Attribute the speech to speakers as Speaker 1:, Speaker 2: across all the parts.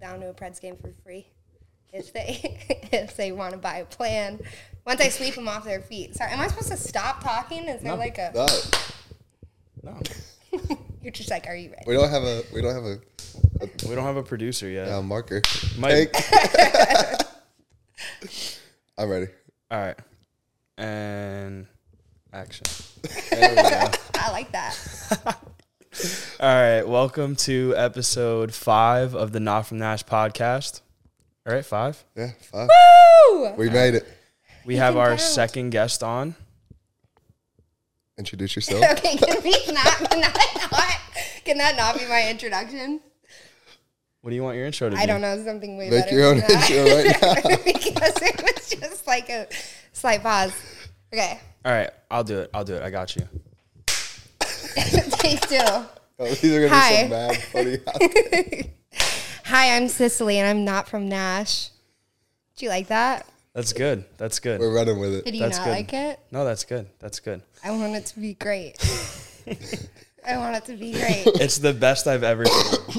Speaker 1: down to a Preds game for free if they if they want to buy a plan. Once I sweep them off their feet. Sorry, am I supposed to stop talking? Is there
Speaker 2: No.
Speaker 1: like a?
Speaker 3: But
Speaker 2: No,
Speaker 1: You're just like, are you ready?
Speaker 3: we don't have a we don't have a
Speaker 2: we don't have a producer yet.
Speaker 3: uh, marker.
Speaker 2: My-
Speaker 3: Take. I'm ready.
Speaker 2: All right, and action.
Speaker 1: I like that.
Speaker 2: All right, welcome to episode five of the Not From Nash podcast. All right, five.
Speaker 3: Yeah, five.
Speaker 1: Woo!
Speaker 3: We made it.
Speaker 2: We have
Speaker 1: can
Speaker 2: our
Speaker 1: count.
Speaker 2: second guest on.
Speaker 3: Introduce yourself.
Speaker 1: Okay, can we not? Can that not? Can that not be my introduction?
Speaker 2: What do you want your intro to be?
Speaker 1: I don't know something way
Speaker 3: Make
Speaker 1: better.
Speaker 3: your own
Speaker 1: than that.
Speaker 3: intro right now.
Speaker 1: because it was just like a slight pause. Okay,
Speaker 2: All right, I'll do it. I'll do it. I got you.
Speaker 1: take two.
Speaker 3: Oh, these are gonna be
Speaker 1: Hi.
Speaker 3: so mad funny.
Speaker 1: Hi, I'm Cicely, and I'm not from Nash. Do you like that?
Speaker 2: That's good. That's good.
Speaker 3: We're running with it.
Speaker 1: Did you
Speaker 2: That's
Speaker 1: not
Speaker 2: good.
Speaker 1: like it?
Speaker 2: No, that's good. That's good.
Speaker 1: I want it to be great. I want it to be great.
Speaker 2: It's the best I've ever seen.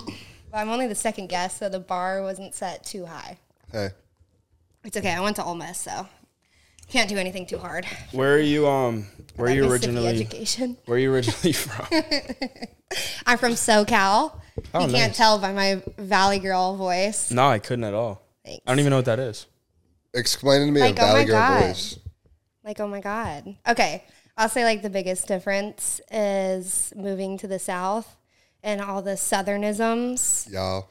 Speaker 1: But I'm only the second guest, so the bar wasn't set too high.
Speaker 3: Hey,
Speaker 1: It's okay. I went to Ole Miss, so can't do anything too hard.
Speaker 2: Where are you um where are
Speaker 1: That
Speaker 2: you
Speaker 1: Mississippi
Speaker 2: originally
Speaker 1: Education.
Speaker 2: where are you originally from?
Speaker 1: I'm from SoCal.
Speaker 2: Oh,
Speaker 1: you can't
Speaker 2: nice.
Speaker 1: tell by my Valley Girl voice.
Speaker 2: no, I couldn't at all.
Speaker 1: Thanks.
Speaker 2: I don't even know what that is.
Speaker 3: explain to me
Speaker 1: Like,
Speaker 3: a
Speaker 1: oh my
Speaker 3: Valley Girl
Speaker 1: God.
Speaker 3: voice.
Speaker 1: Like, oh my God. Okay. I'll say, like, the biggest difference is moving to the South and all the Southernisms.
Speaker 3: Y'all.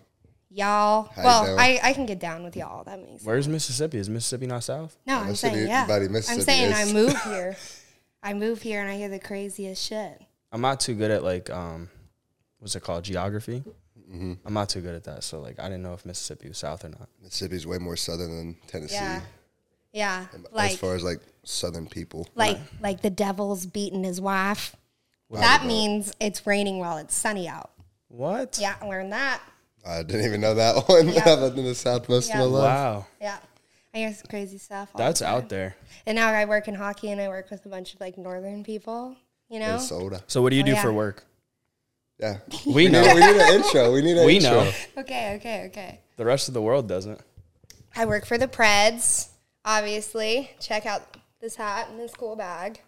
Speaker 1: Y'all.
Speaker 3: How you
Speaker 1: well,
Speaker 3: doing?
Speaker 1: I, I can get down with y'all. That makes
Speaker 2: Where's Mississippi? Is Mississippi not south?
Speaker 1: No, I'm
Speaker 3: Mississippi-
Speaker 1: saying, yeah.
Speaker 3: buddy,
Speaker 1: I'm
Speaker 3: Mississippi
Speaker 1: saying I
Speaker 3: is-
Speaker 1: move here. I move here and I hear the craziest shit.
Speaker 2: I'm not too good at like um what's it called? Geography.
Speaker 3: Mm-hmm.
Speaker 2: I'm not too good at that. So like I didn't know if Mississippi was south or not.
Speaker 3: Mississippi's way more southern than Tennessee.
Speaker 1: Yeah. Yeah.
Speaker 3: as
Speaker 1: Like,
Speaker 3: far as like southern people.
Speaker 1: like, like the devil's beating his wife. That means it's raining while it's sunny out.
Speaker 2: What?
Speaker 1: Yeah, I learned that.
Speaker 3: I didn't even know that one.
Speaker 1: Yeah.
Speaker 3: I've lived in the South most
Speaker 1: Yeah.
Speaker 3: of my life.
Speaker 2: Wow.
Speaker 1: Yeah. I hear some crazy stuff. all
Speaker 2: That's
Speaker 1: the time.
Speaker 2: out there.
Speaker 1: And now I work in hockey and I work with a bunch of like northern people, you know?
Speaker 3: It's soda.
Speaker 2: So what do you
Speaker 1: Oh,
Speaker 2: do
Speaker 1: yeah.
Speaker 2: for work?
Speaker 3: Yeah.
Speaker 2: We
Speaker 3: No,
Speaker 2: know.
Speaker 3: we need an intro. We need an
Speaker 2: we
Speaker 3: intro.
Speaker 2: know.
Speaker 1: Okay, okay, okay.
Speaker 2: The rest of the world doesn't.
Speaker 1: I work for the Preds, obviously. Check out this hat and this cool bag.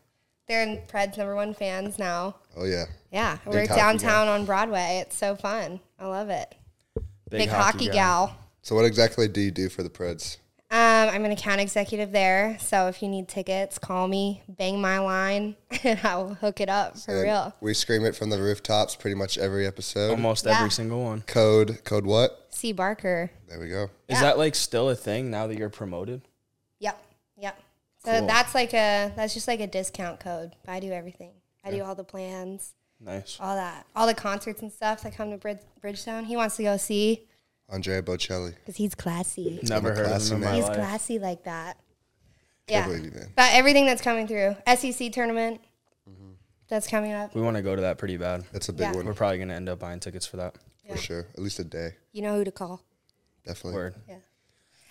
Speaker 1: They're in Preds number one fans now.
Speaker 3: Oh yeah.
Speaker 1: Yeah, I work
Speaker 3: hockey
Speaker 1: downtown on Broadway. It's so fun. I love it. Big, hockey,
Speaker 2: guy.
Speaker 1: gal.
Speaker 3: So what exactly do you do for the Preds?
Speaker 1: Um, I'm an account executive there, so if you need tickets, call me, bang my line, and I'll hook it up for
Speaker 3: And
Speaker 1: real.
Speaker 3: We scream it from the rooftops pretty much every episode.
Speaker 2: Almost
Speaker 1: Yeah.
Speaker 2: every single one.
Speaker 3: Code code what?
Speaker 1: C. Barker.
Speaker 3: There we go.
Speaker 2: Is that like still a thing now that you're promoted?
Speaker 1: Yep. Yep. So
Speaker 2: Cool.
Speaker 1: that's like a that's just like a discount code. I do everything. I do all the plans,
Speaker 2: Nice.
Speaker 1: all that, all the concerts and stuff that come to Brid- Bridgetown. He wants to go see
Speaker 3: Andrea Bocelli.
Speaker 1: because he's classy.
Speaker 2: Never
Speaker 3: I'm a
Speaker 2: heard of
Speaker 3: classy
Speaker 2: him in
Speaker 3: man.
Speaker 2: my
Speaker 1: He's
Speaker 2: life.
Speaker 1: classy like that. Yeah.
Speaker 3: Can't believe you, man.
Speaker 1: But everything that's coming through SEC tournament that's coming up.
Speaker 2: We want to go to that pretty bad.
Speaker 3: That's a big
Speaker 1: Yeah.
Speaker 3: one
Speaker 2: We're probably gonna end up buying tickets for that.
Speaker 3: for sure. At least a day.
Speaker 1: You know who to call.
Speaker 3: Definitely.
Speaker 2: Word.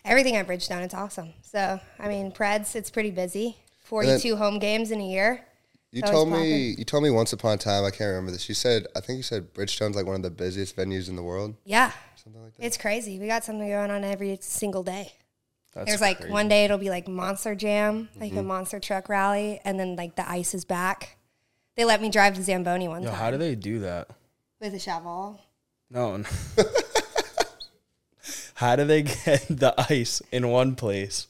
Speaker 1: Everything at Bridgetown, it's awesome. So I mean, Preds, it's pretty busy.
Speaker 3: then-
Speaker 1: Forty-two home games in a year.
Speaker 3: You
Speaker 1: It's always
Speaker 3: told me you told me once upon a time, I can't remember this. You said I think you said Bridgetown's like one of the busiest venues in the world.
Speaker 1: Yeah,
Speaker 3: Something like that.
Speaker 1: it's crazy. We got something going on every single day.
Speaker 2: That's Mm-hmm.
Speaker 1: There's like one day it'll be like Monster Jam, like the Monster Truck Rally, and then like the ice is back. They let me drive the Zamboni one
Speaker 2: Yo,
Speaker 1: time
Speaker 2: how do they do that?
Speaker 1: with a shovel.
Speaker 2: No. n- how do they get the ice in one place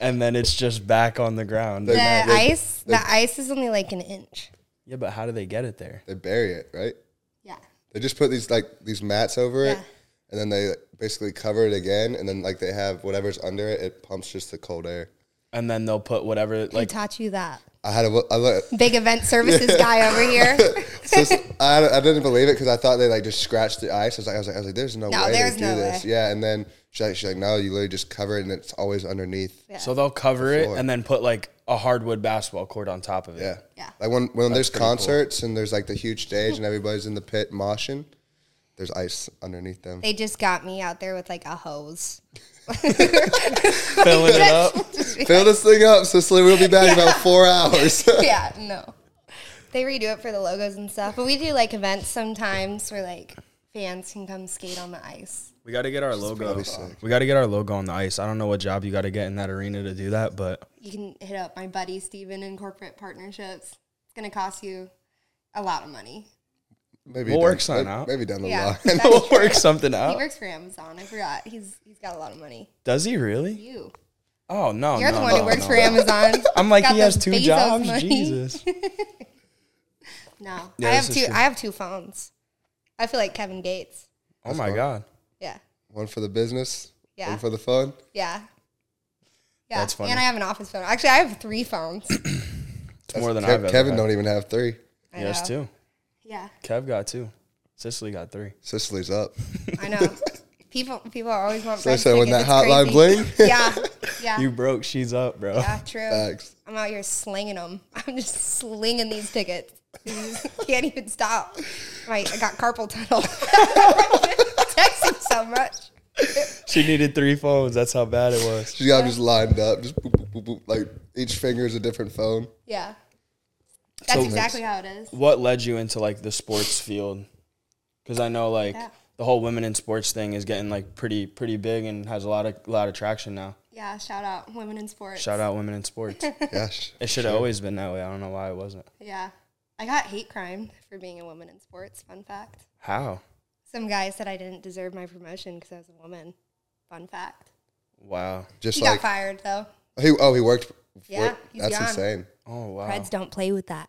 Speaker 2: and then it's just back on the ground?
Speaker 1: The
Speaker 3: They- they-
Speaker 1: ice, the ice is only like an inch.
Speaker 2: yeah, but how do they get it there?
Speaker 3: They bury it, right?
Speaker 1: Yeah,
Speaker 3: They just put these like these mats over it,
Speaker 1: Yeah.
Speaker 3: and then they basically cover it again, and then like they have whatever's under it. It pumps just the cold air.
Speaker 2: And then they'll put whatever
Speaker 1: who
Speaker 2: like
Speaker 1: taught you that?
Speaker 3: I had a, I, look,
Speaker 1: Big event services guy over here.
Speaker 3: just, I, I didn't believe it because I thought they like just scratched the ice. I was like, I was like, I was like there's no,
Speaker 1: No,
Speaker 3: way
Speaker 1: there's
Speaker 3: they do
Speaker 1: no
Speaker 3: this.
Speaker 1: way.
Speaker 3: Yeah, and then she's like, she's like, no, you literally just cover it, and it's always underneath. Yeah,
Speaker 2: so they'll cover it
Speaker 3: floor.
Speaker 2: and then put like a hardwood basketball court on top of it.
Speaker 1: Yeah.
Speaker 3: Like when when there's concerts and there's like the huge stage and everybody's in the pit moshing, there's ice underneath them.
Speaker 1: They just got me out there with like a hose.
Speaker 2: Filling it up.
Speaker 3: Fill this thing up, Cicely. We'll be back in about four hours.
Speaker 1: yeah, no. They redo it for the logos and stuff, but we do like events sometimes where like fans can come skate on the ice.
Speaker 2: We got to get our logo.
Speaker 3: probably sick.
Speaker 2: We got to get our logo on the ice. I don't know what job you got to get in that arena to do that, but
Speaker 1: You can hit up my buddy Steven in corporate partnerships. It's gonna cost you a lot of money.
Speaker 3: Maybe
Speaker 2: We'll
Speaker 3: down-
Speaker 2: work something
Speaker 3: may-
Speaker 2: out.
Speaker 3: Maybe down the
Speaker 1: Yeah,
Speaker 3: line.
Speaker 1: that's
Speaker 2: we'll
Speaker 1: true.
Speaker 2: work something
Speaker 1: He
Speaker 2: out.
Speaker 1: works for Amazon. I forgot. He's he's got a lot of money.
Speaker 2: Does he really?
Speaker 1: You,
Speaker 2: Oh no,
Speaker 1: you're
Speaker 2: no,
Speaker 1: the one
Speaker 2: no,
Speaker 1: who works
Speaker 2: no.
Speaker 1: for Amazon.
Speaker 2: I'm like
Speaker 1: Got
Speaker 2: he has
Speaker 1: the
Speaker 2: two
Speaker 1: Bezos
Speaker 2: jobs.
Speaker 1: money.
Speaker 2: Jesus.
Speaker 1: No,
Speaker 2: Yeah, this
Speaker 1: I have
Speaker 2: is
Speaker 1: two.
Speaker 2: true.
Speaker 1: I have two phones. I feel like Kevin Gates.
Speaker 2: Oh my god.
Speaker 1: Yeah,
Speaker 3: one for the business,
Speaker 1: Yeah.
Speaker 3: one for the fun.
Speaker 1: yeah, yeah.
Speaker 2: That's funny.
Speaker 1: And I have an office phone. Actually, I have three phones.
Speaker 2: It's more than
Speaker 3: Kev-
Speaker 2: I've ever
Speaker 3: Kevin
Speaker 2: had.
Speaker 3: don't even have three.
Speaker 1: I
Speaker 2: Yes,
Speaker 1: know.
Speaker 2: two.
Speaker 1: Yeah,
Speaker 2: Kev got two. Sicily got three.
Speaker 3: Sicily's up.
Speaker 1: I know. People, people always want.
Speaker 3: So,
Speaker 1: French
Speaker 3: so when that
Speaker 1: tickets.
Speaker 3: hotline
Speaker 1: It's crazy.
Speaker 3: bling,
Speaker 1: Yeah, yeah,
Speaker 2: You broke. She's up, bro.
Speaker 1: Ah. yeah. True.
Speaker 3: facts.
Speaker 1: I'm out here slinging them. I'm just slinging these tickets. Can't even stop. Right, I got carpal tunnel. Texting so much.
Speaker 2: She needed three phones. That's how bad it was.
Speaker 3: She's got 'em just lined up, just boop, boop, boop, boop, like each finger is a different phone.
Speaker 1: Yeah, that's
Speaker 2: So-
Speaker 1: exactly how it is.
Speaker 2: What led you into like the sports field? Because I know like
Speaker 1: Yeah.
Speaker 2: the whole women in sports thing is getting like pretty pretty big and has a lot of lot of traction now.
Speaker 1: Yeah, shout out women in sports.
Speaker 2: Shout out women in sports.
Speaker 3: Gosh,
Speaker 2: It should have always been that way. I don't know why it wasn't.
Speaker 1: Yeah, I got hate crime for being a woman in sports. Fun fact.
Speaker 2: How?
Speaker 1: Some guy said I didn't deserve my promotion because I was a woman. Fun fact.
Speaker 2: Wow.
Speaker 3: just
Speaker 1: He
Speaker 3: like
Speaker 1: got fired though.
Speaker 3: he oh he worked. for-
Speaker 1: Yeah, he's
Speaker 3: that's
Speaker 1: gone.
Speaker 3: insane.
Speaker 2: Oh wow.
Speaker 1: Preds don't play with that.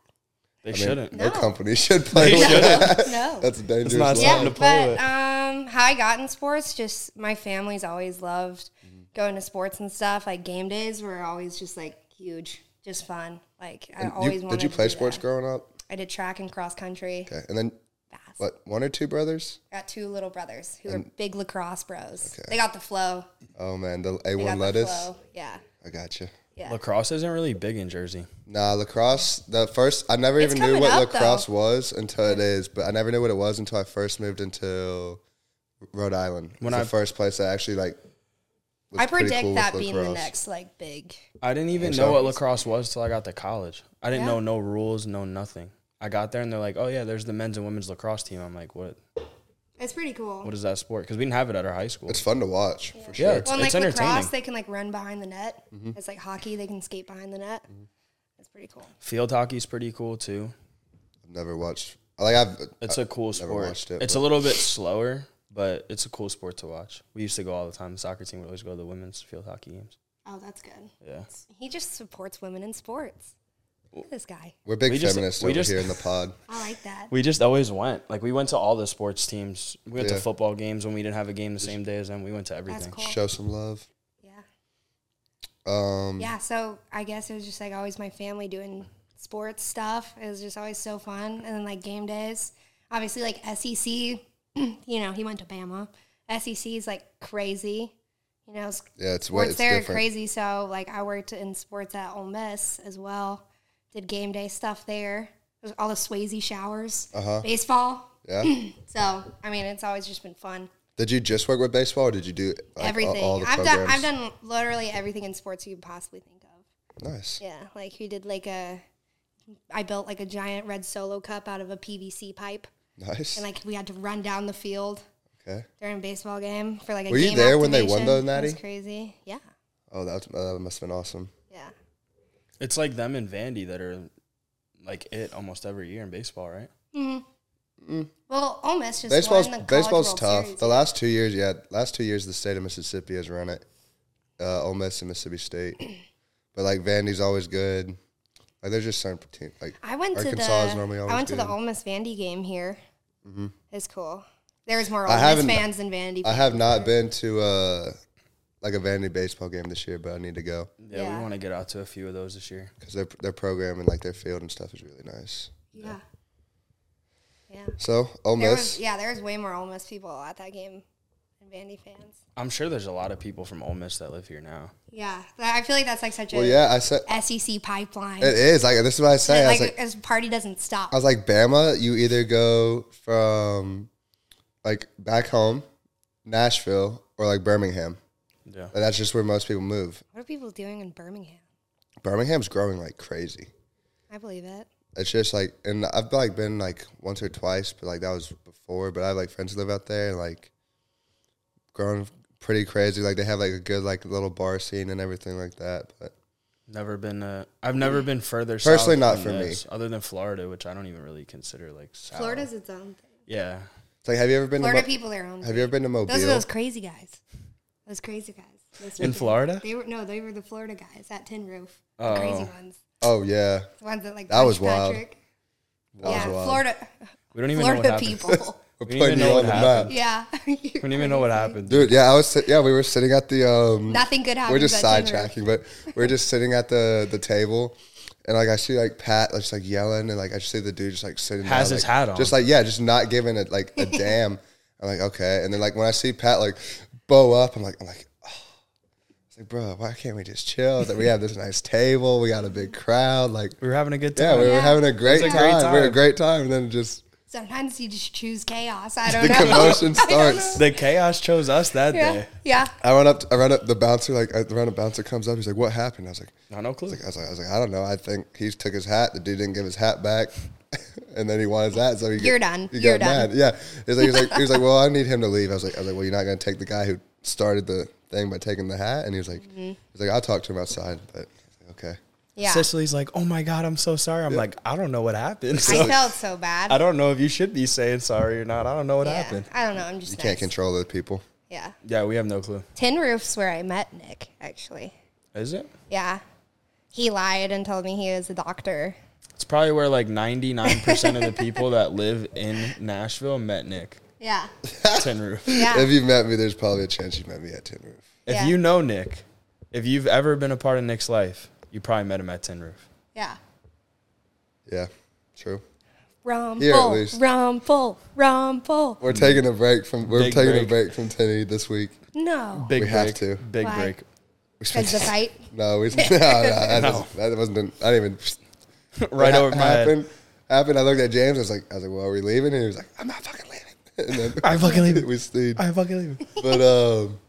Speaker 2: they shouldn't.
Speaker 3: No
Speaker 1: No.
Speaker 3: company should play. with
Speaker 2: shouldn't.
Speaker 3: that.
Speaker 1: No.
Speaker 3: That's a dangerous.
Speaker 2: not
Speaker 3: line.
Speaker 2: something
Speaker 1: yeah,
Speaker 2: to play
Speaker 1: but
Speaker 2: with.
Speaker 1: um, how I got in sports, just my family's always loved
Speaker 3: Mm-hmm.
Speaker 1: going to sports and stuff. Like game days were always just like huge, just fun. Like I
Speaker 3: And you-
Speaker 1: always wanted.
Speaker 3: did you
Speaker 1: to
Speaker 3: play
Speaker 1: do
Speaker 3: sports
Speaker 1: that.
Speaker 3: growing up?
Speaker 1: I did track and cross country.
Speaker 3: Okay, and then
Speaker 1: Fast.
Speaker 3: what? One or two brothers?
Speaker 1: Got two little brothers who are big lacrosse bros. They got the flow.
Speaker 3: Oh man, the
Speaker 1: They got
Speaker 3: A1
Speaker 1: the
Speaker 3: lettuce.
Speaker 1: flow. Yeah,
Speaker 3: I gotcha.
Speaker 1: yeah.
Speaker 2: Lacrosse isn't really big in Jersey.
Speaker 3: Nah, lacrosse. The first I never
Speaker 1: It's
Speaker 3: even knew
Speaker 1: coming
Speaker 3: what
Speaker 1: up, though. Mm.
Speaker 3: lacrosse was until it is, but I never knew what it was until I first moved into Rhode Island. It's
Speaker 2: When
Speaker 3: the
Speaker 2: I-
Speaker 3: first place I actually like. Was
Speaker 1: I
Speaker 3: pretty
Speaker 1: predict
Speaker 3: cool with
Speaker 1: that being the
Speaker 3: lacrosse.
Speaker 1: next like big.
Speaker 2: I didn't even know what lacrosse was till I got to college. I didn't
Speaker 1: Yeah.
Speaker 2: know no rules, no nothing. I got there and they're like, "Oh yeah, there's the men's and women's lacrosse team." I'm like, "What?
Speaker 1: It's pretty cool.
Speaker 2: What is that sport?" Because we didn't have it at our high school.
Speaker 3: It's fun to watch for
Speaker 2: yeah,
Speaker 3: sure.
Speaker 2: it's,
Speaker 1: well, and,
Speaker 2: it's
Speaker 1: like lacrosse,
Speaker 2: entertaining.
Speaker 1: they can like run behind the net.
Speaker 3: Mm-hmm.
Speaker 1: It's like hockey; they can skate behind the net. It's pretty cool.
Speaker 2: Field hockey's pretty cool too.
Speaker 3: I've never watched. Like I've
Speaker 2: It's a cool sport.
Speaker 3: watched it,
Speaker 2: it's a little bit slower, but it's a cool sport to watch. We used to go all the time. The soccer team would always go to the women's field hockey games.
Speaker 1: Oh, that's good.
Speaker 2: Yeah.
Speaker 1: He just supports women in sports. Look at this guy.
Speaker 3: we're big
Speaker 2: we just-
Speaker 3: feminists
Speaker 2: we
Speaker 3: over
Speaker 2: just-
Speaker 3: here in the pod.
Speaker 1: I like that.
Speaker 2: We just always went. Like we went to all the sports teams. We went
Speaker 3: Yeah.
Speaker 2: to football games when we didn't have a game the same day as them. We went to everything.
Speaker 1: That's cool.
Speaker 3: Show some love.
Speaker 1: Yeah.
Speaker 3: Um,
Speaker 1: Yeah. So I guess it was just like always my family doing sports stuff. It was just always so fun. And then like game days, obviously like SEC, you know, he went to Bama. SEC is like crazy. You know, it's
Speaker 3: yeah, it's way
Speaker 1: sports
Speaker 3: it's
Speaker 1: there are
Speaker 3: different.
Speaker 1: crazy. So like I worked in sports at Ole Miss as well. Did game day stuff there. There's all the Swayze showers,
Speaker 3: Uh-huh.
Speaker 1: baseball.
Speaker 3: Yeah.
Speaker 1: So I mean, it's always just been fun.
Speaker 3: Did you just work with baseball, or did you do like,
Speaker 1: everything.
Speaker 3: All, all the
Speaker 1: I've done.
Speaker 3: programs?
Speaker 1: I've done literally everything in sports you could possibly think of.
Speaker 3: Nice.
Speaker 1: Yeah, like we did like a. I built like a giant red solo cup out of a PVC pipe,
Speaker 3: Nice.
Speaker 1: and like we had to run down the field
Speaker 3: okay.
Speaker 1: during a baseball game for like a.
Speaker 3: Were you
Speaker 1: game
Speaker 3: there when they won
Speaker 1: activation.
Speaker 3: the
Speaker 1: It was
Speaker 3: natty?
Speaker 1: crazy. Yeah,
Speaker 3: Oh, that, that must have been awesome.
Speaker 1: yeah.
Speaker 2: It's like them and Vandy that are like it almost every year in baseball, right?
Speaker 1: Well, Ole Miss just
Speaker 3: baseball's
Speaker 1: won the College
Speaker 3: baseball's
Speaker 1: World
Speaker 3: tough.
Speaker 1: Series.
Speaker 3: The last two years, yeah, last two years, the state of Mississippi has run it. Uh, Ole Miss and Mississippi State, but like Vandy's always good. Like there's just certain team like
Speaker 1: I went
Speaker 3: Arkansas
Speaker 1: to
Speaker 3: is
Speaker 1: the.
Speaker 3: normally
Speaker 1: I
Speaker 3: always
Speaker 1: went to the
Speaker 3: good. Mm-hmm.
Speaker 1: Ole Miss Vandy game here. It's cool. There was more
Speaker 3: I
Speaker 1: Ole Miss
Speaker 3: haven't-
Speaker 1: fans than Vandy.
Speaker 3: I
Speaker 1: fans.
Speaker 3: have not been to uh, like a Vandy baseball game this year, but I need to go
Speaker 2: Yeah,
Speaker 1: Yeah.
Speaker 2: we want to get out to a few of those this year.
Speaker 3: because their their program and like their field and stuff is really nice.
Speaker 1: Yeah. Yeah.
Speaker 3: So Ole
Speaker 1: There was
Speaker 3: Miss,
Speaker 1: yeah, there was way more Ole Miss people at that game than Vandy fans.
Speaker 2: I'm sure there's a lot of people from Ole Miss that live here now.
Speaker 1: Yeah, I feel like that's like such a
Speaker 3: well, yeah, I said
Speaker 1: SEC pipeline.
Speaker 3: it is like this is what I say. I was
Speaker 1: like,
Speaker 3: like,
Speaker 1: as party doesn't stop.
Speaker 3: I was like, Bama, you either go from like back home, Nashville, or like Birmingham.
Speaker 2: Yeah.
Speaker 3: Like, that's just where most people move.
Speaker 1: what are people doing in Birmingham?
Speaker 3: Birmingham's growing like crazy.
Speaker 1: I believe it.
Speaker 3: It's just like, and I've like been like once or twice, but like that was before. But I have like friends who live out there, and like grown pretty crazy. Like they have like a good like little bar scene and everything like that. But
Speaker 2: Never been. Uh, I've never been further. south
Speaker 3: Personally, not
Speaker 2: than
Speaker 3: for me.
Speaker 2: this, Other than Florida, which I don't even really consider like
Speaker 3: Uh,
Speaker 2: south.
Speaker 1: Florida's its own thing.
Speaker 2: Yeah,
Speaker 3: it's like, have you ever been?
Speaker 1: Florida
Speaker 3: to Mo-
Speaker 1: people their own.
Speaker 3: have you ever been to Mobile?
Speaker 1: Those are those crazy guys. Those crazy guys. Those
Speaker 2: in
Speaker 1: freaking-
Speaker 2: Florida.
Speaker 1: They were no, they were the Florida guys at Tin Roof.
Speaker 2: Oh.
Speaker 1: The crazy ones.
Speaker 3: oh yeah,
Speaker 1: The ones that like
Speaker 3: That was
Speaker 1: punched
Speaker 3: wild.
Speaker 1: Patrick.
Speaker 3: That was
Speaker 1: yeah,
Speaker 3: wild.
Speaker 1: Florida
Speaker 2: We don't even know
Speaker 1: Florida
Speaker 2: what happened.
Speaker 1: people.
Speaker 3: We're
Speaker 2: We didn't even
Speaker 3: putting you
Speaker 2: know
Speaker 3: on
Speaker 2: what
Speaker 3: the
Speaker 2: happened.
Speaker 3: map,
Speaker 1: yeah. we
Speaker 2: We didn't even know what happened.
Speaker 3: dude. Yeah, I was. Sit- yeah, we were sitting at the um.
Speaker 1: Nothing good happened.
Speaker 3: we're just sidetracking, but we're just sitting at the the table, and like I see like Pat like, just like yelling, and like I just see the dude just like sitting
Speaker 2: Has
Speaker 3: down,
Speaker 2: his
Speaker 3: like,
Speaker 2: hat on.
Speaker 3: just like yeah, just not giving it like a damn. I'm like okay, and then like when I see Pat like bow up, I'm like I'm like. Oh. It's like, bro, why can't we just chill? That we have this nice table, we got a big crowd. Like,
Speaker 2: We were having a good
Speaker 3: yeah,
Speaker 2: time.
Speaker 3: we were
Speaker 1: Yeah.
Speaker 3: having a great,
Speaker 2: It's a
Speaker 3: time.
Speaker 2: great
Speaker 3: We had a
Speaker 2: time.
Speaker 3: great time, and then just
Speaker 1: Sometimes you just choose chaos. I don't
Speaker 3: the
Speaker 1: know.
Speaker 3: commotion starts.
Speaker 2: the chaos chose us that
Speaker 1: yeah.
Speaker 2: day.
Speaker 1: yeah.
Speaker 3: I run up, I run up. The bouncer, like, I- the run up bouncer comes up. He's like, "What happened?" I was like,
Speaker 2: No, no clue.
Speaker 3: I was like, I was like, I don't know. I think he took his hat. The dude didn't give his hat back, and then he wanted his hat. So he
Speaker 1: You're done.
Speaker 3: He
Speaker 1: You're
Speaker 3: got
Speaker 1: done.
Speaker 3: mad. Yeah. He's like, he's like, he was like, well, I need him to leave. I was like, I was like, well, you're not gonna take the guy who started the thing by taking the hat. And he was like,
Speaker 1: Mm-hmm.
Speaker 3: he's like, I'll talk to him outside. But I was like, okay,
Speaker 1: Yeah.
Speaker 2: Cicely's like, "Oh my god, I'm so sorry." I'm like, "I don't know what happened."
Speaker 1: I felt so bad.
Speaker 2: I don't know if you should be saying sorry or not. I don't know what
Speaker 1: yeah.
Speaker 2: happened.
Speaker 1: I don't know. I'm just
Speaker 3: you
Speaker 1: nice.
Speaker 3: can't control other people.
Speaker 1: Yeah.
Speaker 2: Yeah, we have no clue.
Speaker 1: Tin Roof's where I met Nick, actually.
Speaker 2: Is it?
Speaker 1: Yeah. He lied and told me he was a doctor.
Speaker 2: It's probably where like 99% of the people that live in Nashville met Nick
Speaker 1: Yeah.
Speaker 2: Tin Roof.
Speaker 1: Yeah.
Speaker 3: If you've met me, there's probably a chance you met me at Tin Roof.
Speaker 2: If
Speaker 1: Yeah.
Speaker 2: you know Nick, if you've ever been a part of Nick's life, you probably met him at Tin Roof.
Speaker 1: yeah.
Speaker 3: Yeah, true.
Speaker 1: Rumble,
Speaker 3: Here, at least.
Speaker 1: rumble, rumble.
Speaker 3: We're taking a break from we're
Speaker 2: Mm-hmm. Big
Speaker 3: taking a
Speaker 2: break.
Speaker 3: break from Tinny this week.
Speaker 1: No.
Speaker 2: Big
Speaker 3: We have
Speaker 2: break.
Speaker 3: to.
Speaker 2: Big
Speaker 1: Why?
Speaker 2: break.
Speaker 3: We spent-
Speaker 1: Because the fight.
Speaker 3: no, we, no, no, that,
Speaker 2: No.
Speaker 3: Wasn't, that wasn't. I didn't even.
Speaker 2: right
Speaker 3: ha-
Speaker 2: over my
Speaker 3: happened,
Speaker 2: head.
Speaker 3: Happened. I looked at James. I was like, I was like, well, are we leaving? And he was like, I'm not fucking leaving. And then
Speaker 2: I fucking leave it.
Speaker 3: we stayed.
Speaker 2: I fucking leave it.
Speaker 3: But um,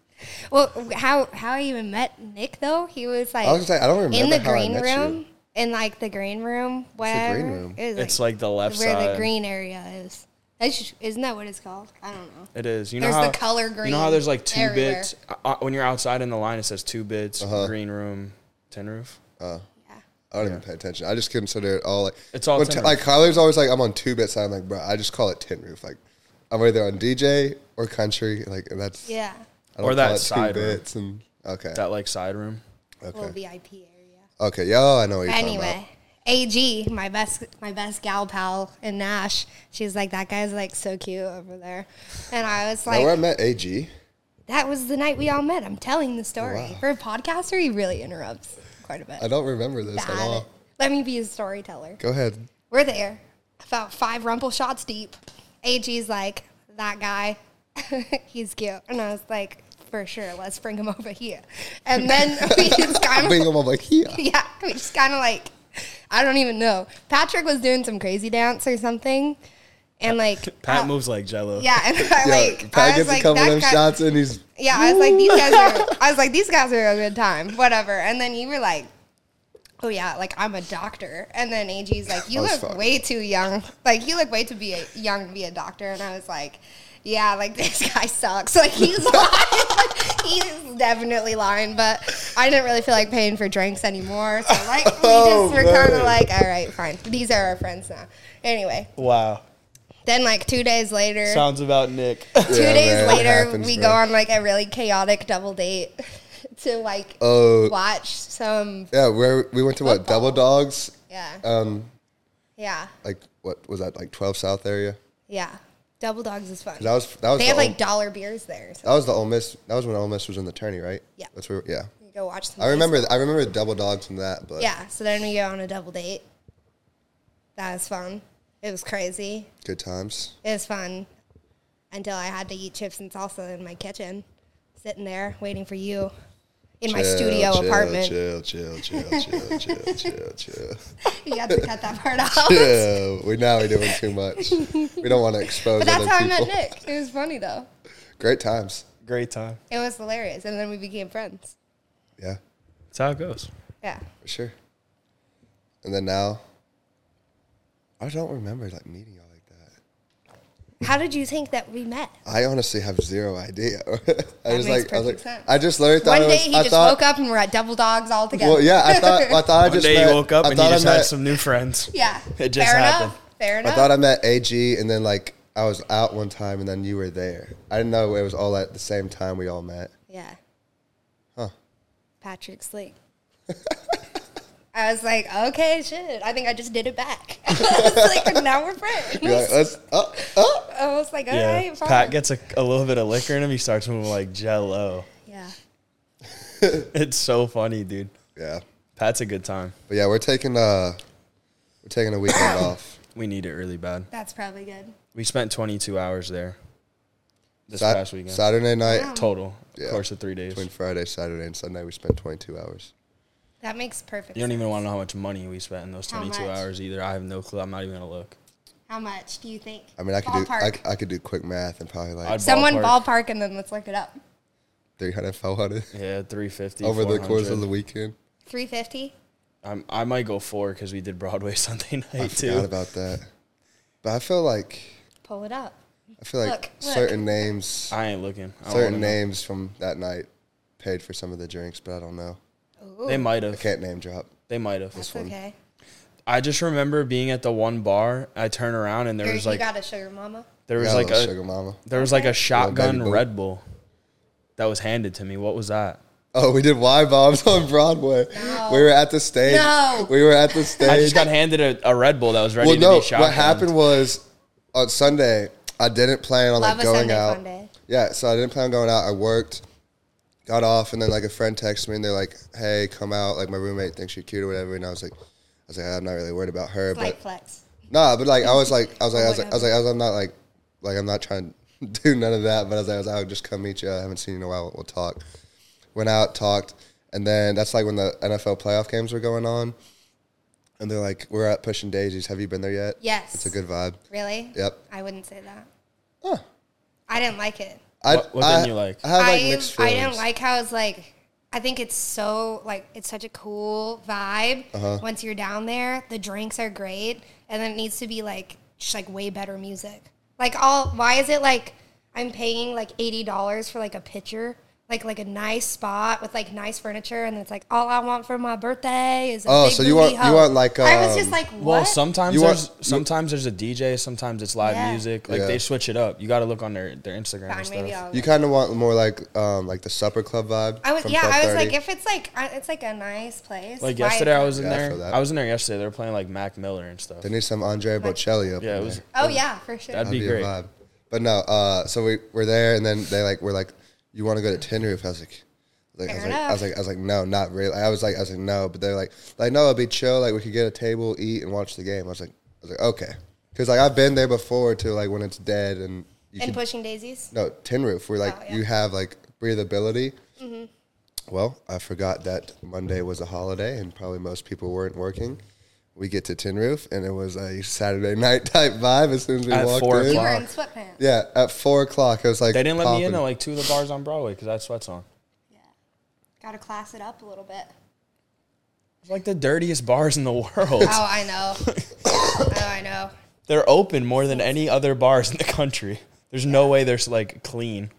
Speaker 1: Well, how how I even met Nick though? He was like
Speaker 3: I was gonna say I don't remember
Speaker 1: in the
Speaker 3: how
Speaker 1: green
Speaker 3: I met
Speaker 1: room,
Speaker 3: you.
Speaker 1: in like the green room.
Speaker 3: the
Speaker 1: Whatever.
Speaker 3: green room?
Speaker 1: It was,
Speaker 2: It's like the left
Speaker 1: where
Speaker 2: side.
Speaker 1: the green area is. That's just, isn't that what it's called? I don't know.
Speaker 2: It is. You
Speaker 1: There's
Speaker 2: know
Speaker 1: the
Speaker 2: how,
Speaker 1: color
Speaker 2: You
Speaker 1: green
Speaker 2: know how there's like two
Speaker 1: everywhere.
Speaker 2: bits uh, uh, when you're outside in the line. It says two bits,
Speaker 3: Uh-huh.
Speaker 2: green room, tin roof.
Speaker 1: Yeah.
Speaker 3: uh, I don't even pay attention. I just consider it all like
Speaker 2: It's all
Speaker 3: when
Speaker 2: tin
Speaker 3: t-
Speaker 2: roof.
Speaker 3: like Kyler's always like I'm on two bit side. I'm like, bro, I just call it tin roof. Like I'm either on DJ or country. Like and that's
Speaker 1: Yeah.
Speaker 3: I don't
Speaker 2: Or that
Speaker 3: call it
Speaker 2: side
Speaker 3: two
Speaker 2: room.
Speaker 3: bits and okay
Speaker 2: That like side room.
Speaker 1: Little
Speaker 3: okay
Speaker 1: VIP area.
Speaker 3: okay. Yeah, oh, I know what you're talking about.
Speaker 1: Anyway, AG, my best my best gal pal in Nash, she's like that guy's like so cute over there, and I was
Speaker 3: Now, where I
Speaker 1: like,
Speaker 3: met AG,
Speaker 1: that was the night we all met. I'm telling the story
Speaker 3: Wow.
Speaker 1: for a podcaster. He really interrupts quite a bit.
Speaker 3: I don't remember this at
Speaker 1: Bad.
Speaker 3: all.
Speaker 1: Let me be a storyteller.
Speaker 3: Go ahead.
Speaker 1: We're there, about five rumple shots deep. AG's like that guy. He's cute, and I was like, for sure, let's bring him over here. And then we just kind of
Speaker 3: Bingo, I'm like, yeah.
Speaker 1: yeah, we just kind of like, I don't even know. Patrick was doing some crazy dance or something, and like
Speaker 2: Pat
Speaker 1: uh,
Speaker 2: moves like Jello.
Speaker 1: Yeah, and I
Speaker 3: Yeah,
Speaker 1: like
Speaker 3: Pat
Speaker 1: I was
Speaker 3: gets
Speaker 1: like
Speaker 3: a couple of
Speaker 1: that
Speaker 3: them
Speaker 1: guy-
Speaker 3: shots and he's
Speaker 1: Yeah, I was like these guys are. I was like these guys are a good time, whatever. And then you were like, oh yeah, like I'm a doctor. And then AG's like, you
Speaker 3: I was
Speaker 1: look
Speaker 3: fucked.
Speaker 1: way too young. Like you look way too be a, young to be a doctor. And I was like. Yeah, like this guy sucks. Like he's lying. he's definitely lying, but I didn't really feel like paying for drinks anymore. So like we just
Speaker 3: Oh,
Speaker 1: were kind of
Speaker 3: man.
Speaker 1: like, all right, fine. These are our friends now. Anyway,
Speaker 2: Wow.
Speaker 1: then like two days later,
Speaker 2: Sounds about Nick.
Speaker 1: two
Speaker 3: Yeah,
Speaker 1: days
Speaker 3: man, it
Speaker 1: later
Speaker 3: happens,
Speaker 1: we
Speaker 3: man.
Speaker 1: go on like a really chaotic double date to like
Speaker 3: Oh.
Speaker 1: watch some
Speaker 3: Yeah, where we went to what
Speaker 1: Football.
Speaker 3: Double Dogs?
Speaker 1: yeah
Speaker 3: Um,
Speaker 1: yeah
Speaker 3: like what was that? Like Twelve South area.
Speaker 1: yeah double dogs is fun
Speaker 3: That was that was
Speaker 1: they
Speaker 3: the
Speaker 1: have
Speaker 3: Ole-
Speaker 1: like dollar beers there so
Speaker 3: that was the Ole Miss. That was when Ole Miss was in the tourney, right?
Speaker 1: Yeah.
Speaker 3: That's where. Yeah,
Speaker 1: you go watch some
Speaker 3: I remember. I remember Double Dogs from that. But
Speaker 1: yeah so then we go on a double date that was fun it was crazy
Speaker 3: good times.
Speaker 1: it was fun until i had to eat chips and salsa in my kitchen sitting there waiting for you in my
Speaker 3: Chill,
Speaker 1: studio
Speaker 3: chill,
Speaker 1: apartment
Speaker 3: Chill, chill, chill, chill, chill, chill, chill.
Speaker 1: you have to cut that part out
Speaker 3: Yeah, we now we're doing too much. We don't want to expose.
Speaker 1: but that's
Speaker 3: other
Speaker 1: how i
Speaker 3: people.
Speaker 1: met nick it was funny though
Speaker 3: Great times.
Speaker 2: Great time.
Speaker 1: It was hilarious, and then we became friends.
Speaker 3: Yeah,
Speaker 2: That's how it goes.
Speaker 1: Yeah,
Speaker 3: for sure. And then now, I don't remember like meeting y'all like that.
Speaker 1: How did you think that we met?
Speaker 3: I honestly have zero idea. I was
Speaker 1: makes
Speaker 3: like, I was like,
Speaker 1: perfect sense.
Speaker 3: I just literally thought
Speaker 1: One
Speaker 3: it
Speaker 1: day
Speaker 3: was.
Speaker 1: he
Speaker 3: I
Speaker 1: just
Speaker 3: thought,
Speaker 1: woke up and we're at Double Dogs all together.
Speaker 3: Well, yeah, I thought, I thought I
Speaker 2: One
Speaker 3: just
Speaker 2: day
Speaker 3: met,
Speaker 2: you woke up
Speaker 3: I
Speaker 2: and you
Speaker 3: thought I
Speaker 2: just had
Speaker 3: met-
Speaker 2: some new friends.
Speaker 1: Yeah.
Speaker 2: It just
Speaker 1: Fair
Speaker 2: happened.
Speaker 1: Enough. Fair
Speaker 3: I
Speaker 1: enough.
Speaker 3: thought I met AG, and then like I was out one time, and then you were there. I didn't know it was all at the same time we all met.
Speaker 1: yeah.
Speaker 3: Huh.
Speaker 1: Patrick Slate. I was like, okay, shit. I think I just did it back. I was like, now we're friends.
Speaker 3: You're like, let's. Oh, oh.
Speaker 1: I was like, all
Speaker 2: Yeah.
Speaker 1: right, fine.
Speaker 2: Pat gets a, a little bit of liquor in him. He starts moving like jello.
Speaker 1: yeah.
Speaker 2: It's so funny, dude.
Speaker 3: Yeah,
Speaker 2: Pat's a good time.
Speaker 3: but yeah, we're taking uh, we're taking a weekend off.
Speaker 2: We need it really bad.
Speaker 1: That's probably good.
Speaker 2: We spent 22 hours there this
Speaker 3: Sat-
Speaker 2: past weekend.
Speaker 3: Saturday night,
Speaker 1: Wow.
Speaker 2: Total.
Speaker 3: Yeah.
Speaker 2: Of course, of three days.
Speaker 3: between Friday, Saturday, and Sunday, we spent 22 hours.
Speaker 1: That makes perfect
Speaker 2: You don't
Speaker 1: sense.
Speaker 2: even want to know how much money we spent in those
Speaker 1: How
Speaker 2: 22
Speaker 1: much?
Speaker 2: hours either. I have no clue. I'm not even going to look.
Speaker 1: How much do you think?
Speaker 3: I mean, I could
Speaker 1: Ballpark.
Speaker 3: do I, I could do quick math and probably like
Speaker 2: I'd-
Speaker 1: Someone
Speaker 2: Ballpark.
Speaker 1: ballpark. and then let's look it up.
Speaker 3: 300, 400
Speaker 2: Yeah, 350
Speaker 3: over the course of the weekend.
Speaker 1: 350?
Speaker 2: I'm, I might go four because we did Broadway Sunday night
Speaker 3: I
Speaker 2: too.
Speaker 3: forgot about that, but I feel like
Speaker 1: Pull it up.
Speaker 3: I feel like
Speaker 1: Look, look.
Speaker 3: certain names,
Speaker 2: I ain't looking. I don't
Speaker 3: certain
Speaker 2: wanna know.
Speaker 3: names from that night paid for some of the drinks, but I don't know.
Speaker 1: Ooh,
Speaker 2: They might have.
Speaker 3: I can't name drop.
Speaker 2: They might have.
Speaker 1: that's okay.
Speaker 2: I just remember being at the one bar. I turn around and there
Speaker 1: Here,
Speaker 2: was
Speaker 1: you
Speaker 2: like
Speaker 1: got a sugar mama?
Speaker 2: there was
Speaker 3: Yeah,
Speaker 2: like
Speaker 3: little
Speaker 2: a
Speaker 3: sugar mama.
Speaker 2: there was like a shotgun
Speaker 3: Bull.
Speaker 2: Red Bull that was handed to me. What was that?
Speaker 3: Oh, we did Y bombs on Broadway. We were at the stage.
Speaker 1: No.
Speaker 3: We were at the
Speaker 2: I
Speaker 3: stage.
Speaker 2: just got handed a, a Red Bull that was ready
Speaker 3: well,
Speaker 2: to
Speaker 3: no.
Speaker 2: be shotgun.
Speaker 3: What happened was on Sunday, I didn't plan on like
Speaker 1: Love a
Speaker 3: going
Speaker 1: Sunday
Speaker 3: out.
Speaker 1: fun day.
Speaker 3: Yeah, so I didn't plan on going out. I worked, got off, and then like a friend texted me and they're like, "Hey, come out." Like my roommate thinks you're cute or whatever, and I was like, I was like, I'm not really worried about her,
Speaker 1: Light
Speaker 3: but
Speaker 1: flex.
Speaker 3: Nah, but like I was like I was like I was like I
Speaker 1: Whatever.
Speaker 3: was like, I was, I'm not like like I'm not trying to do none of that. But I was like I was like, I'll just come meet you. I haven't seen you in a while. We'll talk. Went out, talked, and then that's like when the NFL playoff games were going on, and they're like, "We're at Pushing Daisies. Have you been there yet?"
Speaker 1: Yes.
Speaker 3: It's a good vibe.
Speaker 1: Really?
Speaker 3: Yep.
Speaker 1: I wouldn't say that.
Speaker 3: Huh.
Speaker 1: I didn't like it.
Speaker 3: I,
Speaker 2: What- what didn't
Speaker 3: I-
Speaker 2: you like?
Speaker 3: I have like
Speaker 1: I
Speaker 3: mixed
Speaker 1: I
Speaker 3: feelings.
Speaker 1: didn't like how it's like. I think it's so like it's such a cool vibe.
Speaker 3: Uh-huh.
Speaker 1: Once you're down there, the drinks are great, and then it needs to be like just like way better music. Like all why is it like I'm paying like eighty dollars for like a picture, like like a nice spot with like nice furniture, and it's like all I want for my birthday is a
Speaker 3: Oh,
Speaker 1: big
Speaker 3: so you
Speaker 1: booty
Speaker 3: want-
Speaker 1: hoe.
Speaker 3: you want, like,
Speaker 1: I was just
Speaker 3: um,
Speaker 1: like what?
Speaker 2: Well, sometimes
Speaker 3: You are-
Speaker 2: there's sometimes there's a DJ, sometimes it's live
Speaker 1: Yeah.
Speaker 2: music. Like
Speaker 3: Yeah.
Speaker 2: they switch it up. You got to look on their their Instagram
Speaker 1: Fine,
Speaker 2: and stuff.
Speaker 1: maybe I'll
Speaker 3: You kind of want more like um like the supper club vibe.
Speaker 1: I was
Speaker 3: from
Speaker 1: yeah.
Speaker 3: Club
Speaker 1: I was
Speaker 3: 30.
Speaker 1: like, if it's like I- it's like a nice place.
Speaker 2: Like
Speaker 1: why-
Speaker 2: yesterday, I was in
Speaker 3: Yeah, I feel
Speaker 2: there.
Speaker 3: that.
Speaker 2: I, was in there yesterday. They were playing like Mac Miller and stuff.
Speaker 3: they need some Andre Bocelli up.
Speaker 2: Yeah,
Speaker 3: in
Speaker 2: it was.
Speaker 3: there.
Speaker 1: Oh yeah, for sure.
Speaker 2: That'd be-
Speaker 3: That'd
Speaker 2: great.
Speaker 3: a vibe. But no, uh, so we were there, and then they like were like, "You want to go to Tin Roof?" I was like, like, I, was
Speaker 1: Fair
Speaker 3: like I
Speaker 1: enough.
Speaker 3: was like, I was like, no, not really. I was like, I was like, no. But they're like, like, no, it'd be chill. Like we could get a table, eat, and watch the game. I was like, I was like, okay, because like I've been there before to like when it's dead and you
Speaker 1: and
Speaker 3: can
Speaker 1: pushing daisies.
Speaker 3: no Tin Roof. We're like,
Speaker 1: Oh, yeah. Mm-hmm.
Speaker 3: you have like breathability. Well, I forgot that Monday was a holiday, and probably most people weren't working. We get to Tin Roof, and it was a Saturday night type vibe. As soon as we
Speaker 2: At
Speaker 3: walked
Speaker 2: four
Speaker 3: in,
Speaker 1: You were
Speaker 2: Wow.
Speaker 1: in sweatpants.
Speaker 3: yeah, at four o'clock, it was like
Speaker 2: They didn't let me in
Speaker 3: popping.
Speaker 2: at like two of the bars on Broadway because I had sweats on.
Speaker 1: Got to class it up a little bit.
Speaker 2: It's like the dirtiest bars in the world.
Speaker 1: Oh, I know. oh, I know.
Speaker 2: They're open more than any other bars in the country. There's no way they're like clean.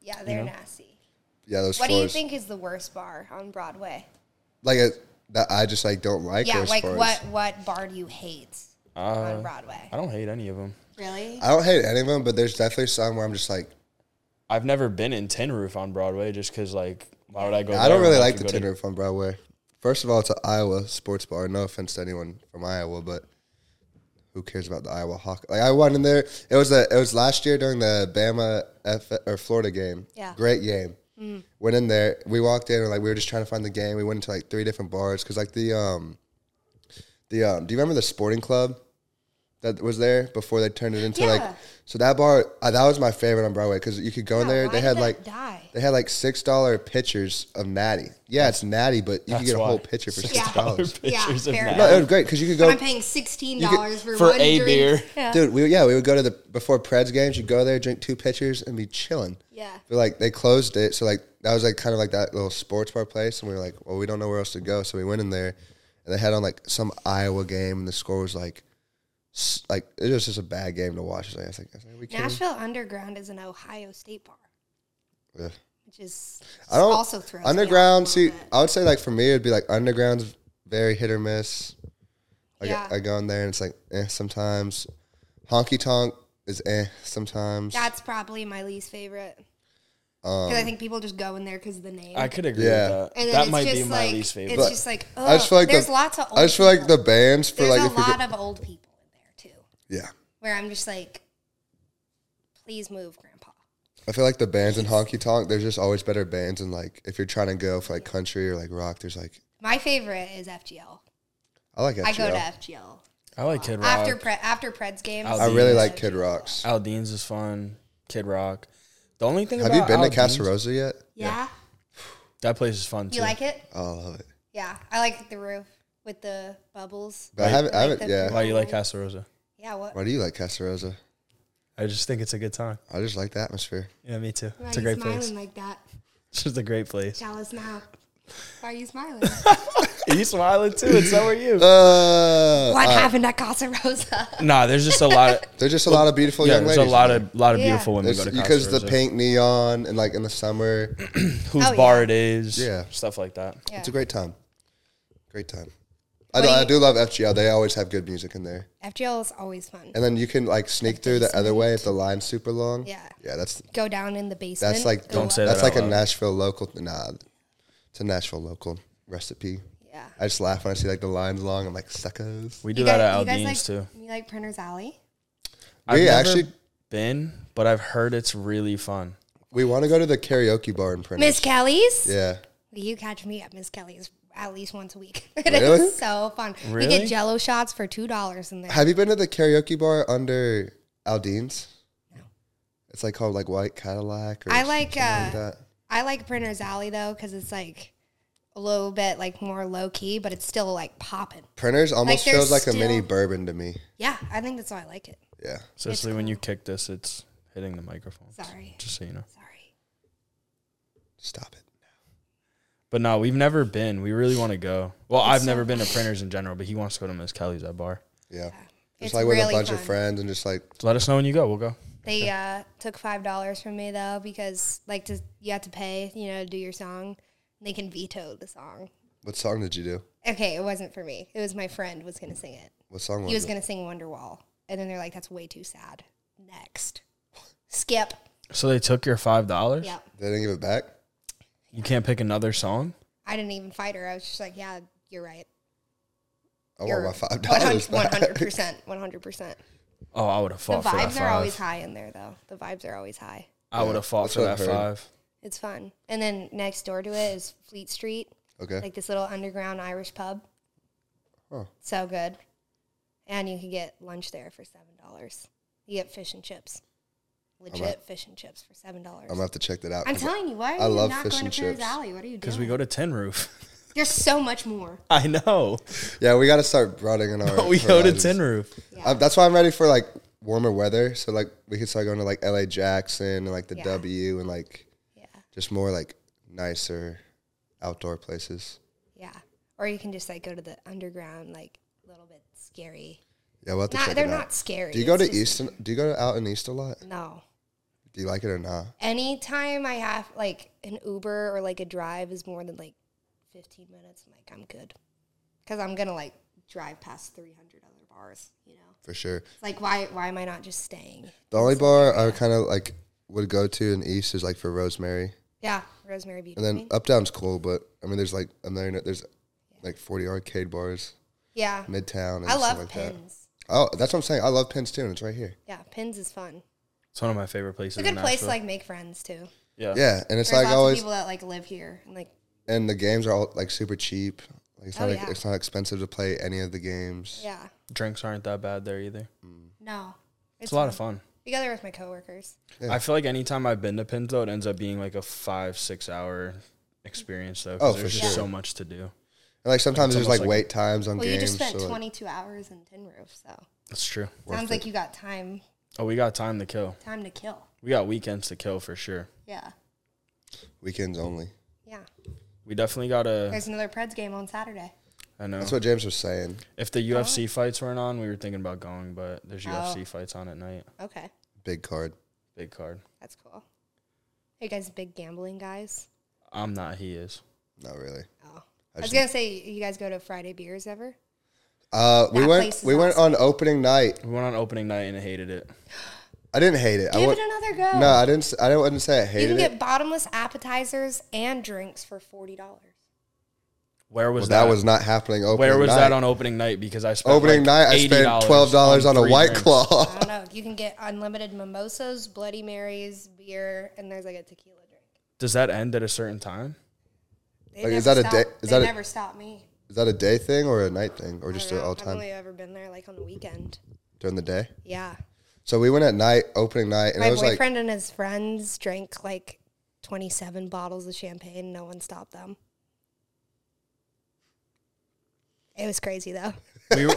Speaker 1: Yeah, they're nasty.
Speaker 3: yeah, those
Speaker 1: What do you
Speaker 3: floors.
Speaker 1: think is the worst bar on Broadway?
Speaker 3: Like a, that, I just like don't like.
Speaker 1: Yeah,
Speaker 3: those
Speaker 1: like
Speaker 3: floors.
Speaker 1: what what bar do you hate
Speaker 2: Uh,
Speaker 1: on Broadway?
Speaker 2: I don't hate any of them.
Speaker 1: Really?
Speaker 3: I don't hate any of them, but there's definitely some where I'm just like,
Speaker 2: I've never been in Tin Roof on Broadway just because like why would I go? there
Speaker 3: I don't
Speaker 2: when
Speaker 3: really
Speaker 2: I
Speaker 3: like
Speaker 2: could
Speaker 3: the
Speaker 2: go to-
Speaker 3: Tin Roof on Broadway. First of all, it's an Iowa sports bar. No offense to anyone from Iowa, but who cares about the Iowa Hawk? Like I went in there. It was a, it was last year during the Bama F, or Florida game.
Speaker 1: Yeah. Mm.
Speaker 3: great game. Went in there. We walked in and like we were just trying to find the game. We went into like three different bars because like the um the um. Do you remember the Sporting Club? That was there before they turned it into like
Speaker 1: Yeah.
Speaker 3: so that bar uh, that was my favorite on Broadway because you could go in
Speaker 1: Yeah,
Speaker 3: there
Speaker 1: why
Speaker 3: they
Speaker 1: did
Speaker 3: had
Speaker 1: that
Speaker 3: like
Speaker 1: die?
Speaker 3: they had like six dollar pitchers of natty. Yeah, it's natty, but you can
Speaker 2: That's
Speaker 3: get a whole
Speaker 2: why.
Speaker 3: pitcher for
Speaker 1: Yeah.
Speaker 3: six dollars.
Speaker 1: Yeah,
Speaker 2: Pictures of
Speaker 1: fair
Speaker 2: that.
Speaker 3: No, it was great because you could go,
Speaker 1: I'm paying sixteen
Speaker 3: could-
Speaker 1: dollars for,
Speaker 2: for
Speaker 1: one
Speaker 2: a
Speaker 1: drink.
Speaker 2: beer.
Speaker 1: Yeah.
Speaker 3: dude. We yeah, we would go to the before Preds games. You go there, drink two pitchers, and be chilling.
Speaker 1: Yeah.
Speaker 3: but like they closed it, so like that was like kind of like that little sports bar place, and we were like, well, we don't know where else to go, so we went in there, and they had on like some Iowa game, and the score was like s- like it was just a bad game to watch. It's Like, I think, I think we can.
Speaker 1: Nashville Underground is an Ohio State bar,
Speaker 3: Yeah.
Speaker 1: which is
Speaker 3: I don't
Speaker 1: also throws me off
Speaker 3: underground.
Speaker 1: a
Speaker 3: See,
Speaker 1: little bit.
Speaker 3: I would say like for me, it'd be like underground's very hit or miss. Like
Speaker 1: Yeah.
Speaker 3: I, I go in there and it's like eh, sometimes. Honky tonk is eh sometimes.
Speaker 1: that's probably my least favorite.
Speaker 3: Um,
Speaker 1: Because I think people just go in there because of the name.
Speaker 2: I could agree
Speaker 3: Yeah.
Speaker 2: with
Speaker 1: and
Speaker 2: that.
Speaker 1: then
Speaker 2: That
Speaker 1: it's
Speaker 2: might
Speaker 1: just
Speaker 2: be my
Speaker 1: like,
Speaker 2: least favorite.
Speaker 1: It's just like,
Speaker 3: I just feel like
Speaker 1: there's
Speaker 3: the,
Speaker 1: lots of old
Speaker 3: I just feel like
Speaker 1: people.
Speaker 3: the bands for
Speaker 1: There's
Speaker 3: like
Speaker 1: a
Speaker 3: if
Speaker 1: lot
Speaker 3: you
Speaker 1: of old people in there too,
Speaker 3: go, yeah.
Speaker 1: where I'm just like, please move, Grandpa.
Speaker 3: I feel like the bands in honky tonk. There's just always better bands and like if you're trying to go for like country or like rock. There's like
Speaker 1: My favorite is FGL.
Speaker 3: I like
Speaker 1: I go to
Speaker 3: FGL.
Speaker 1: FGL
Speaker 2: I like Kid Rock.
Speaker 1: after pre- after Preds games.
Speaker 2: I
Speaker 3: I
Speaker 2: Aldean's.
Speaker 3: really
Speaker 2: Yeah.
Speaker 3: like Kid Rocks.
Speaker 2: Aldean's is fun. Kid Rock. The only thing
Speaker 3: Have you
Speaker 2: about
Speaker 3: been to
Speaker 2: Aldean's-
Speaker 3: Casa Rosa yet?
Speaker 1: Yeah,
Speaker 2: That place is fun too.
Speaker 1: you like it?
Speaker 3: Oh, I love it.
Speaker 1: Yeah, I like the roof with the bubbles.
Speaker 3: But I haven't. I
Speaker 1: Like
Speaker 3: haven't.
Speaker 1: the-
Speaker 3: Yeah.
Speaker 2: Why you like Casa Rosa?
Speaker 1: Yeah, what?
Speaker 3: Why do you like Casa Rosa?
Speaker 2: I just think it's a good time.
Speaker 3: I just like the atmosphere.
Speaker 2: Yeah, me too.
Speaker 1: Why
Speaker 2: It's a
Speaker 1: are you
Speaker 2: great
Speaker 1: smiling
Speaker 2: place.
Speaker 1: like that?
Speaker 2: It's just a great place.
Speaker 1: Tell us now. Why are you smiling?
Speaker 2: Are you smiling too, and so are you.
Speaker 3: Uh,
Speaker 1: what happened at Casa Rosa?
Speaker 2: Nah, there's just a lot. Of,
Speaker 3: There's just a lot of beautiful
Speaker 2: yeah,
Speaker 3: young
Speaker 2: there's
Speaker 3: ladies.
Speaker 2: a lot of lot of
Speaker 1: Yeah.
Speaker 2: beautiful women
Speaker 3: It's
Speaker 2: go to Casa
Speaker 3: because the
Speaker 2: Rosa.
Speaker 3: pink neon and like in the summer,
Speaker 2: whose
Speaker 1: Oh, yeah.
Speaker 2: bar it is,
Speaker 3: Yeah.
Speaker 2: stuff like that.
Speaker 1: Yeah.
Speaker 3: it's a great time. Great time. I
Speaker 1: What
Speaker 3: do,
Speaker 1: do
Speaker 3: I
Speaker 1: you-
Speaker 3: do love FGL. They always have good music in there,
Speaker 1: FGL is always fun.
Speaker 3: and then you can like sneak through the other way if the line's super long.
Speaker 1: Yeah.
Speaker 3: yeah. That's
Speaker 1: Go down in the basement.
Speaker 3: that's like
Speaker 1: Go
Speaker 2: Don't say
Speaker 1: up.
Speaker 2: that
Speaker 3: that's like
Speaker 2: out
Speaker 3: a
Speaker 2: loud.
Speaker 3: Nashville local. Nah, it's a Nashville local recipe.
Speaker 1: Yeah.
Speaker 3: I just laugh when I see like the lines long. I'm like suckers.
Speaker 2: We do
Speaker 1: You
Speaker 2: that
Speaker 1: guys-
Speaker 2: at
Speaker 1: you guys
Speaker 2: Aldean's
Speaker 1: like,
Speaker 2: too.
Speaker 1: You like Printer's Alley?
Speaker 2: I've
Speaker 3: We
Speaker 2: never
Speaker 3: actually-
Speaker 2: been, but I've heard it's really fun.
Speaker 3: We want to go to the karaoke bar in Prentice.
Speaker 1: Miss Kelly's?
Speaker 3: Yeah.
Speaker 1: Will You catch me at Miss Kelly's at least once a week. It is
Speaker 3: Really?
Speaker 1: so fun. We
Speaker 2: Really?
Speaker 1: get jello shots for $2 in there.
Speaker 3: Have you been to the karaoke bar under Aldean's? It's like called like White Cadillac. Or
Speaker 1: I like,
Speaker 3: something
Speaker 1: uh,
Speaker 3: that.
Speaker 1: I like Printer's Alley though because it's like a little bit like more low key, but it's still like popping.
Speaker 3: Printers almost
Speaker 1: there's
Speaker 3: feels like a mini
Speaker 1: still-
Speaker 3: bourbon to me.
Speaker 1: Yeah, I think that's why I like it.
Speaker 3: Yeah.
Speaker 2: Especially when you kick this, it's hitting the microphone.
Speaker 1: Sorry,
Speaker 2: Just so you know.
Speaker 1: sorry.
Speaker 3: Stop it.
Speaker 2: But no, we've never been. We really want to go. Well, I've
Speaker 1: so
Speaker 2: never been to printers in general, but he wants to go to Miss Kelly's at bar.
Speaker 3: Yeah. Just
Speaker 1: It's
Speaker 3: like with
Speaker 1: really
Speaker 3: a bunch
Speaker 1: fun.
Speaker 3: of friends and just like
Speaker 2: So let us know when you go. We'll go.
Speaker 1: They uh, took five dollars from me though because like to, you have to pay, you know, to do your song. They can veto the song.
Speaker 3: what song did you do?
Speaker 1: Okay, it wasn't for me. It was my friend was gonna sing it.
Speaker 3: What song was,
Speaker 1: He was
Speaker 3: it?
Speaker 1: gonna sing Wonderwall, and then they're like, "That's way too sad." Next, skip.
Speaker 2: So they took your five dollars.
Speaker 1: Yep.
Speaker 3: They didn't give it back.
Speaker 2: You can't pick another song.
Speaker 1: I didn't even fight her. I was just like, "Yeah, you're right.
Speaker 3: I
Speaker 1: You're
Speaker 3: want my five dollars
Speaker 1: One
Speaker 3: back.
Speaker 1: hundred percent. One hundred percent."
Speaker 2: Oh, I would have
Speaker 1: The
Speaker 2: fought for that
Speaker 1: vibes
Speaker 2: five.
Speaker 1: are always high in there, though. The vibes are always high.
Speaker 2: I would have fought
Speaker 3: That's
Speaker 2: for
Speaker 3: what I've
Speaker 2: that
Speaker 3: heard.
Speaker 2: five.
Speaker 1: It's fun. And then next door to it is Fleet Street,
Speaker 3: Okay.
Speaker 1: like this little underground Irish pub.
Speaker 3: Huh.
Speaker 1: So good. And you can get lunch there for $7. You get fish and chips. Legit fish and chips for $7.
Speaker 3: I'm
Speaker 1: I'm,
Speaker 3: gonna have to check that out. 'cause
Speaker 1: telling you, why are
Speaker 3: I
Speaker 1: you
Speaker 3: love
Speaker 1: not
Speaker 3: fish
Speaker 1: going to
Speaker 3: and
Speaker 1: Printer's
Speaker 3: chips.
Speaker 1: Alley? What are you
Speaker 2: Because
Speaker 1: doing?
Speaker 2: we go to Tin Roof.
Speaker 1: There's so much more.
Speaker 2: I know.
Speaker 3: yeah, we gotta start broadening our
Speaker 2: Oh, we go to
Speaker 3: horizons.
Speaker 2: Tin Roof.
Speaker 3: Um, that's why I'm ready for like warmer weather. So like we could start going to like LA Jackson and like the
Speaker 1: Yeah.
Speaker 3: W and like
Speaker 1: Yeah.
Speaker 3: just more like nicer outdoor places.
Speaker 1: Yeah. Or you can just like go to the underground, like a little bit scary.
Speaker 3: Yeah, we'll have to
Speaker 1: Not,
Speaker 3: check
Speaker 1: they're
Speaker 3: it out.
Speaker 1: not scary.
Speaker 3: do you go
Speaker 1: It's
Speaker 3: to
Speaker 1: just-
Speaker 3: Easton? Do you go to out in East a lot?
Speaker 1: No.
Speaker 3: Do you like it or not?
Speaker 1: anytime I have like an Uber or like a drive is more than like 15 minutes, I'm like, I'm good. Cause I'm gonna like drive past 300 other bars, you know?
Speaker 3: For sure.
Speaker 1: It's like, why, why am I not just staying?
Speaker 3: The only bar I kind of like would go to in East is like for Rosemary,
Speaker 1: Yeah, Rosemary Beauty.
Speaker 3: and then uh, Uptown's cool, but I mean there's like a million. There's like 40 arcade bars,
Speaker 1: yeah,
Speaker 3: Midtown. And
Speaker 1: I love
Speaker 3: stuff like that.
Speaker 1: Pins.
Speaker 3: Oh, that's what I'm saying. I love Pins too, and it's right here.
Speaker 1: Yeah, Pins is fun.
Speaker 2: It's one of my favorite places.
Speaker 1: It's a good
Speaker 2: in
Speaker 1: place to
Speaker 2: Nashville.
Speaker 1: like make friends too.
Speaker 2: yeah.
Speaker 3: Yeah, and it's
Speaker 1: There's
Speaker 3: like
Speaker 1: lots
Speaker 3: always
Speaker 1: of people that like live here and like,
Speaker 3: and the games are all like super cheap. Like it's
Speaker 1: Oh,
Speaker 3: not like,
Speaker 1: yeah.
Speaker 3: it's not expensive to play any of the games.
Speaker 1: yeah,
Speaker 2: Drinks aren't that bad there either.
Speaker 1: no,
Speaker 2: It's, a lot of fun.
Speaker 1: We go there with my coworkers.
Speaker 3: Yeah.
Speaker 2: I feel like anytime I've been to Pins, though, it ends up being like a five, six hour experience, though. 'cause
Speaker 3: Oh, for
Speaker 2: there's
Speaker 3: sure.
Speaker 2: just so much to do.
Speaker 3: And like sometimes
Speaker 2: It's
Speaker 3: there's like,
Speaker 2: almost like-
Speaker 3: wait times on
Speaker 1: Well, you
Speaker 3: games.
Speaker 1: just spent
Speaker 3: so, like,
Speaker 1: 22 hours in Tin Roof, so
Speaker 2: That's true.
Speaker 3: worth
Speaker 1: sounds
Speaker 3: it.
Speaker 1: like you got time,
Speaker 2: Oh, we got time to kill.
Speaker 1: time to kill.
Speaker 2: We got weekends to kill for sure.
Speaker 1: Yeah,
Speaker 3: weekends only.
Speaker 1: yeah.
Speaker 2: We definitely got to.
Speaker 1: There's another Preds game on Saturday.
Speaker 2: I know.
Speaker 3: That's what James was saying.
Speaker 2: if the
Speaker 1: Oh.
Speaker 2: UFC fights weren't on, we were thinking about going, but there's UFC fights on at night.
Speaker 1: Okay,
Speaker 3: Big card.
Speaker 2: Big card.
Speaker 1: that's cool. Are you guys big gambling guys?
Speaker 2: I'm not. He is.
Speaker 3: Not really.
Speaker 1: Oh, I was
Speaker 3: just-
Speaker 1: gonna say you guys go to Friday beers ever?
Speaker 3: Uh, we
Speaker 1: That
Speaker 3: went
Speaker 1: place is
Speaker 3: we went on opening night.
Speaker 2: We went on opening night and I hated it.
Speaker 3: I didn't hate it. I
Speaker 1: Give
Speaker 3: went,
Speaker 1: it another go.
Speaker 3: no, I didn't. s- I didn't wouldn't say I
Speaker 1: you
Speaker 3: hated
Speaker 1: can
Speaker 3: it.
Speaker 1: get bottomless appetizers and drinks for forty dollars.
Speaker 2: Where was
Speaker 3: Well,
Speaker 2: that?
Speaker 3: that was not happening. Opening
Speaker 2: Where was
Speaker 3: night.
Speaker 2: that on opening night? Because I spent
Speaker 3: opening
Speaker 2: like
Speaker 3: night? I spent
Speaker 2: $80
Speaker 3: twelve dollars on, a
Speaker 2: three
Speaker 3: White
Speaker 2: drinks.
Speaker 3: Claw.
Speaker 1: I don't know. You can get unlimited mimosas, Bloody Marys, beer, and there's like a tequila drink.
Speaker 2: Does that end at a certain time?
Speaker 1: They
Speaker 3: Like, is
Speaker 1: never
Speaker 3: that a
Speaker 1: stop-
Speaker 3: day- is
Speaker 1: they
Speaker 3: that a-
Speaker 1: never stop me.
Speaker 3: Is that a day thing or a night thing or
Speaker 1: I
Speaker 3: just
Speaker 1: don't
Speaker 3: an
Speaker 1: know.
Speaker 3: all
Speaker 1: I've
Speaker 3: time
Speaker 1: only ever been there like on the weekend.
Speaker 3: during the day?
Speaker 1: Yeah.
Speaker 3: So we went at night, opening night, and
Speaker 1: My
Speaker 3: it was
Speaker 1: boyfriend
Speaker 3: like
Speaker 1: and his friends drank like 27 bottles of champagne. No one stopped them. It was crazy though.
Speaker 2: We, were,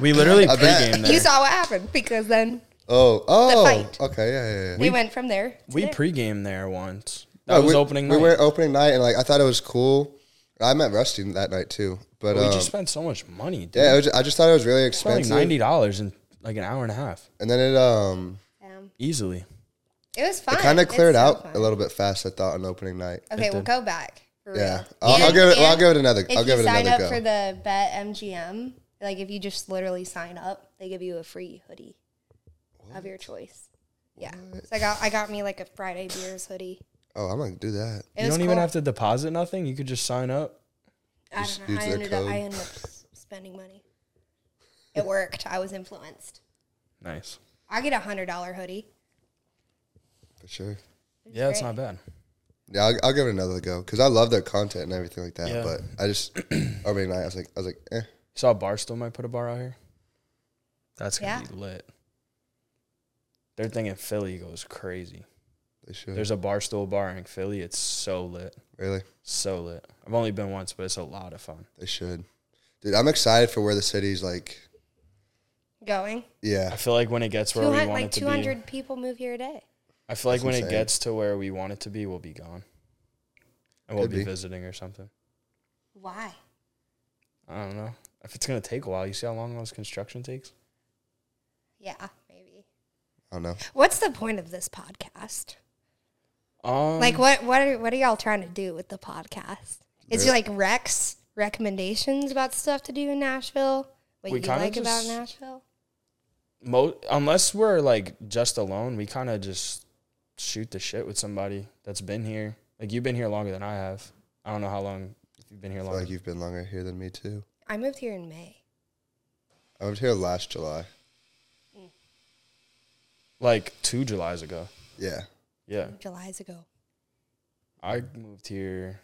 Speaker 2: we literally
Speaker 3: I bet.
Speaker 2: pregame
Speaker 1: You
Speaker 2: there.
Speaker 1: saw what happened because then
Speaker 3: oh oh
Speaker 1: fight.
Speaker 3: okay yeah yeah yeah.
Speaker 1: we, went from there. to
Speaker 2: We
Speaker 1: there.
Speaker 2: pregame there once. That was
Speaker 3: we,
Speaker 2: opening
Speaker 3: We
Speaker 2: night.
Speaker 3: went opening night and like I thought it was cool. I met Rusty that night too, but
Speaker 2: we
Speaker 3: um,
Speaker 2: just spent so much money, dude.
Speaker 3: yeah, it was, I just thought it was really
Speaker 2: It's like
Speaker 3: expensive.
Speaker 2: ninety dollars in like an hour and a half,
Speaker 3: and then it um
Speaker 1: Um,
Speaker 2: easily.
Speaker 1: it was fun.
Speaker 3: it kind
Speaker 1: Ah,
Speaker 3: of
Speaker 1: It's
Speaker 3: cleared
Speaker 1: so
Speaker 3: out
Speaker 1: fun.
Speaker 3: a little bit fast. I thought on opening night.
Speaker 1: Okay, we'll go back. for
Speaker 3: Yeah,
Speaker 1: real.
Speaker 3: I'll, I'll
Speaker 1: And-
Speaker 3: give it. Well, I'll
Speaker 1: and
Speaker 3: give it another.
Speaker 1: If
Speaker 3: I'll give
Speaker 1: you
Speaker 3: it
Speaker 1: sign
Speaker 3: another
Speaker 1: up
Speaker 3: go.
Speaker 1: for the Bet MGM, like if you just literally sign up, they give you a free hoodie of your choice. Yeah, so I got I got me like a Friday beers hoodie.
Speaker 3: oh, I'm gonna do that.
Speaker 1: It
Speaker 2: you
Speaker 1: was
Speaker 2: don't even
Speaker 1: cool.
Speaker 2: have to deposit nothing. You could just sign up.
Speaker 1: I
Speaker 3: just
Speaker 1: don't know.
Speaker 3: use
Speaker 1: I
Speaker 3: their
Speaker 1: ended up
Speaker 3: code.
Speaker 1: I ended up s- spending money. It worked. I was influenced.
Speaker 2: Nice.
Speaker 1: I get a hundred dollar hoodie.
Speaker 3: For sure.
Speaker 2: yeah, it's
Speaker 1: great.
Speaker 2: not bad.
Speaker 3: Yeah, I'll, I'll give it another go because I love their content and everything like that.
Speaker 2: Yeah.
Speaker 3: But I just opening night, I was like, I was like, eh.
Speaker 2: Saw Barstool might put a bar out here. That's gonna
Speaker 1: Yeah.
Speaker 2: be lit. They're thinking Philly goes crazy.
Speaker 3: They should
Speaker 2: There's a Barstool bar in Philly. It's so lit,
Speaker 3: really.
Speaker 2: so lit. I've only been once, but it's a lot of fun.
Speaker 3: They should. Dude, I'm excited for where the city's like.
Speaker 1: Going
Speaker 2: I
Speaker 3: Yeah,
Speaker 2: feel like when it gets where
Speaker 1: two
Speaker 2: we want
Speaker 1: hundred like
Speaker 2: it to
Speaker 1: two
Speaker 2: be,
Speaker 1: hundred people move here a day.
Speaker 2: I feel like
Speaker 3: That's
Speaker 2: when it
Speaker 3: insane.
Speaker 2: gets to where we want it to be, we'll be gone, and we'll
Speaker 3: Could
Speaker 2: be,
Speaker 3: be.
Speaker 2: visiting or something.
Speaker 1: Why?
Speaker 2: I don't know if it's gonna take a while. You see how long all this construction takes?
Speaker 1: Yeah, maybe.
Speaker 3: I don't know.
Speaker 1: What's the point of this podcast?
Speaker 2: Um,
Speaker 1: Like what what are what are y'all trying to do with the podcast? Is
Speaker 3: There-
Speaker 1: it like Rex recommendations about stuff to do in Nashville? What
Speaker 2: We
Speaker 1: you
Speaker 2: kinda
Speaker 1: like about
Speaker 2: just-
Speaker 1: Nashville?
Speaker 2: mo- unless we're like just alone, we kind of just shoot the shit with somebody that's been here. Like you've been here longer than I have. I don't know how long if you've been here
Speaker 3: I feel
Speaker 2: longer.
Speaker 3: like you've been longer here than me too.
Speaker 1: I moved here in May.
Speaker 3: I was here last July.
Speaker 2: like two Julys ago.
Speaker 3: Yeah,
Speaker 2: Yeah,
Speaker 1: July's ago.
Speaker 2: I moved here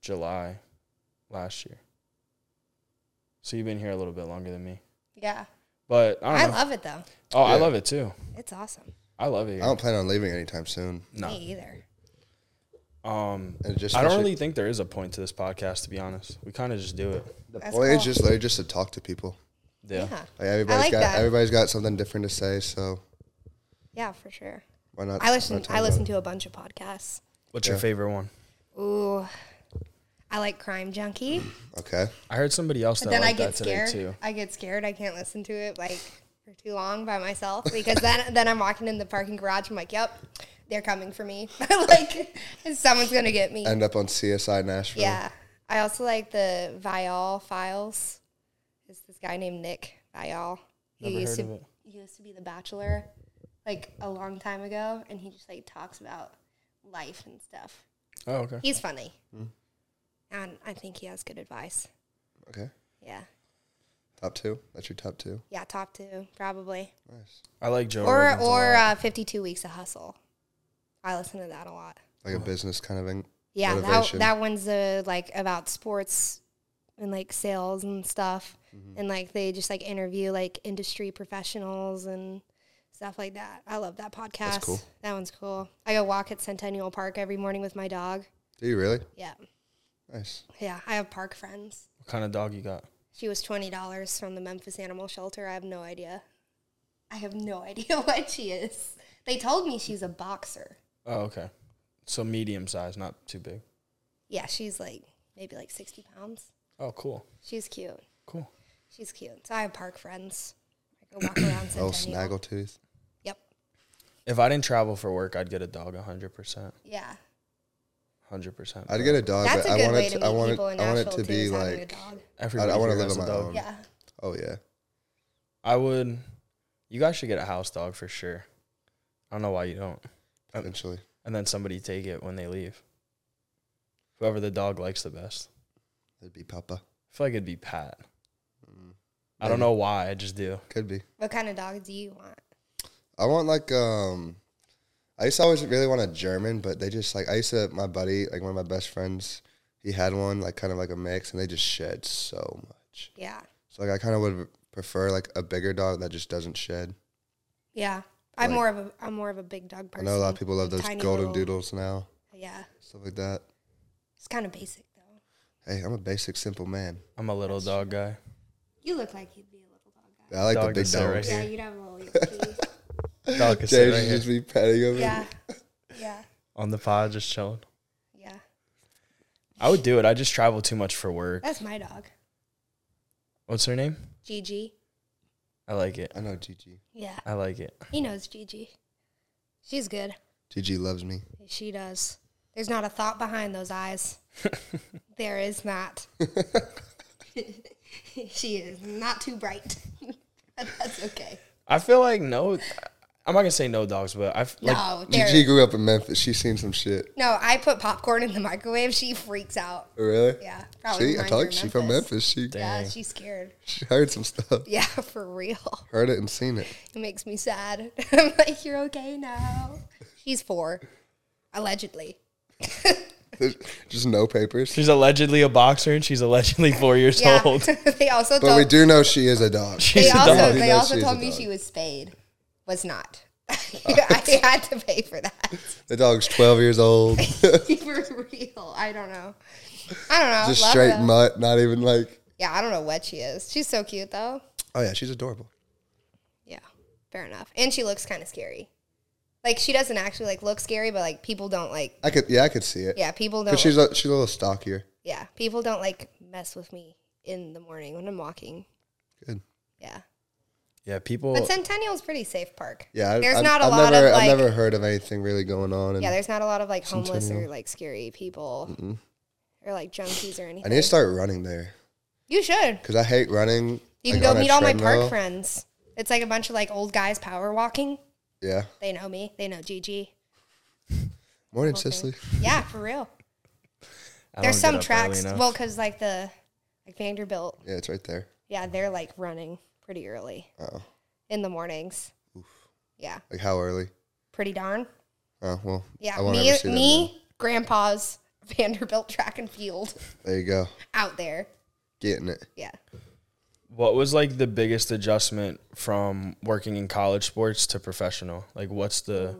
Speaker 2: July last year. So you've been here a little bit longer than me,
Speaker 1: Yeah.
Speaker 2: but I
Speaker 1: I,
Speaker 2: don't know.
Speaker 1: love it though.
Speaker 2: oh, I
Speaker 3: Yeah.
Speaker 2: love it too.
Speaker 1: It's awesome.
Speaker 2: I love it. Here.
Speaker 3: I don't plan on leaving anytime soon.
Speaker 2: No.
Speaker 1: Me either.
Speaker 2: Um,
Speaker 3: And it just
Speaker 2: I don't
Speaker 3: especially-
Speaker 2: really think there is a point to this podcast, to be honest. We kind of just do it.
Speaker 3: The
Speaker 1: That's
Speaker 3: point is
Speaker 1: cool.
Speaker 3: just like, just to talk to people.
Speaker 1: Yeah.
Speaker 2: Yeah.
Speaker 1: Yeah,
Speaker 3: Like everybody's
Speaker 1: like
Speaker 3: got
Speaker 1: that.
Speaker 3: everybody's got something different to say, so
Speaker 1: for sure.
Speaker 3: why not?
Speaker 1: I listen
Speaker 3: why not
Speaker 1: I
Speaker 3: talk
Speaker 1: listen to a bunch of podcasts.
Speaker 2: What's
Speaker 3: Yeah.
Speaker 2: your favorite one?
Speaker 1: Ooh. I like Crime Junkie,
Speaker 3: about it? Okay,
Speaker 2: Mm. I heard somebody else
Speaker 1: but
Speaker 2: that
Speaker 1: then I
Speaker 2: liked
Speaker 1: get
Speaker 2: that today
Speaker 1: scared.
Speaker 2: too.
Speaker 1: I get scared. I can't listen to it like for too long by myself because then then I'm walking in the parking garage. I'm like, "Yep, they're coming for me. like someone's gonna get me."
Speaker 3: end up on CSI Nashville.
Speaker 1: yeah. I also like the Vial Files. It's this guy named Nick Vial. He
Speaker 2: Never
Speaker 1: used
Speaker 2: heard
Speaker 1: to
Speaker 2: of it.
Speaker 1: he used to be the Bachelor, like a long time ago, and he just like talks about life and stuff.
Speaker 2: Oh, okay.
Speaker 1: He's funny,
Speaker 2: Hmm.
Speaker 1: and I think he has good advice.
Speaker 3: Okay,
Speaker 1: Yeah,
Speaker 3: top two. That's your top two.
Speaker 1: yeah, top two probably,
Speaker 3: Nice.
Speaker 2: I like Joe.
Speaker 1: or
Speaker 2: Rogan's a
Speaker 1: or
Speaker 2: lot.
Speaker 1: uh, fifty two weeks of hustle. I listen to that a lot.
Speaker 3: Like a business kind of thing.
Speaker 1: Yeah, that,
Speaker 3: Motivation.
Speaker 1: that one's uh, like about sports and like sales and stuff,
Speaker 3: Mm-hmm.
Speaker 1: and like they just like interview like industry professionals and stuff like that. I love that podcast.
Speaker 3: cool.
Speaker 1: That one's cool. I go walk at Centennial Park every morning with my dog.
Speaker 3: Do you really?
Speaker 1: Yeah,
Speaker 3: Nice.
Speaker 1: yeah. I have park friends.
Speaker 2: what kind of dog you got?
Speaker 1: She was twenty dollars from the Memphis Animal Shelter. I have no idea. I have no idea what she is. They told me she's a boxer.
Speaker 2: Oh, okay. So medium size, not too big.
Speaker 1: Yeah, she's like maybe like sixty pounds.
Speaker 2: Oh, cool.
Speaker 1: She's cute.
Speaker 2: Cool.
Speaker 1: She's cute. So I have park friends. I go walk around
Speaker 3: Oh,
Speaker 1: Centennial.
Speaker 3: snaggletooth.
Speaker 1: Yep.
Speaker 2: If I didn't travel for work, I'd get a dog 100%.
Speaker 1: Yeah.
Speaker 2: 100%.
Speaker 3: I'd get a dog,
Speaker 1: That's
Speaker 3: Uh, but
Speaker 1: a
Speaker 3: I
Speaker 1: good
Speaker 3: want
Speaker 1: way
Speaker 3: it.
Speaker 1: to
Speaker 3: To,
Speaker 1: meet
Speaker 3: I want it.
Speaker 1: people in
Speaker 3: I want it
Speaker 1: Nashville too,
Speaker 3: to be
Speaker 1: is having a
Speaker 3: like.
Speaker 1: dog.
Speaker 2: Everybody
Speaker 3: I- I wanna
Speaker 2: here
Speaker 3: live
Speaker 2: has
Speaker 3: on
Speaker 2: a
Speaker 3: my
Speaker 2: dog.
Speaker 3: own.
Speaker 1: Yeah.
Speaker 3: Oh yeah.
Speaker 2: I would. You guys should get a house dog for sure. I don't know why you don't. Um,
Speaker 3: Eventually,
Speaker 2: And then somebody take it when they leave. Whoever the dog likes the best.
Speaker 3: it'd be Papa.
Speaker 2: I feel like it'd be Pat.
Speaker 3: Mm.
Speaker 2: I don't
Speaker 3: Maybe.
Speaker 2: know why. I just do.
Speaker 3: Could be.
Speaker 1: What kind of dog do you want?
Speaker 3: I want like um I used to always really want a German, but they just like I used to my buddy, like one of my best friends, he had one, like kind of like a mix, and they just shed so much.
Speaker 1: Yeah.
Speaker 3: So like I kinda would prefer like a bigger dog that just doesn't shed.
Speaker 1: Yeah. I'm
Speaker 3: Like-
Speaker 1: more of a I'm more of a big dog person.
Speaker 3: I know a lot of people love
Speaker 1: Like
Speaker 3: those
Speaker 1: tiny
Speaker 3: golden
Speaker 1: little-
Speaker 3: doodles now.
Speaker 1: Yeah.
Speaker 3: Stuff like that.
Speaker 1: It's kind of basic though.
Speaker 3: Hey, I'm a basic simple man.
Speaker 2: I'm a little dog guy.
Speaker 1: You look like you'd be a little dog guy.
Speaker 3: I like
Speaker 2: Dog
Speaker 3: the big
Speaker 2: is so
Speaker 3: dogs.
Speaker 2: right
Speaker 1: Yeah,
Speaker 2: Here.
Speaker 1: you'd have a little yucky.
Speaker 2: Dog is
Speaker 3: James
Speaker 2: right
Speaker 3: would
Speaker 2: here.
Speaker 3: just be petting him.
Speaker 1: yeah. Yeah.
Speaker 2: on the pod, just chilling.
Speaker 1: Yeah.
Speaker 2: I would do it. I just travel too much for work.
Speaker 1: That's my dog.
Speaker 2: What's her name?
Speaker 1: Gigi.
Speaker 2: I like it.
Speaker 3: I know Gigi.
Speaker 1: Yeah.
Speaker 2: I like it.
Speaker 1: He knows Gigi. She's good.
Speaker 3: Gigi loves me.
Speaker 1: She does. There's not a thought behind those eyes. there is not. she is not too bright. But That's okay.
Speaker 2: I feel like no. I'm not gonna say no dogs, but I f- like
Speaker 1: no, there-
Speaker 3: Gigi grew up in Memphis. She's seen some shit. Oh,
Speaker 1: no. I put popcorn in the microwave. She freaks out.
Speaker 3: Really?
Speaker 1: Yeah, probably.
Speaker 3: See, I
Speaker 1: mine
Speaker 3: told
Speaker 1: are
Speaker 3: you she from Memphis. She,
Speaker 1: Yeah,
Speaker 2: Dang.
Speaker 1: she's scared.
Speaker 3: she heard some stuff.
Speaker 1: Yeah, for real.
Speaker 3: Heard it and seen it.
Speaker 1: It makes me sad. I'm like, you're okay now. She's four, allegedly.
Speaker 3: There's just no papers.
Speaker 2: she's allegedly a boxer and she's allegedly four years
Speaker 1: Yeah.
Speaker 2: old.
Speaker 1: they also
Speaker 3: But we
Speaker 1: told.
Speaker 3: do know she is a dog.
Speaker 1: They
Speaker 2: She's a
Speaker 1: also
Speaker 2: dog.
Speaker 3: We
Speaker 1: they
Speaker 3: know
Speaker 1: also
Speaker 3: she's a
Speaker 1: told me
Speaker 3: dog. Oh.
Speaker 1: she was spayed. Was not. I had to pay for that.
Speaker 3: The dog's 12 years old.
Speaker 1: for real. I don't know. I don't know.
Speaker 3: just
Speaker 1: Love
Speaker 3: straight
Speaker 1: her.
Speaker 3: mutt, not even like.
Speaker 1: Yeah, I don't know what she is. She's so cute though.
Speaker 3: Oh, yeah, she's adorable.
Speaker 1: Yeah, fair enough. And she looks kind of scary. Like she doesn't actually like look scary, but like people don't like.
Speaker 3: I could, yeah, I could see it.
Speaker 1: Yeah, people don't.
Speaker 3: Because she's a, she's a little stockier.
Speaker 1: yeah, people don't like mess with me in the morning when I'm walking.
Speaker 3: Good.
Speaker 1: Yeah,
Speaker 2: Yeah, people.
Speaker 1: but Centennial's pretty safe park.
Speaker 3: Yeah, I,
Speaker 1: there's
Speaker 3: I've-
Speaker 1: not a
Speaker 3: I've
Speaker 1: lot
Speaker 3: never,
Speaker 1: of like.
Speaker 3: I've never heard of anything really going on. And
Speaker 1: yeah, there's not a lot of like homeless or
Speaker 3: Centennial.
Speaker 1: like scary people or like junkies or anything.
Speaker 3: I need to start running there
Speaker 1: you should.
Speaker 3: because I hate running.
Speaker 1: You
Speaker 3: like,
Speaker 1: can
Speaker 3: on
Speaker 1: go
Speaker 3: a
Speaker 1: meet all my park
Speaker 3: treadmill.
Speaker 1: friends. It's like a bunch of like old guys power walking.
Speaker 3: Yeah,
Speaker 1: They know me. They know Gigi.
Speaker 3: morning, Cicely.
Speaker 1: Yeah, for real.
Speaker 2: I
Speaker 1: There's
Speaker 2: don't
Speaker 1: some
Speaker 2: get up early
Speaker 1: tracks.
Speaker 2: enough.
Speaker 1: Well, because like the like Vanderbilt,
Speaker 3: Yeah, it's right there.
Speaker 1: yeah, they're like running pretty early
Speaker 3: Oh,
Speaker 1: in the mornings. Yeah,
Speaker 3: like how early?
Speaker 1: pretty darn.
Speaker 3: Oh well.
Speaker 1: Yeah,
Speaker 3: I won't
Speaker 1: me,
Speaker 3: ever see them
Speaker 1: me, grandpa's Vanderbilt track and field
Speaker 3: then. There you go,
Speaker 1: out there.
Speaker 3: getting it.
Speaker 1: Yeah,
Speaker 2: what was like the biggest adjustment from working in college sports to professional? Like, what's the?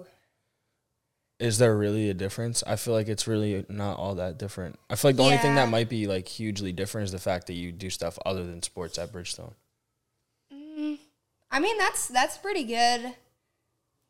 Speaker 2: Is there really a difference? I feel like it's really not all that different. I feel like the only thing
Speaker 1: Yeah.
Speaker 2: that might be like hugely different is the fact that you do stuff other than sports at Bridgestone.
Speaker 1: I mean that's that's pretty good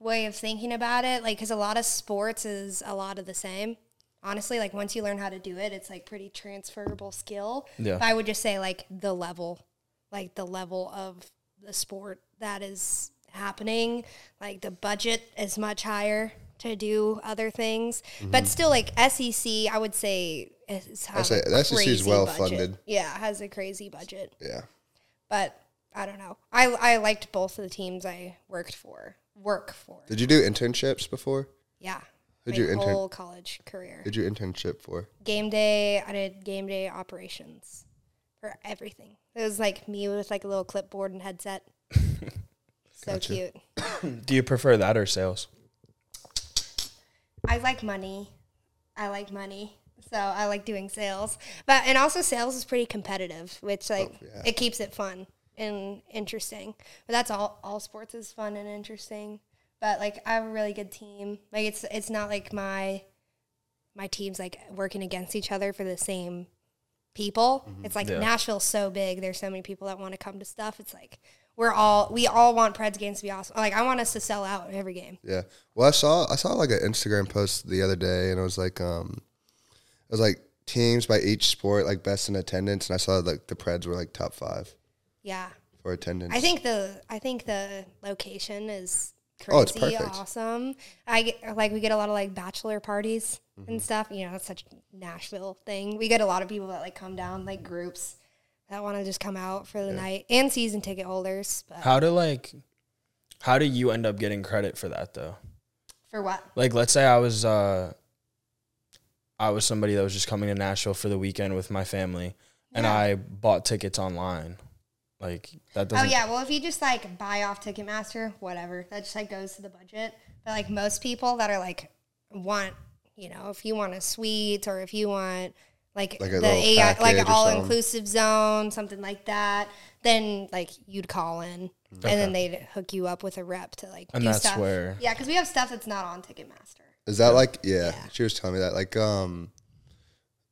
Speaker 1: way of thinking about it. Like, because a lot of sports is a lot of the same. Honestly, like once you learn how to do it, it's like pretty transferable skill.
Speaker 2: Yeah.
Speaker 1: But I would just say like the level, like the level of the sport that is happening, like the budget is much higher to do other things, but
Speaker 3: Mm-hmm.
Speaker 1: still like SEC, I would say is have
Speaker 3: say
Speaker 1: a
Speaker 3: the SEC E is
Speaker 1: crazy
Speaker 3: well
Speaker 1: budget.
Speaker 3: funded.
Speaker 1: Yeah, has a crazy budget,
Speaker 3: Yeah,
Speaker 1: but I don't know. I I liked both of the teams I worked for. Work for
Speaker 3: did you do internships before?
Speaker 1: yeah.
Speaker 3: Who'd
Speaker 1: My
Speaker 3: you intern-
Speaker 1: whole college career.
Speaker 3: Did you internship for?
Speaker 1: game day i did game day operations for everything it was like me with like a little clipboard and headset so cute
Speaker 2: Do you prefer that or sales?
Speaker 1: i like money i like money so i like doing sales but and also sales is pretty competitive which like
Speaker 3: yeah.
Speaker 1: it keeps it fun and interesting but that's all all sports is fun and interesting but like i have a really good team like it's it's not like my my team's like working against each other for the same people. It's like
Speaker 2: Yeah.
Speaker 1: Nashville's so big. There's so many people that want to come to stuff. It's like we're all we all want Preds games to be awesome. Like I want us to sell out every game.
Speaker 3: Yeah. Well, I saw I saw like an Instagram post the other day, and it was like um, it was like teams by each sport, like best in attendance, and I saw like the Preds were like top five
Speaker 1: Yeah.
Speaker 3: for attendance.
Speaker 1: I think the I think the location is crazy
Speaker 3: Oh, it's perfect.
Speaker 1: awesome. I get, like we get a lot of like bachelor parties
Speaker 3: Mm-hmm.
Speaker 1: and stuff. You know, that's such a Nashville thing. We get a lot of people that like come down like groups that want to just come out for the night and season ticket holders. But
Speaker 2: How do like how do you end up getting credit for that though?
Speaker 1: for what?
Speaker 2: Like let's say I was uh I was somebody that was just coming to Nashville for the weekend with my family and
Speaker 1: Yeah.
Speaker 2: I bought tickets online. Like that
Speaker 1: Oh
Speaker 2: doesn't
Speaker 1: yeah, well if you just like buy off Ticketmaster, whatever, that just like goes to the budget. But like most people that are like want, you know, if you want a suite or if you want like,
Speaker 3: Like a
Speaker 1: the
Speaker 3: little
Speaker 1: AI, like
Speaker 3: package or
Speaker 1: an
Speaker 3: something.
Speaker 1: all inclusive zone, something like that, then like you'd call in and then they'd hook you up with a rep to like
Speaker 2: And
Speaker 1: do
Speaker 2: that's
Speaker 1: stuff.
Speaker 2: where-
Speaker 1: yeah, because we have stuff that's not on Ticketmaster.
Speaker 3: Is that like yeah, She was telling me that like um,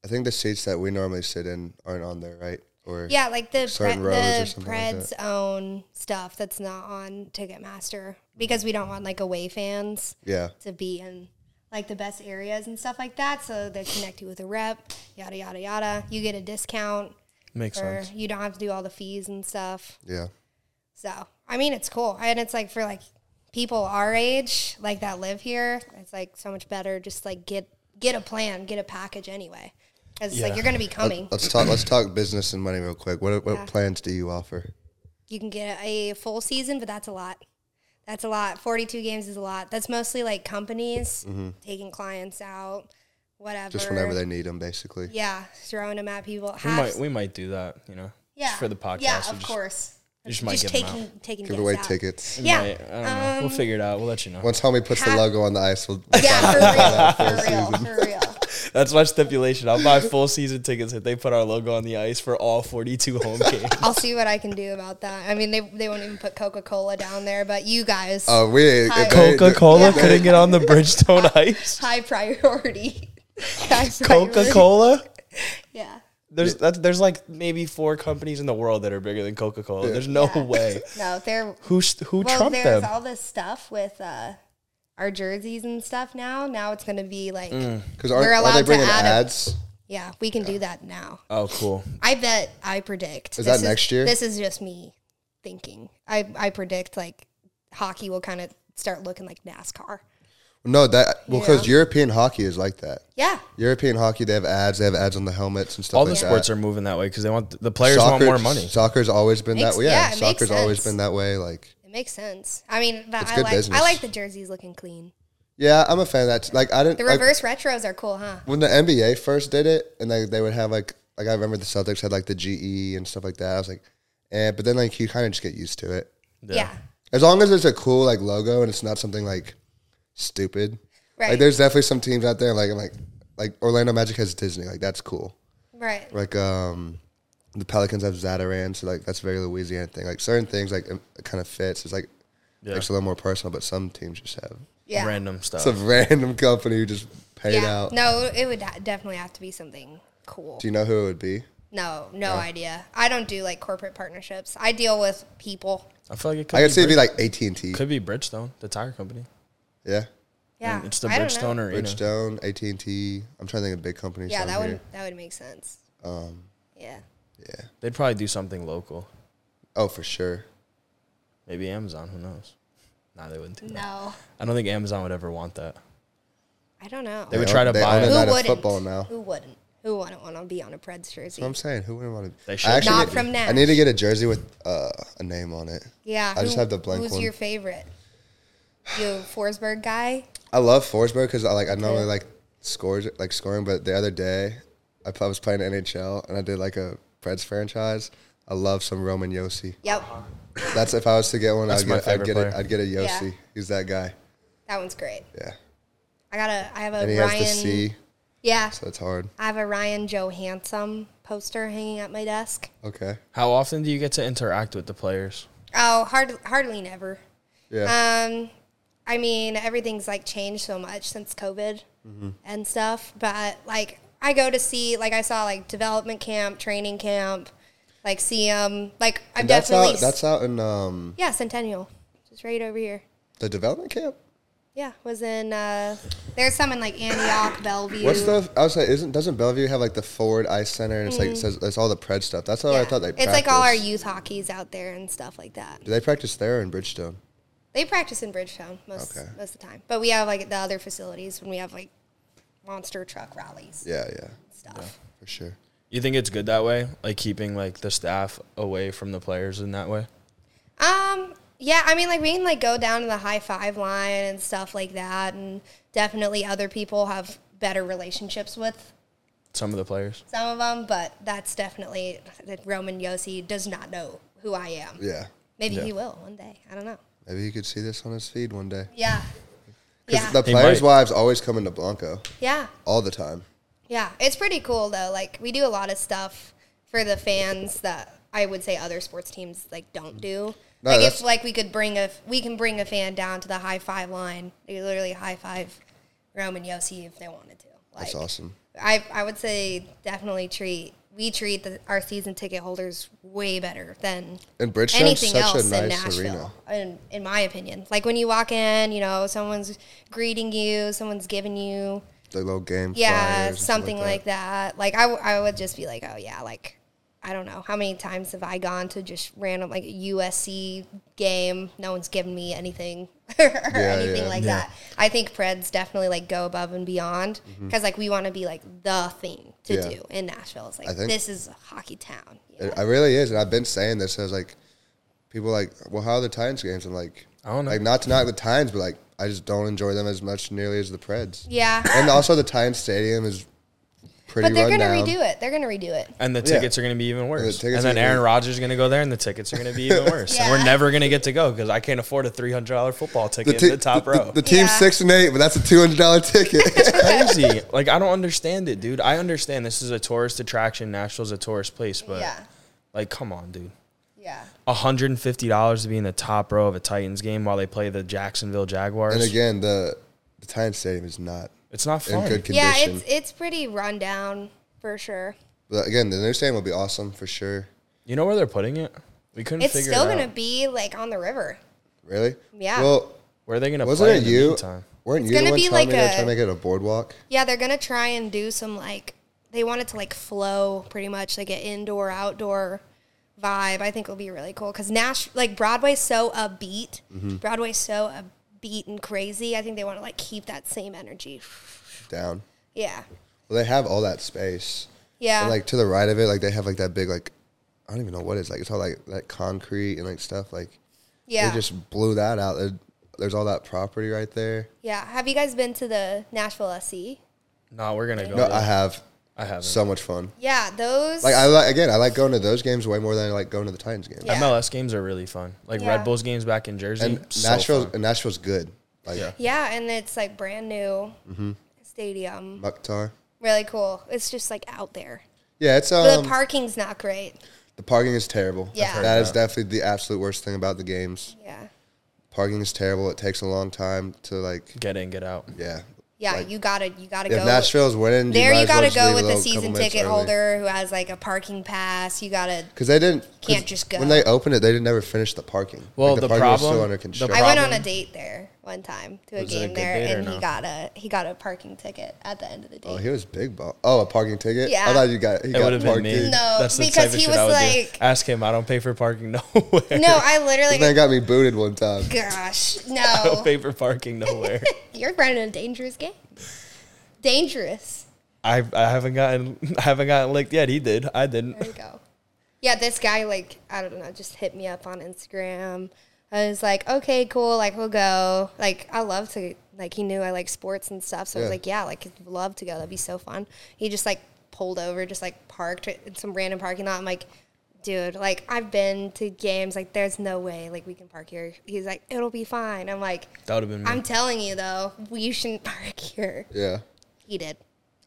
Speaker 3: I think the seats that we normally sit in aren't on there, right? Or
Speaker 1: Yeah, like the
Speaker 3: certain
Speaker 1: pre-
Speaker 3: rows or
Speaker 1: the
Speaker 3: something like
Speaker 1: Preds own stuff that's not on Ticketmaster because we don't want like away fans.
Speaker 3: yeah,
Speaker 1: to be in like the best areas and stuff like that. So they connect you with a rep, yada yada yada. You get a discount
Speaker 2: make
Speaker 1: or
Speaker 2: sense.
Speaker 1: you don't have to do all the fees and stuff.
Speaker 3: yeah.
Speaker 1: So I mean it's cool. And it's like for like people our age, like that live here, it's like so much better just like get get a plan, get a package anyway. Because it's like
Speaker 2: Yeah.
Speaker 1: you're gonna be coming.
Speaker 3: Let's talk. Let's talk business and money real quick. What what plans do you offer?
Speaker 1: You can get a full season, but that's a lot. That's a lot. 42 games is a lot. That's mostly like companies
Speaker 2: Mm-hmm.
Speaker 1: taking clients out, whatever.
Speaker 3: Just whenever they need them, basically.
Speaker 1: Yeah, throwing them at people.
Speaker 2: We
Speaker 1: Half,
Speaker 2: might we might do that, you know.
Speaker 1: yeah,
Speaker 2: Just for the podcast.
Speaker 1: Yeah,
Speaker 2: we
Speaker 1: of
Speaker 2: just-
Speaker 1: course.
Speaker 2: you just might give 'em
Speaker 1: taking taking
Speaker 3: Give
Speaker 1: guests
Speaker 3: away
Speaker 1: out.
Speaker 3: tickets.
Speaker 2: we
Speaker 1: Yeah,
Speaker 2: might- uh, I don't know.
Speaker 1: Um,
Speaker 2: We'll figure it out. We'll let you know.
Speaker 3: Once homie puts the
Speaker 1: Ha-
Speaker 3: logo on the ice, we'll
Speaker 1: Yeah, for real, for real, for real.
Speaker 2: That's my stipulation. I'll buy full season tickets if they put our logo on the ice for all 42 home games.
Speaker 1: I'll see what I can do about that. I mean, they, they won't even put Coca Cola down there, but you guys,
Speaker 3: Oh, we if
Speaker 1: Hi.
Speaker 3: they- they-
Speaker 2: Cola couldn't get on the Bridgestone ice.
Speaker 1: high priority. High
Speaker 2: Coca
Speaker 1: priority.
Speaker 2: Cola.
Speaker 1: Yeah.
Speaker 2: There's that's, there's like maybe four companies in the world that are bigger than Coca Cola. There's no
Speaker 1: Yeah.
Speaker 2: way.
Speaker 1: No, they're
Speaker 2: Who s- who
Speaker 1: well.
Speaker 2: trumped
Speaker 1: there's
Speaker 2: them?
Speaker 1: all this stuff with uh, our jerseys and stuff now. Now it's gonna be like,
Speaker 2: Mm.
Speaker 3: Because aren't,
Speaker 1: We're
Speaker 3: are
Speaker 1: allowed
Speaker 3: they
Speaker 1: to
Speaker 3: bringing
Speaker 1: add a-
Speaker 3: ads?
Speaker 1: yeah, we can do that now.
Speaker 2: oh, cool.
Speaker 1: I bet I predict.
Speaker 3: Is that next year?
Speaker 1: This is just me thinking. I, I predict like hockey will kind of start looking like NASCAR.
Speaker 3: No, that well, because European hockey is like that.
Speaker 1: Yeah.
Speaker 3: European hockey, they have ads. They have ads on the helmets and stuff.
Speaker 2: All the
Speaker 3: like
Speaker 2: sports
Speaker 3: that.
Speaker 2: are moving that way because they want the players want more money.
Speaker 3: Soccer's always been
Speaker 1: Makes-
Speaker 3: that way. Yeah,
Speaker 1: yeah, it makes
Speaker 3: soccer's always
Speaker 1: sense.
Speaker 3: been that way. Like,
Speaker 1: It makes sense. I mean, but
Speaker 3: It's
Speaker 1: I
Speaker 3: good
Speaker 1: like
Speaker 3: business.
Speaker 1: I like the jerseys looking clean.
Speaker 3: yeah, I'm a fan of that. Like, I didn't
Speaker 1: The
Speaker 3: like,
Speaker 1: reverse retros are cool, huh?
Speaker 3: when the NBA first did it, and they they would have like like I remember the Celtics had like the GE and stuff like that. I was like, eh, but then like you kind of just get used to it.
Speaker 1: Yeah.
Speaker 3: As long as it's a cool like logo and it's not something like stupid.
Speaker 1: Right.
Speaker 3: Like there's definitely some teams out there like I'm like like Orlando Magic has Disney, like that's cool.
Speaker 1: Right.
Speaker 3: Like um the Pelicans have Zataran, so like that's a very Louisiana thing. Like certain things like um, it kind of fits. It's like makes it a little more personal, but some teams just have
Speaker 1: Yeah.
Speaker 2: Random stuff.
Speaker 3: some random company who just paid
Speaker 1: yeah.
Speaker 3: out.
Speaker 1: No, it would ha- definitely have to be something cool.
Speaker 3: Do you know who it would be?
Speaker 1: No, no idea. I don't do like corporate partnerships. I deal with people.
Speaker 2: I feel like it could
Speaker 3: I
Speaker 2: be
Speaker 3: could see it'd be
Speaker 2: Brid-
Speaker 3: like AT and T.
Speaker 2: could be Bridgestone, the tire company.
Speaker 3: Yeah.
Speaker 1: Yeah.
Speaker 2: It's the
Speaker 1: I don't know.
Speaker 2: Bridgestone Arena.
Speaker 3: Bridgestone, AT and T. I'm trying to think of big companies.
Speaker 1: Yeah,
Speaker 3: down
Speaker 1: that would
Speaker 3: here.
Speaker 1: that would make sense.
Speaker 3: Um,
Speaker 1: Yeah.
Speaker 3: yeah.
Speaker 2: They'd probably do something local.
Speaker 3: Oh, for sure.
Speaker 2: Maybe Amazon. Who knows? Nah, they wouldn't do that.
Speaker 1: No.
Speaker 2: I don't think Amazon would ever want that.
Speaker 1: I don't know.
Speaker 2: They would
Speaker 3: They
Speaker 2: try
Speaker 3: own-
Speaker 2: to
Speaker 3: they
Speaker 2: buy
Speaker 3: own
Speaker 2: it.
Speaker 3: a
Speaker 2: Who
Speaker 3: night of football now.
Speaker 1: Who wouldn't? Who wouldn't want to be on a Preds jersey?
Speaker 3: That's what I'm saying. Who wouldn't want to?
Speaker 2: They
Speaker 3: I
Speaker 2: should
Speaker 3: actually
Speaker 1: Not
Speaker 3: need-
Speaker 1: from Nash.
Speaker 3: I need to get a jersey with uh, a name on it.
Speaker 1: yeah.
Speaker 3: I just have the blank
Speaker 1: Who's
Speaker 3: one.
Speaker 1: your favorite? You Forsberg guy?
Speaker 3: I love Forsberg because I like I normally like scores like scoring, but the other day I p- I was playing NHL and I did like a Preds franchise. I love some Roman Yossi.
Speaker 1: Yep.
Speaker 3: That's if I was to get one, I'd
Speaker 2: That's my
Speaker 3: get, I'd
Speaker 2: favorite
Speaker 3: get, it,
Speaker 2: player.
Speaker 3: I'd get a Yossi. He's that guy.
Speaker 1: That one's great.
Speaker 3: Yeah,
Speaker 1: I got a I have a
Speaker 3: and he
Speaker 1: Ryan
Speaker 3: has the C,
Speaker 1: Yeah.
Speaker 3: so it's hard.
Speaker 1: I have a Ryan Joe Handsome poster hanging at my desk.
Speaker 3: Okay.
Speaker 2: How often do you get to interact with the players?
Speaker 1: Oh, hard, hardly never.
Speaker 3: Yeah.
Speaker 1: Um I mean, everything's like changed so much since COVID
Speaker 3: Mm-hmm.
Speaker 1: and stuff, but like I go to see like I saw like development camp, training camp, like see 'em. like I'm
Speaker 3: And that's
Speaker 1: definitely
Speaker 3: out. That's out in um,
Speaker 1: Yeah, Centennial. Just right over here.
Speaker 3: the development camp.
Speaker 1: Yeah, was in. Uh, there's some in like Antioch, Bellevue.
Speaker 3: What's the? I was like, isn't doesn't Bellevue have like the Ford Ice Center and it's like it says it's all the pred stuff. That's how
Speaker 1: Mm. Yeah.
Speaker 3: oh, I thought they.
Speaker 1: it's like all our
Speaker 3: practiced.
Speaker 1: youth hockey's out there and stuff like that.
Speaker 3: Do they practice there or in Bridgestone?
Speaker 1: They practice in Bridgetown most
Speaker 3: Okay.
Speaker 1: most of the time, but we have like the other facilities when we have like monster truck rallies
Speaker 3: Yeah, yeah,
Speaker 1: and stuff.
Speaker 3: for sure.
Speaker 2: You think it's good that way, like keeping like the staff away from the players in that way?
Speaker 1: Um, yeah, I mean, like we can like go down to the high five line and stuff like that, and definitely other people have better relationships with
Speaker 2: Some of the players.
Speaker 1: some of them, but that's definitely that Roman Yossi does not know who I am.
Speaker 3: Yeah,
Speaker 1: Maybe
Speaker 2: Yeah.
Speaker 1: he will one day. I don't know.
Speaker 3: maybe you could see this on his feed one day.
Speaker 1: Yeah,
Speaker 3: 'Cause
Speaker 1: yeah,
Speaker 3: The
Speaker 2: He
Speaker 3: players'
Speaker 2: might.
Speaker 3: wives always come into Blanco
Speaker 1: yeah.
Speaker 3: all the time.
Speaker 1: Yeah, it's pretty cool though. Like we do a lot of stuff for the fans that I would say other sports teams like don't do.
Speaker 3: No,
Speaker 1: like
Speaker 3: that's-
Speaker 1: if like we could bring a we can bring a fan down to the high five line. They literally high five Roman Yossi if they wanted to. Like
Speaker 3: That's awesome.
Speaker 1: I I would say definitely treat we treat the, our season ticket holders way better than
Speaker 3: And Bridgestone's
Speaker 1: anything
Speaker 3: such
Speaker 1: else
Speaker 3: a
Speaker 1: in
Speaker 3: nice arena.
Speaker 1: Nashville, in, in my opinion. Like when you walk in, you know, someone's greeting you, someone's giving you
Speaker 3: The little game.
Speaker 1: yeah,
Speaker 3: flyers and stuff
Speaker 1: something like that. Like I, w- I would just be like, oh yeah, like I don't know how many times have I gone to just random like USC game. No one's given me anything or anything
Speaker 3: yeah.
Speaker 1: like that. I think Preds definitely like go above and beyond because like we want to be like the thing to
Speaker 3: Mm-hmm. Yeah.
Speaker 1: do in Nashville. It's like
Speaker 3: I think-
Speaker 1: this is a hockey town. Yeah.
Speaker 3: It, it really is, and I've been saying this. I was like, people are like, well, how are the Titans games? I'm like,
Speaker 2: I don't know.
Speaker 3: Like, not to knock the Titans, but like, I just don't enjoy them as much nearly as the Preds.
Speaker 1: Yeah.
Speaker 3: And also, the Titans Stadium is pretty
Speaker 1: but they're
Speaker 3: run
Speaker 1: gonna
Speaker 3: down.
Speaker 1: redo it. They're gonna redo it.
Speaker 2: And the
Speaker 3: Yeah.
Speaker 2: tickets are going to be even worse.
Speaker 3: tickets
Speaker 2: And,
Speaker 3: are
Speaker 2: then
Speaker 3: gonna
Speaker 2: Aaron
Speaker 3: be-
Speaker 2: Rodgers is going to go there, and the tickets are going to be even worse. And we're
Speaker 1: Yeah.
Speaker 2: never going to get to go because I can't afford a three hundred dollar football
Speaker 3: The,
Speaker 2: ticket
Speaker 3: te-
Speaker 2: in the top
Speaker 3: the,
Speaker 2: row.
Speaker 3: the, the team's
Speaker 1: Yeah.
Speaker 3: six and eight, but that's a two hundred dollar ticket.
Speaker 2: crazy. Like I don't understand it, dude. I understand this is a tourist attraction. Nashville's a tourist place, but
Speaker 1: Yeah.
Speaker 2: like, come on, dude.
Speaker 1: Yeah.
Speaker 2: hundred and fifty dollars to be in the top row of a Titans game while they play the Jacksonville Jaguars.
Speaker 3: and again, the the Titans Stadium is not
Speaker 2: it's not
Speaker 3: in
Speaker 2: fun.
Speaker 3: good condition.
Speaker 1: Yeah, it's it's pretty run down for sure.
Speaker 3: but again, the new stadium will be awesome for sure.
Speaker 2: you know where they're putting it? We couldn't
Speaker 1: It's
Speaker 2: figure
Speaker 1: still
Speaker 2: it out.
Speaker 1: gonna be like on the river.
Speaker 3: Really?
Speaker 1: Yeah.
Speaker 3: Well,
Speaker 2: where are they gonna
Speaker 3: wasn't
Speaker 2: play
Speaker 3: it
Speaker 2: in the
Speaker 3: you?
Speaker 2: meantime?
Speaker 3: Weren't
Speaker 1: It's
Speaker 3: you the
Speaker 1: gonna
Speaker 3: one
Speaker 1: be
Speaker 3: telling
Speaker 1: like
Speaker 3: me they're
Speaker 1: a-
Speaker 3: trying to make it a boardwalk?
Speaker 1: Yeah, they're gonna try and do some like they want it to like flow pretty much like an indoor outdoor vibe. I think will be really cool because Nash like Broadway's so upbeat.
Speaker 3: Mm-hmm.
Speaker 1: Broadway's so upbeat and crazy. I think they want to like keep that same energy.
Speaker 3: Down.
Speaker 1: Yeah,
Speaker 3: Well, they have all that space.
Speaker 1: yeah,
Speaker 3: And, like to the right of it, like they have like that big like I don't even know what it's like. It's all like like concrete and like stuff. Like
Speaker 1: yeah,
Speaker 3: they just blew that out. There- There's all that property right there.
Speaker 1: yeah. Have you guys been to the Nashville E? SC?
Speaker 2: No, we're gonna go.
Speaker 3: No,
Speaker 2: there.
Speaker 3: I have
Speaker 2: I haven't.
Speaker 3: so much fun.
Speaker 1: Yeah, those.
Speaker 3: Like I like again, I like going to those games way more than I like going to the Titans games.
Speaker 1: Yeah.
Speaker 2: MLS games are really fun. Like
Speaker 1: Yeah.
Speaker 2: Red Bulls games back in Jersey.
Speaker 3: And
Speaker 2: so
Speaker 3: Nashville's
Speaker 2: fun.
Speaker 3: and Nashville's good. Like
Speaker 2: Yeah.
Speaker 1: yeah, and it's like brand new
Speaker 3: Mm-hmm.
Speaker 1: stadium.
Speaker 3: Mukhtar.
Speaker 1: Really cool. It's just like out there.
Speaker 3: Yeah, it's
Speaker 1: The
Speaker 3: um the,
Speaker 1: parking's not great.
Speaker 3: parking is terrible.
Speaker 1: Yeah. I've heard
Speaker 3: that is definitely the absolute worst thing about the games.
Speaker 1: Yeah.
Speaker 3: Parking is terrible. It takes a long time to like
Speaker 2: get in, get out.
Speaker 3: yeah.
Speaker 1: Yeah,
Speaker 3: Like,
Speaker 1: you gotta you gotta
Speaker 3: If
Speaker 1: go.
Speaker 3: Nashville's winning,
Speaker 1: there you,
Speaker 3: might as well
Speaker 1: gotta
Speaker 3: just
Speaker 1: go
Speaker 3: leave
Speaker 1: with
Speaker 3: a
Speaker 1: the
Speaker 3: little couple
Speaker 1: season
Speaker 3: minutes
Speaker 1: ticket
Speaker 3: early.
Speaker 1: holder who has like a parking pass. You gotta.
Speaker 3: Because they didn't 'cause
Speaker 1: Can't just go.
Speaker 3: when they opened it. They didn't never finish the parking.
Speaker 2: Well,
Speaker 3: Like,
Speaker 2: the
Speaker 3: parking was still
Speaker 2: problem-
Speaker 3: under
Speaker 2: the
Speaker 3: construction.
Speaker 1: I went on a
Speaker 2: Problem-
Speaker 1: date there one time to a
Speaker 2: Was it a
Speaker 1: game
Speaker 2: good
Speaker 1: there,
Speaker 2: date or
Speaker 1: and he
Speaker 2: no?
Speaker 1: got a he got a parking ticket at the end of the date.
Speaker 3: oh, he was big ball. Oh, a parking ticket.
Speaker 1: Yeah.
Speaker 3: I thought you got. He
Speaker 2: It
Speaker 3: got
Speaker 2: would have been
Speaker 3: parked
Speaker 2: me.
Speaker 3: in.
Speaker 1: No,
Speaker 2: That's the
Speaker 1: because
Speaker 2: type of
Speaker 1: he
Speaker 2: shit
Speaker 1: was
Speaker 2: I would
Speaker 1: like-
Speaker 2: do. Ask him. I don't pay for parking nowhere.
Speaker 1: no, I literally.
Speaker 3: They got me booted one time.
Speaker 1: gosh,
Speaker 2: I don't
Speaker 1: no!
Speaker 2: pay for parking nowhere.
Speaker 1: You're running a dangerous game. Dangerous.
Speaker 2: I I haven't gotten I haven't gotten licked yet. He did. I didn't.
Speaker 1: There you go. Yeah, this guy like I don't know, just hit me up on Instagram. I was like, okay, cool, like we'll go. Like I love to like he knew I like sports and stuff, so I
Speaker 3: Yeah.
Speaker 1: was like, yeah, like I'd love to go. That'd be so fun. He just like pulled over, just like parked in some random parking lot. I'm like, dude, like I've been to games. Like there's no way like we can park here. He's like, it'll be fine. I'm like,
Speaker 2: That would have been me.
Speaker 1: I'm telling you though, we shouldn't park here.
Speaker 3: Yeah.
Speaker 1: He did.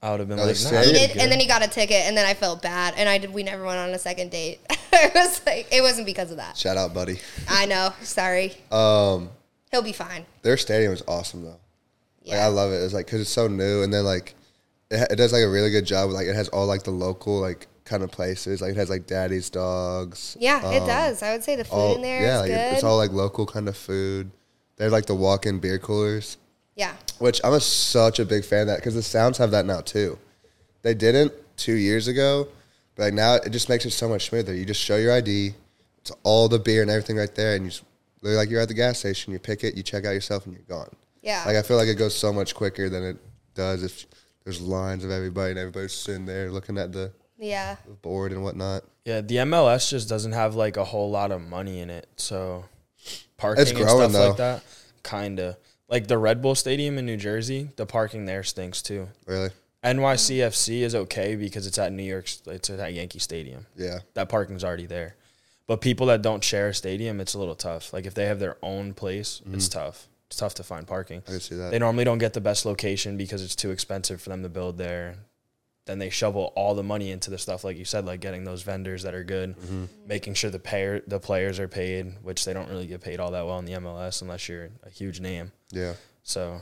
Speaker 2: I would have been
Speaker 3: No,
Speaker 2: like,
Speaker 3: they
Speaker 2: nah, that'd
Speaker 3: say-
Speaker 2: be
Speaker 1: It,
Speaker 2: good.
Speaker 1: and then he got a ticket, and then I felt bad, and I did, we never went on a second date. it was like it wasn't because of that.
Speaker 3: Shout out, buddy.
Speaker 1: I know. Sorry,
Speaker 3: Um,
Speaker 1: he'll be fine.
Speaker 3: their stadium is awesome though. Like
Speaker 1: Yeah,
Speaker 3: I love it. It's like because it's so new, and then like it, ha- it does like a really good job. with, Like it has all like the local like kind of places. Like it has like Daddy's Dogs.
Speaker 1: yeah, it
Speaker 3: um,
Speaker 1: does. I would say the food
Speaker 3: all-
Speaker 1: in there is
Speaker 3: yeah, like,
Speaker 1: good.
Speaker 3: it's all like local kind of food. They have like the walk-in beer coolers.
Speaker 1: Yeah.
Speaker 3: which I'm a, such a big fan of that because the Sounds have that now too. They didn't two years ago, but like now it just makes it so much smoother. You just show your ID, it's all the beer and everything right there, and you just look like you're at the gas station. You pick it, you check out yourself, and you're gone.
Speaker 1: Yeah.
Speaker 3: Like I feel like it goes so much quicker than it does if there's lines of everybody and everybody's sitting there looking at the
Speaker 1: Yeah.
Speaker 3: board and whatnot.
Speaker 2: Yeah, the MLS just doesn't have like a whole lot of money in it, so parking and stuff
Speaker 3: growing, though.
Speaker 2: like that, kinda. Like the Red Bull Stadium in New Jersey, the parking there stinks too.
Speaker 3: Really?
Speaker 2: NYCFC is okay because it's at New York, it's at Yankee Stadium.
Speaker 3: Yeah.
Speaker 2: That parking's already there. But people that don't share a stadium, it's a little tough. Like if they have their own place, it's tough. It's tough to find parking.
Speaker 3: Mm-hmm. I can see that.
Speaker 2: They normally don't get the best location because it's too expensive for them to build there. Then they shovel all the money into the stuff, like you said, like getting those vendors that are good,
Speaker 3: Mm-hmm.
Speaker 2: making sure the payer, the players are paid, which they don't really get paid all that well in the MLS unless you're a huge name.
Speaker 3: Yeah.
Speaker 2: So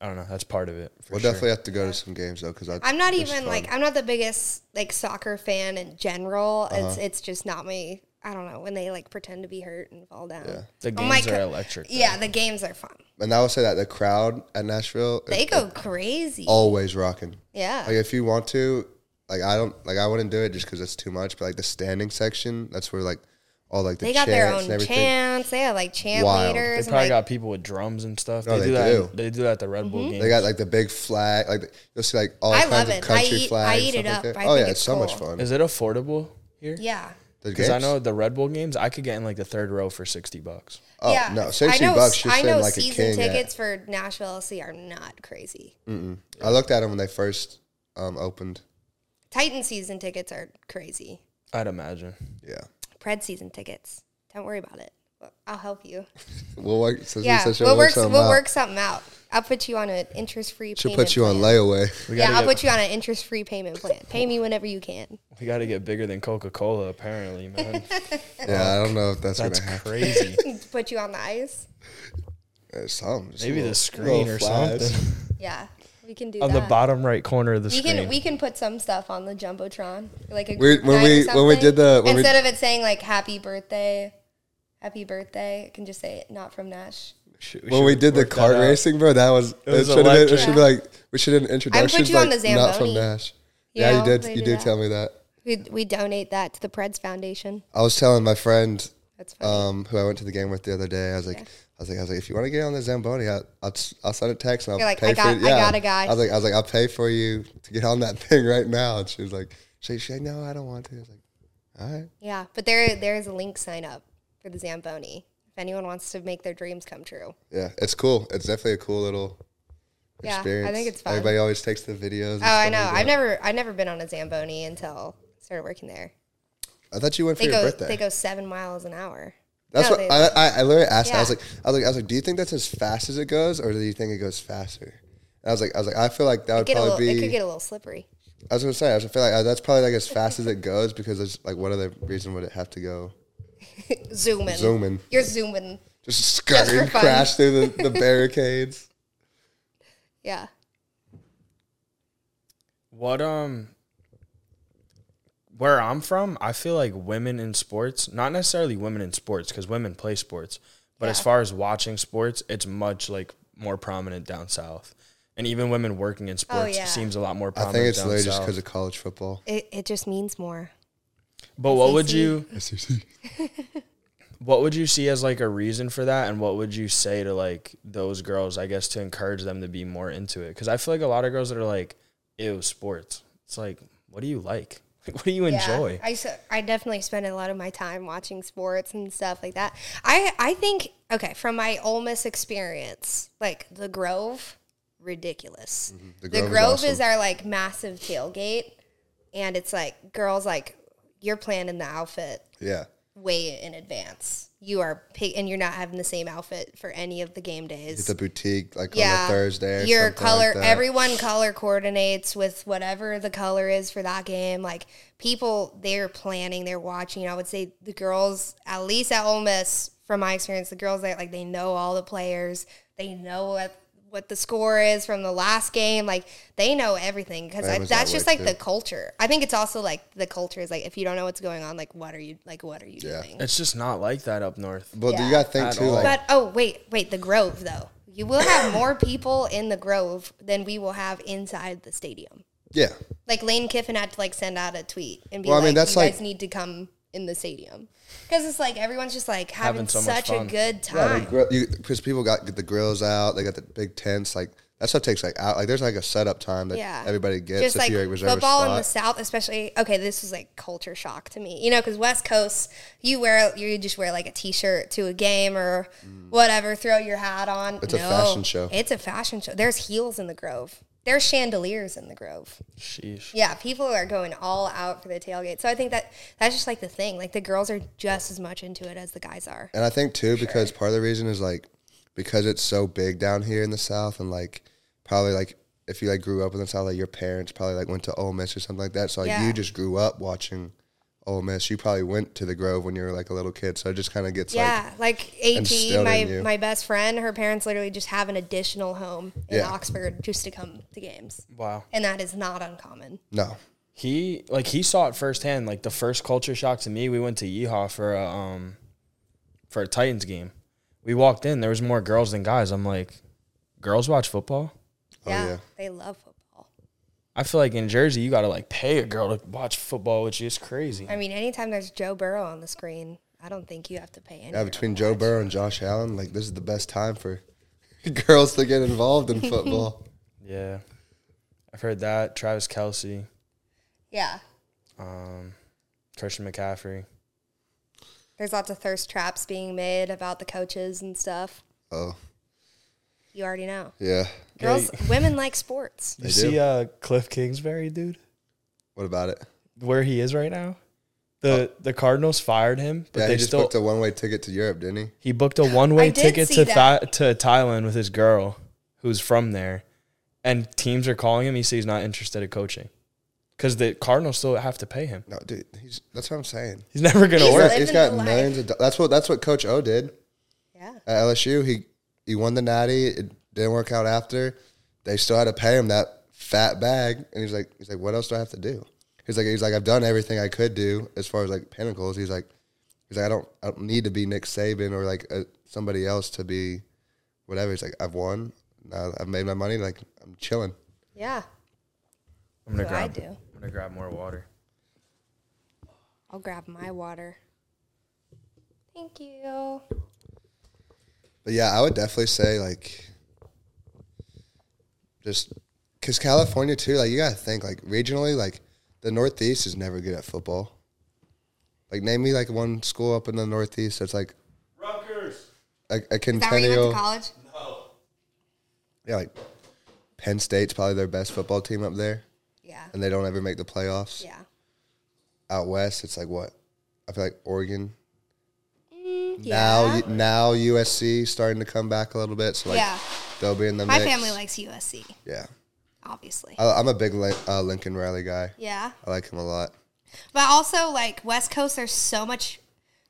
Speaker 2: I don't know. That's part of it. For
Speaker 3: We'll
Speaker 2: sure.
Speaker 3: definitely have to go to some games though, because
Speaker 1: I'm not
Speaker 3: It's
Speaker 1: even
Speaker 3: fun.
Speaker 1: like I'm not the biggest like soccer fan in general.
Speaker 3: Uh-huh.
Speaker 1: It's it's just not me. I don't know when they like pretend to be hurt and fall down. Yeah,
Speaker 2: the
Speaker 1: Oh
Speaker 2: games
Speaker 1: my
Speaker 2: are
Speaker 1: go-
Speaker 2: electric. though.
Speaker 1: the games are fun.
Speaker 3: and I will say that the crowd at Nashville is
Speaker 1: They go crazy.
Speaker 3: always rocking.
Speaker 1: yeah,
Speaker 3: Like if you want to, like I don't, like I wouldn't do it just because it's too much. But like the standing section, that's where like all like the
Speaker 1: they got their
Speaker 3: chants and
Speaker 1: own
Speaker 3: everything.
Speaker 1: chants. They have like chant
Speaker 3: Wild.
Speaker 1: leaders.
Speaker 2: They
Speaker 1: and,
Speaker 2: probably
Speaker 1: like,
Speaker 2: got people with drums and stuff.
Speaker 3: No,
Speaker 2: they,
Speaker 3: they
Speaker 2: do that.
Speaker 3: do.
Speaker 2: They do that at the Red
Speaker 1: Mm-hmm.
Speaker 2: Bull game.
Speaker 3: They got like the big flag. Like you'll see like all
Speaker 1: I
Speaker 3: kinds
Speaker 1: love
Speaker 3: of
Speaker 1: it. I
Speaker 3: country
Speaker 1: eat- I
Speaker 3: flags.
Speaker 1: eat
Speaker 3: stuff
Speaker 1: it
Speaker 3: like
Speaker 1: up.
Speaker 3: that.
Speaker 1: I
Speaker 3: oh
Speaker 1: think it's
Speaker 3: yeah, it's so much
Speaker 1: cool.
Speaker 3: fun.
Speaker 2: Is it affordable here?
Speaker 1: yeah.
Speaker 3: The
Speaker 2: Because I
Speaker 3: games?
Speaker 2: know the Red Bull games, I could get in like the third row for sixty bucks.
Speaker 3: Oh
Speaker 1: yeah.
Speaker 3: no, sixty
Speaker 1: I know,
Speaker 3: bucks. You're
Speaker 1: I know
Speaker 3: sitting like a
Speaker 1: season
Speaker 3: king. at-
Speaker 1: tickets for Nashville LC are not crazy.
Speaker 3: I looked at them when they first um, opened.
Speaker 1: Titan season tickets are crazy.
Speaker 2: I'd imagine.
Speaker 3: Yeah,
Speaker 1: Pred season tickets. Don't worry about it. I'll help you.
Speaker 3: we'll work. Since
Speaker 1: Yeah,
Speaker 3: such a
Speaker 1: we'll work.
Speaker 3: work
Speaker 1: We'll work something out. I'll put you on an interest-free.
Speaker 3: Should
Speaker 1: payment
Speaker 3: put you on
Speaker 1: plan.
Speaker 3: layaway.
Speaker 2: We
Speaker 1: Yeah,
Speaker 2: gotta
Speaker 1: I'll
Speaker 2: get,
Speaker 1: put you on an interest-free payment plan. Pay me whenever you can.
Speaker 2: we gotta get bigger than Coca Cola apparently, man.
Speaker 3: Yeah, I don't know if that's,
Speaker 2: That's
Speaker 3: gonna happen.
Speaker 2: crazy.
Speaker 1: Put you on the ice.
Speaker 3: There's something. just a
Speaker 2: Maybe the
Speaker 3: little-
Speaker 2: screen
Speaker 3: little
Speaker 2: or
Speaker 3: flash.
Speaker 2: something.
Speaker 1: Yeah, we can do
Speaker 2: On
Speaker 1: that.
Speaker 2: the bottom right corner of the
Speaker 1: we
Speaker 2: screen.
Speaker 1: can we can put some stuff on the jumbotron, like a
Speaker 3: We-
Speaker 1: group night or
Speaker 3: when we- when we
Speaker 1: something.
Speaker 3: did the- when we-
Speaker 1: instead of it saying like "Happy Birthday." Happy birthday! It can just say not from Nash.
Speaker 2: Should-
Speaker 3: when
Speaker 2: should
Speaker 3: we did the
Speaker 2: work that
Speaker 3: kart
Speaker 2: out.
Speaker 3: racing, bro, that was, it,
Speaker 2: was
Speaker 3: should have been, it
Speaker 2: electric.
Speaker 3: should be like we should have introductions
Speaker 1: you on
Speaker 3: like,
Speaker 1: the
Speaker 3: not from
Speaker 1: Zamboni.
Speaker 3: Nash.
Speaker 1: You
Speaker 3: yeah,
Speaker 1: know,
Speaker 3: you did.
Speaker 1: they
Speaker 3: You
Speaker 1: do
Speaker 3: did
Speaker 1: that.
Speaker 3: tell me that.
Speaker 1: We we donate that to the Preds Foundation.
Speaker 3: I was telling my friend
Speaker 1: That's funny.
Speaker 3: um, who I went to the game with the other day. I was like, I was like, I was like, if you want to get on the Zamboni, I, I'll, s- I'll send a text and I'll
Speaker 1: You're like,
Speaker 3: pay
Speaker 1: I got-
Speaker 3: for it.
Speaker 1: I got a guy.
Speaker 3: I was like, I was like, I'll pay for you to get on that thing right now. And she was like, she, she's like, no, I don't want to. I was like, all right.
Speaker 1: Yeah, but there there is a link sign up for the Zamboni if anyone wants to make their dreams come true.
Speaker 3: Yeah, it's cool. It's definitely a cool little
Speaker 1: Yeah, I
Speaker 3: experience.
Speaker 1: think it's fun.
Speaker 3: Everybody always takes the videos. and
Speaker 1: Oh, I
Speaker 3: stuff
Speaker 1: know.
Speaker 3: like
Speaker 1: I've
Speaker 3: that.
Speaker 1: never I've never been on a Zamboni until I started working there.
Speaker 3: I thought you went for
Speaker 1: They
Speaker 3: your
Speaker 1: go
Speaker 3: birthday.
Speaker 1: they go seven miles an hour.
Speaker 3: That's
Speaker 1: No,
Speaker 3: what
Speaker 1: they-
Speaker 3: I, I, I literally asked. her. I was
Speaker 1: Yeah.
Speaker 3: like, I was like, I was like, do you think that's as fast as it goes, or do you think it goes faster? And I was like, I was like, I feel like that would
Speaker 1: Get a
Speaker 3: probably
Speaker 1: little, it
Speaker 3: be.
Speaker 1: could get a little slippery.
Speaker 3: I was gonna say, I was- I feel like uh, that's probably like as fast as it goes because it's like, what other reason would it have to go?
Speaker 1: Zooming.
Speaker 3: Zooming.
Speaker 1: You're zooming.
Speaker 3: Just scurrying,
Speaker 1: fun.
Speaker 3: crash through the, the barricades.
Speaker 1: Yeah.
Speaker 2: What um where I'm from, I feel like women in sports, not necessarily women in sports cuz women play sports, but as far as watching sports, it's much like more prominent down south. And even women working in sports
Speaker 1: yeah.
Speaker 2: seems a lot more
Speaker 3: I
Speaker 2: prominent
Speaker 3: think it's
Speaker 2: down
Speaker 3: literally just
Speaker 2: south.
Speaker 3: because of college football.
Speaker 1: It it just means more.
Speaker 2: But what would you
Speaker 3: SEC.
Speaker 2: what would you see as like a reason for that and what would you say to like those girls, I guess to encourage them to be more into it? Cuz I feel like a lot of girls that are like ew sports. It's like what do you like? Like what do you enjoy?
Speaker 1: I s- I definitely spend a lot of my time watching sports and stuff like that. I I think okay from my Ole Miss experience, like the Grove, ridiculous.
Speaker 3: Mm-hmm. The
Speaker 1: The
Speaker 3: Grove
Speaker 1: Grove,
Speaker 3: is
Speaker 1: is,
Speaker 3: awesome.
Speaker 1: our like massive tailgate, and it's like girls like you're planning the outfit
Speaker 3: Yeah,
Speaker 1: way in advance. You are pig- and you're not having the same outfit for any of the game
Speaker 3: it's
Speaker 1: days.
Speaker 3: a boutique like
Speaker 1: yeah,
Speaker 3: on a Thursday. Or
Speaker 1: your
Speaker 3: something like
Speaker 1: color.
Speaker 3: that.
Speaker 1: everyone color coordinates with whatever the color is for that game. Like people, they're planning, they're watching. I would say the girls, at least at Ole Miss, from my experience, the girls that like they know all the players. They know what what the score is from the last game. Like they know everything because
Speaker 3: That was
Speaker 1: that's
Speaker 3: that
Speaker 1: just
Speaker 3: way,
Speaker 1: like the culture. I think it's also like the culture is like if you don't know what's going on, like what are you like what are you doing?
Speaker 2: It's just not like that up north.
Speaker 3: But you
Speaker 1: Yeah.
Speaker 3: got to think
Speaker 2: At
Speaker 3: too,
Speaker 2: all.
Speaker 3: like
Speaker 1: But oh wait, wait, the Grove though. You will have more people in the Grove than we will have inside the stadium.
Speaker 3: Yeah.
Speaker 1: Like Lane Kiffin had to like send out a tweet and be
Speaker 3: Well, I
Speaker 1: like,
Speaker 3: mean, that's
Speaker 1: "You guys
Speaker 3: like-
Speaker 1: need to come in the stadium," because it's like everyone's just like having,
Speaker 2: Having so much
Speaker 1: such a
Speaker 2: fun.
Speaker 1: good
Speaker 3: Yeah,
Speaker 1: time.
Speaker 3: they grill because people got the grills out. They got the big tents. Like that stuff takes like out. Like there's like a setup time that
Speaker 1: Yeah.
Speaker 3: everybody gets
Speaker 1: just
Speaker 3: if
Speaker 1: like
Speaker 3: you reserve
Speaker 1: football
Speaker 3: a
Speaker 1: in the
Speaker 3: spot.
Speaker 1: South, especially. Okay, this was like culture shock to me, you know, because West Coast, you wear you just wear like a T-shirt to a game or whatever, throw your hat on.
Speaker 3: Mm. It's a fashion show.
Speaker 1: It's a fashion show. There's heels in the Grove. There's chandeliers in the Grove.
Speaker 2: Sheesh.
Speaker 1: Yeah, people are going all out for the tailgate. So I think that that's just like the thing. Like the girls are just as much into it as the guys are.
Speaker 3: and I think too because part of the reason is like because it's so big down here in the South and like probably like if you like grew up in the South, like your parents probably like went to Ole Miss or something like that. So like
Speaker 1: Yeah.
Speaker 3: you just grew up watching Ole Miss. You probably went to the Grove when you were like a little kid. So it just kind of gets like
Speaker 1: Yeah, like AT,
Speaker 3: instilled
Speaker 1: my
Speaker 3: in you.
Speaker 1: my best friend, her parents literally just have an additional home in
Speaker 3: Yeah.
Speaker 1: Oxford just to come to games.
Speaker 2: Wow.
Speaker 1: and that is not uncommon.
Speaker 3: no.
Speaker 2: He like he saw it firsthand. Like the first culture shock to me, we went to Yeehaw for a um for a Titans game. We walked in, there was more girls than guys. I'm like, girls watch football?
Speaker 1: yeah,
Speaker 3: Oh, yeah.
Speaker 1: they love football.
Speaker 2: I feel like in Jersey you gotta like pay a girl to watch football, which is crazy.
Speaker 1: I mean, anytime there's Joe Burrow on the screen, I don't think you have to pay
Speaker 3: Yeah,
Speaker 1: anything.
Speaker 3: between Joe Burrow and Josh Allen, like this is the best time for girls to get involved in football.
Speaker 2: Yeah. I've heard that. Travis Kelsey,
Speaker 1: Yeah,
Speaker 2: um, Christian McCaffrey.
Speaker 1: there's lots of thirst traps being made about the coaches and stuff.
Speaker 3: Oh,
Speaker 1: You already know.
Speaker 3: yeah.
Speaker 1: Girls, women like sports.
Speaker 2: You
Speaker 3: They
Speaker 2: see
Speaker 3: do.
Speaker 2: uh Cliff Kingsbury, dude?
Speaker 3: What about it?
Speaker 2: Where he is right now? The the Cardinals fired him, but
Speaker 3: yeah,
Speaker 2: they
Speaker 3: he just
Speaker 2: still
Speaker 3: booked a one way ticket to Europe, didn't he?
Speaker 2: He booked a one way
Speaker 1: did
Speaker 2: ticket
Speaker 1: see
Speaker 2: to Tha- to Thailand with his girl, who's from there, and teams are calling him. He says he's not interested in coaching because the Cardinals still have to pay him.
Speaker 3: No, dude, he's that's what I'm saying.
Speaker 2: He's never gonna
Speaker 1: He's
Speaker 2: work.
Speaker 1: living
Speaker 3: he's got
Speaker 1: the life.
Speaker 3: millions of do- that's what that's what Coach O did
Speaker 1: Yeah,
Speaker 3: at LSU. He he won the natty, it didn't work out after. They still had to pay him that fat bag. And he's like he's like, What else do I have to do? He's like he's like, I've done everything I could do as far as like pinnacles. He's like he's like, I don't I don't need to be Nick Saban or like uh somebody else to be whatever. He's like, I've won. Now I've made my money, like I'm chilling.
Speaker 1: yeah.
Speaker 2: I'm gonna
Speaker 1: That's what I
Speaker 2: grab.
Speaker 1: do.
Speaker 2: I'm gonna grab more water.
Speaker 1: I'll grab my water. Thank you.
Speaker 3: But yeah, I would definitely say like just because California too, like you gotta think like regionally, like the Northeast is never good at football. Like name me like one school up in the Northeast that's like
Speaker 4: Rutgers.
Speaker 3: a, a
Speaker 1: Is that where you went to
Speaker 3: continual.
Speaker 1: college?
Speaker 4: No.
Speaker 3: Yeah, like Penn State's probably their best football team up there,
Speaker 1: Yeah,
Speaker 3: and they don't ever make the playoffs.
Speaker 1: yeah,
Speaker 3: Out west, it's like what I feel like Oregon.
Speaker 1: yeah.
Speaker 3: Now, now USC starting to come back a little bit, so like
Speaker 1: yeah.
Speaker 3: they'll be in the
Speaker 1: My
Speaker 3: mix.
Speaker 1: family likes USC,
Speaker 3: yeah.
Speaker 1: obviously.
Speaker 3: I, I'm a big Lin- uh, Lincoln Riley guy.
Speaker 1: yeah.
Speaker 3: I like him a lot.
Speaker 1: But also like West Coast, there's so much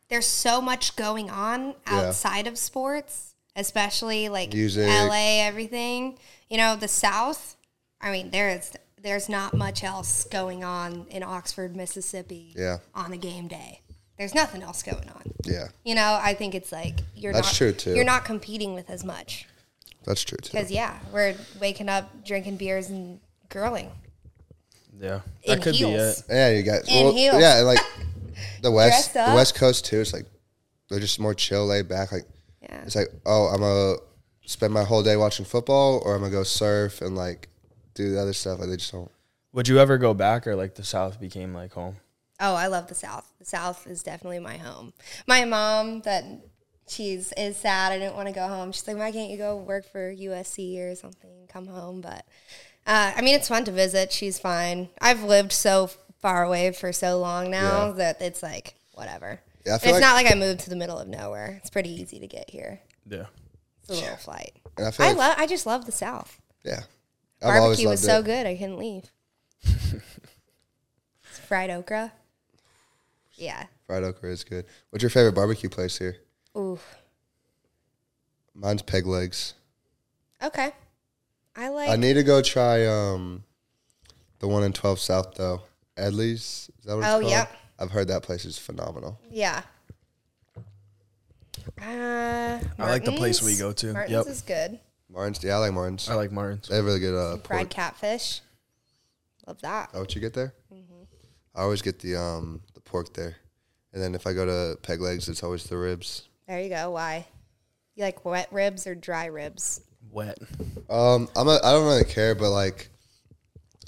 Speaker 1: there's so much going on
Speaker 3: Yeah.
Speaker 1: outside of sports, especially like
Speaker 3: Music.
Speaker 1: LA, everything. You know, the South, I mean, there is there's not much else going on in Oxford, Mississippi
Speaker 3: Yeah.
Speaker 1: on a game day. There's nothing else going on.
Speaker 3: Yeah,
Speaker 1: You know, I think it's like you're
Speaker 3: That's
Speaker 1: not
Speaker 3: true, too.
Speaker 1: you're not competing with as much.
Speaker 3: that's true too.
Speaker 1: Because yeah, we're waking up drinking beers and girling.
Speaker 2: Yeah,
Speaker 1: In
Speaker 2: that could
Speaker 1: heels.
Speaker 2: be it.
Speaker 3: Yeah, you guys.
Speaker 1: And
Speaker 3: well,
Speaker 1: heels.
Speaker 3: Yeah, and like the west,
Speaker 1: Dressed up.
Speaker 3: the west coast too. It's like they're just more chill, laid back. Like
Speaker 1: Yeah.
Speaker 3: it's like, oh, I'm gonna spend my whole day watching football, or I'm gonna go surf and like do the other stuff. Like they just don't.
Speaker 2: Would you ever go back, or like the South became like home?
Speaker 1: Oh, I love the South. The South is definitely my home. My mom, that she's is sad. I didn't want to go home. She's like, why can't you go work for USC or something? and Come home, but uh, I mean, it's fun to visit. She's fine. I've lived so far away for so long now
Speaker 3: Yeah.
Speaker 1: that it's like whatever. And
Speaker 3: Yeah, I
Speaker 1: it's
Speaker 3: feel like-
Speaker 1: not like I moved to the middle of nowhere. It's pretty easy to get here.
Speaker 2: Yeah,
Speaker 1: It's a little flight.
Speaker 3: And I feel
Speaker 1: I
Speaker 3: like,
Speaker 1: love. I just love the South.
Speaker 3: yeah,
Speaker 1: Barbecue was so
Speaker 3: it.
Speaker 1: good, I couldn't leave. It's fried okra. Yeah.
Speaker 3: Fried okra is good. What's your favorite barbecue place here?
Speaker 1: Ooh.
Speaker 3: Mine's Peg Legs.
Speaker 1: Okay. I like.
Speaker 3: I need to go try um the one in 12 South though. Edley's. Is that what it's
Speaker 1: Oh,
Speaker 3: called?
Speaker 1: yep.
Speaker 3: I've heard that place is phenomenal.
Speaker 1: yeah. Uh,
Speaker 2: I like the place we
Speaker 1: Martin's?
Speaker 2: go to.
Speaker 1: Martin's
Speaker 2: Yep.
Speaker 1: is good.
Speaker 3: Martin's. Yeah, I like Martin's.
Speaker 2: I like Martins.
Speaker 3: They have really good uh,
Speaker 1: Fried
Speaker 3: pork.
Speaker 1: catfish. Love that.
Speaker 3: Oh, what you get there? I always get the um the pork there, and then if I go to Peg Legs, it's always the ribs.
Speaker 1: There you go. Why? You like wet ribs or dry ribs?
Speaker 2: Wet.
Speaker 3: Um, I'm a, I don't really care, but like,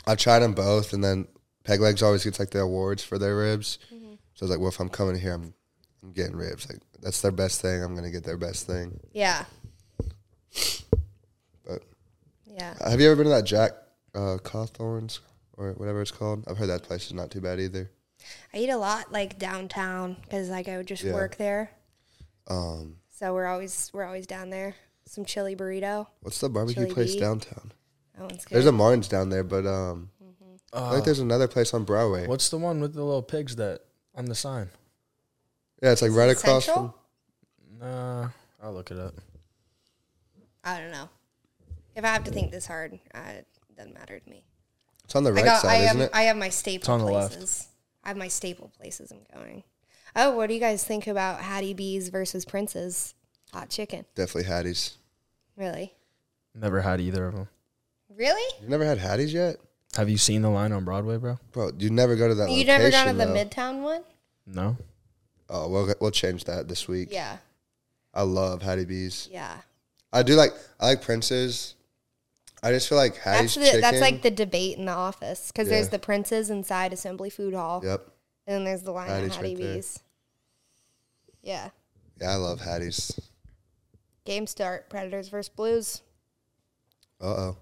Speaker 3: I've tried them both, and then Peg Legs always gets like the awards for their ribs. So I was like, well, if I'm coming here, I'm, I'm getting ribs. Like that's their best thing. I'm gonna get their best thing.
Speaker 1: Yeah.
Speaker 3: But
Speaker 1: Yeah.
Speaker 3: have you ever been to that Jack uh, Cawthorns or whatever it's called? I've heard that place is not too bad either.
Speaker 1: I eat a lot like downtown because like I would just
Speaker 3: Yeah.
Speaker 1: work there.
Speaker 3: Um,
Speaker 1: So we're always we're always down there. Some chili burrito.
Speaker 3: what's the barbecue
Speaker 1: Chili
Speaker 3: place
Speaker 1: Bee?
Speaker 3: downtown?
Speaker 1: That one's good.
Speaker 3: There's a Martin's down there, but um, I think there's another place on Broadway.
Speaker 2: What's the one with the little pigs that on the sign?
Speaker 3: Yeah, it's like right
Speaker 1: it
Speaker 3: across
Speaker 1: Central?
Speaker 3: from.
Speaker 2: Nah, I'll look it up.
Speaker 1: I don't know. If I have to think this hard, I, it doesn't matter to me.
Speaker 3: It's on the right
Speaker 1: I got I
Speaker 3: side,
Speaker 1: have
Speaker 3: isn't it?
Speaker 1: I have my staple
Speaker 2: on the left.
Speaker 1: places. I have my staple places I'm going. Oh, what do you guys think about Hattie B's versus Prince's hot chicken?
Speaker 3: Definitely Hattie's.
Speaker 1: Really?
Speaker 2: Never had either of them.
Speaker 1: Really?
Speaker 3: You've never had Hattie's yet,
Speaker 2: Have you seen the line on Broadway, bro?
Speaker 3: bro? You never go to that.
Speaker 1: You never gone to
Speaker 3: location,
Speaker 1: the
Speaker 3: though.
Speaker 1: Midtown one?
Speaker 2: No.
Speaker 3: Oh, we'll we'll change that this week.
Speaker 1: Yeah.
Speaker 3: I love Hattie B's.
Speaker 1: Yeah.
Speaker 3: I do like I like Prince's. I just feel like
Speaker 1: That's
Speaker 3: Hattie's
Speaker 1: the,
Speaker 3: chicken.
Speaker 1: that's like the debate in the office because there's
Speaker 3: Yeah.
Speaker 1: the Prince's inside Assembly Food Hall,
Speaker 3: Yep.
Speaker 1: and then there's the line
Speaker 3: Hattie's
Speaker 1: at
Speaker 3: right
Speaker 1: Hattie
Speaker 3: there.
Speaker 1: B's. Yeah.
Speaker 3: Yeah, I love Hattie's.
Speaker 1: Game start. Predators versus Blues.
Speaker 3: Uh oh.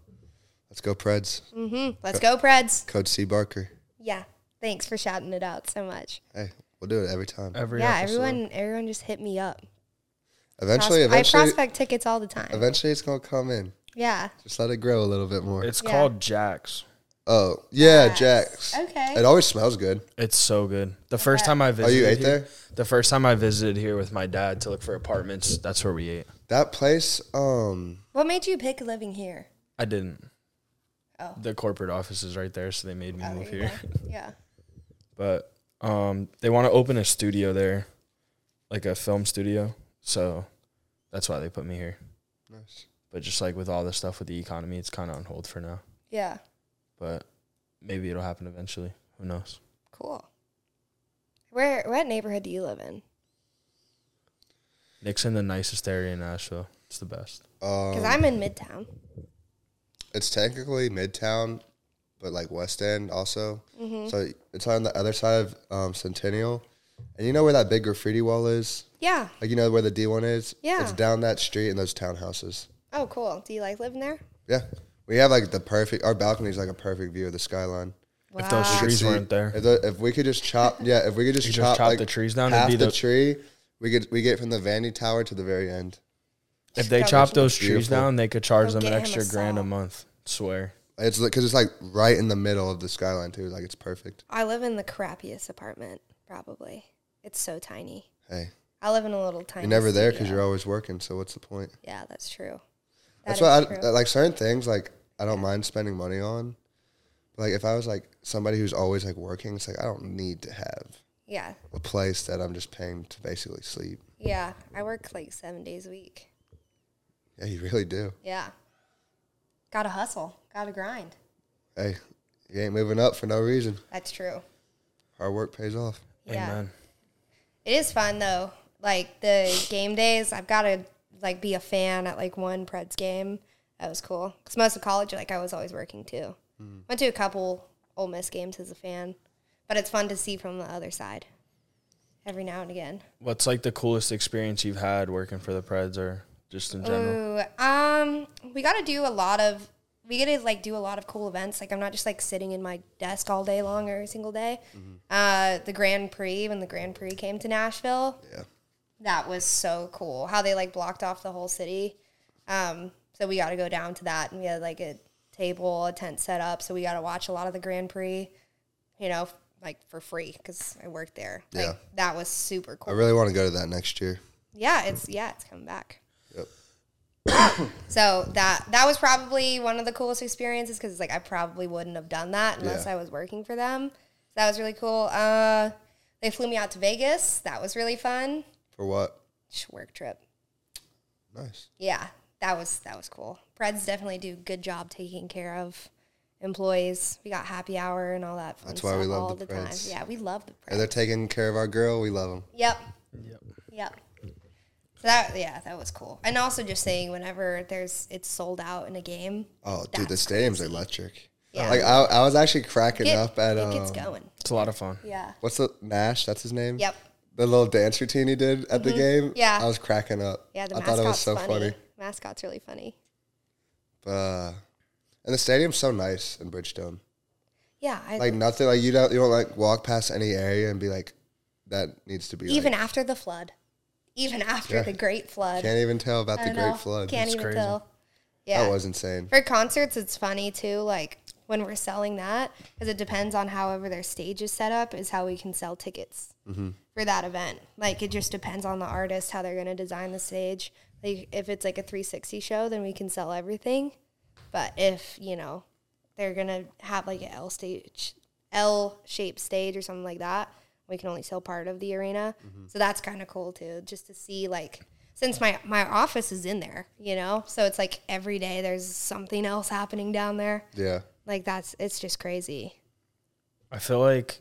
Speaker 3: Let's go Preds.
Speaker 1: Mm-hmm. Let's go, Preds.
Speaker 3: Coach C Barker.
Speaker 1: Yeah. Thanks for shouting it out so much.
Speaker 3: Hey, we'll do it every time.
Speaker 2: Every
Speaker 1: yeah,
Speaker 2: episode.
Speaker 1: everyone, everyone just hit me up.
Speaker 3: Eventually,
Speaker 1: Pros- I
Speaker 3: eventually,
Speaker 1: prospect tickets all the time.
Speaker 3: eventually, it's gonna come in.
Speaker 1: Yeah.
Speaker 3: Just let it grow a little bit more.
Speaker 2: It's
Speaker 1: Yeah.
Speaker 2: called Jack's.
Speaker 3: oh yeah, Jax.
Speaker 1: Okay.
Speaker 3: It always smells good.
Speaker 2: It's so good. The first time I
Speaker 3: Oh,
Speaker 2: visited
Speaker 3: you ate
Speaker 2: here-
Speaker 3: there?
Speaker 2: The first time I visited here with my dad to look for apartments, that's where we ate.
Speaker 3: That place. Um.
Speaker 1: What made you pick living here?
Speaker 2: I didn't.
Speaker 1: Oh.
Speaker 2: The corporate office is right there, so they made me move
Speaker 1: there you
Speaker 2: here.
Speaker 1: Yeah.
Speaker 2: But um, they want to open a studio there, like a film studio. So that's why they put me here.
Speaker 3: Nice.
Speaker 2: But just like with all the stuff with the economy, it's kind of on hold for now.
Speaker 1: Yeah.
Speaker 2: But maybe it'll happen eventually. Who knows?
Speaker 1: Cool. Where what neighborhood do you live in?
Speaker 2: Nixon, the nicest area in Nashville. It's the best.
Speaker 1: Because
Speaker 3: Um,
Speaker 1: I'm in Midtown.
Speaker 3: it's technically Midtown, but like West End also.
Speaker 1: Mm-hmm.
Speaker 3: So it's on the other side of um, Centennial, and you know where that big graffiti wall is.
Speaker 1: Yeah.
Speaker 3: Like you know where the D one is.
Speaker 1: Yeah.
Speaker 3: it's down that street in those townhouses.
Speaker 1: Oh, cool. Do you like living there?
Speaker 3: Yeah, we have like the perfect. Our balcony is like a perfect view of the skyline.
Speaker 2: If those trees
Speaker 3: See,
Speaker 2: weren't there,
Speaker 3: If, the, if we could just chop, yeah, if we could just
Speaker 2: You just
Speaker 3: chop,
Speaker 2: chop
Speaker 3: like,
Speaker 2: the trees down, it'd
Speaker 3: half
Speaker 2: be
Speaker 3: the,
Speaker 2: the-
Speaker 3: tree. We get we get from the Vandy Tower to the very end.
Speaker 2: if they
Speaker 1: That
Speaker 2: chop
Speaker 1: was
Speaker 2: those trees
Speaker 3: beautiful.
Speaker 2: down, they could charge
Speaker 1: Go
Speaker 2: them an
Speaker 1: get him a
Speaker 2: extra grand a
Speaker 1: saw.
Speaker 2: month. Swear.
Speaker 3: It's because it's like right in the middle of the skyline too. Like it's perfect.
Speaker 1: I live in the crappiest apartment, probably. It's so tiny.
Speaker 3: Hey,
Speaker 1: I live in a little tiny.
Speaker 3: you're never there
Speaker 1: studio.
Speaker 3: because you're always working. So what's the point?
Speaker 1: Yeah, that's true. That
Speaker 3: That's why
Speaker 1: is
Speaker 3: I like certain things like I don't mind spending money on. Like if I was like somebody who's always like working, it's like I don't need to have
Speaker 1: yeah,
Speaker 3: a place that I'm just paying to basically sleep.
Speaker 1: yeah. I work like seven days a week.
Speaker 3: Yeah, you really do.
Speaker 1: Yeah. Gotta hustle. Gotta grind.
Speaker 3: Hey, you ain't moving up for no reason.
Speaker 1: That's true.
Speaker 3: Hard work pays off.
Speaker 1: Yeah.
Speaker 2: Amen.
Speaker 1: It is fun though. Like the game days, I've got to like be a fan at like one Preds game. That was cool because most of college, like I was always working too. Went to a couple Ole Miss games as a fan, but it's fun to see from the other side every now and again.
Speaker 2: What's like the coolest experience you've had working for the Preds or just in general?
Speaker 1: Ooh, um, we got to do a lot of we get to like do a lot of cool events. Like I'm not just like sitting in my desk all day long every single day.
Speaker 3: Mm-hmm.
Speaker 1: Uh, the Grand Prix when the Grand Prix came to Nashville,
Speaker 3: Yeah.
Speaker 1: that was so cool. How they like blocked off the whole city. Um, so we got to go down to that, and we had like a table, a tent set up. So we got to watch a lot of the Grand Prix, you know, like for free because I worked there. Like
Speaker 3: Yeah.
Speaker 1: that was super
Speaker 3: I
Speaker 1: cool.
Speaker 3: really want to go to that next year.
Speaker 1: yeah, it's yeah, it's coming back.
Speaker 3: Yep.
Speaker 1: So that that was probably one of the coolest experiences because like I probably wouldn't have done that unless
Speaker 3: Yeah.
Speaker 1: I was working for them. So that was really cool. Uh, they flew me out to Vegas. That was really fun.
Speaker 3: For what?
Speaker 1: Just work trip.
Speaker 3: Nice.
Speaker 1: Yeah, that was that was cool. Preds definitely do good job taking care of employees. We got happy hour and all that fun
Speaker 3: That's why
Speaker 1: stuff
Speaker 3: we love
Speaker 1: all
Speaker 3: the
Speaker 1: the,
Speaker 3: Preds.
Speaker 1: time. Yeah, we love the
Speaker 3: And
Speaker 1: Preds.
Speaker 3: they're taking care of our girl. We love them.
Speaker 1: Yep. Yep. So that yeah, that was cool. And also just saying whenever there's it's sold out in a game.
Speaker 3: Oh, dude, the
Speaker 1: That's
Speaker 3: stadium's electric.
Speaker 1: Yeah.
Speaker 3: Like I, I was actually cracking
Speaker 1: Get-
Speaker 3: up at
Speaker 1: it gets
Speaker 3: um,
Speaker 1: going.
Speaker 2: It's a lot of fun.
Speaker 1: Yeah.
Speaker 3: what's the Nash? That's his name.
Speaker 1: Yep. Mm-hmm.
Speaker 3: The little dance routine he did at the game.
Speaker 1: Yeah.
Speaker 3: I was cracking up.
Speaker 1: Yeah, the
Speaker 3: I
Speaker 1: mascot's
Speaker 3: thought it was so
Speaker 1: funny.
Speaker 3: funny.
Speaker 1: Mascot's really funny.
Speaker 3: But, uh, and the stadium's so nice in Bridgestone.
Speaker 1: Yeah, I,
Speaker 3: Like nothing. Like you don't you don't like walk past any area and be like, that needs to be. like-
Speaker 1: even after the flood. Even after
Speaker 3: Yeah.
Speaker 1: the great flood.
Speaker 3: can't even tell about
Speaker 1: I
Speaker 3: the
Speaker 1: don't know.
Speaker 3: Great Flood.
Speaker 1: Can't
Speaker 2: It's
Speaker 1: even
Speaker 2: crazy.
Speaker 1: tell. Yeah.
Speaker 3: That was insane.
Speaker 1: For concerts, it's funny too. Like when we're selling that, because it depends on however their stage is set up, is how we can sell tickets for that event. Like it just depends on the artist how they're going to design the stage. Like if it's like a 360 show, then we can sell everything. But if you know they're gonna have like an L stage, L shaped stage or something like that, we can only sell part of the arena. So that's kind of cool too, just to see like since my my office is in there, you know, so it's like every day there's something else happening down there.
Speaker 3: Yeah.
Speaker 1: Like that's it's just crazy.
Speaker 2: I feel like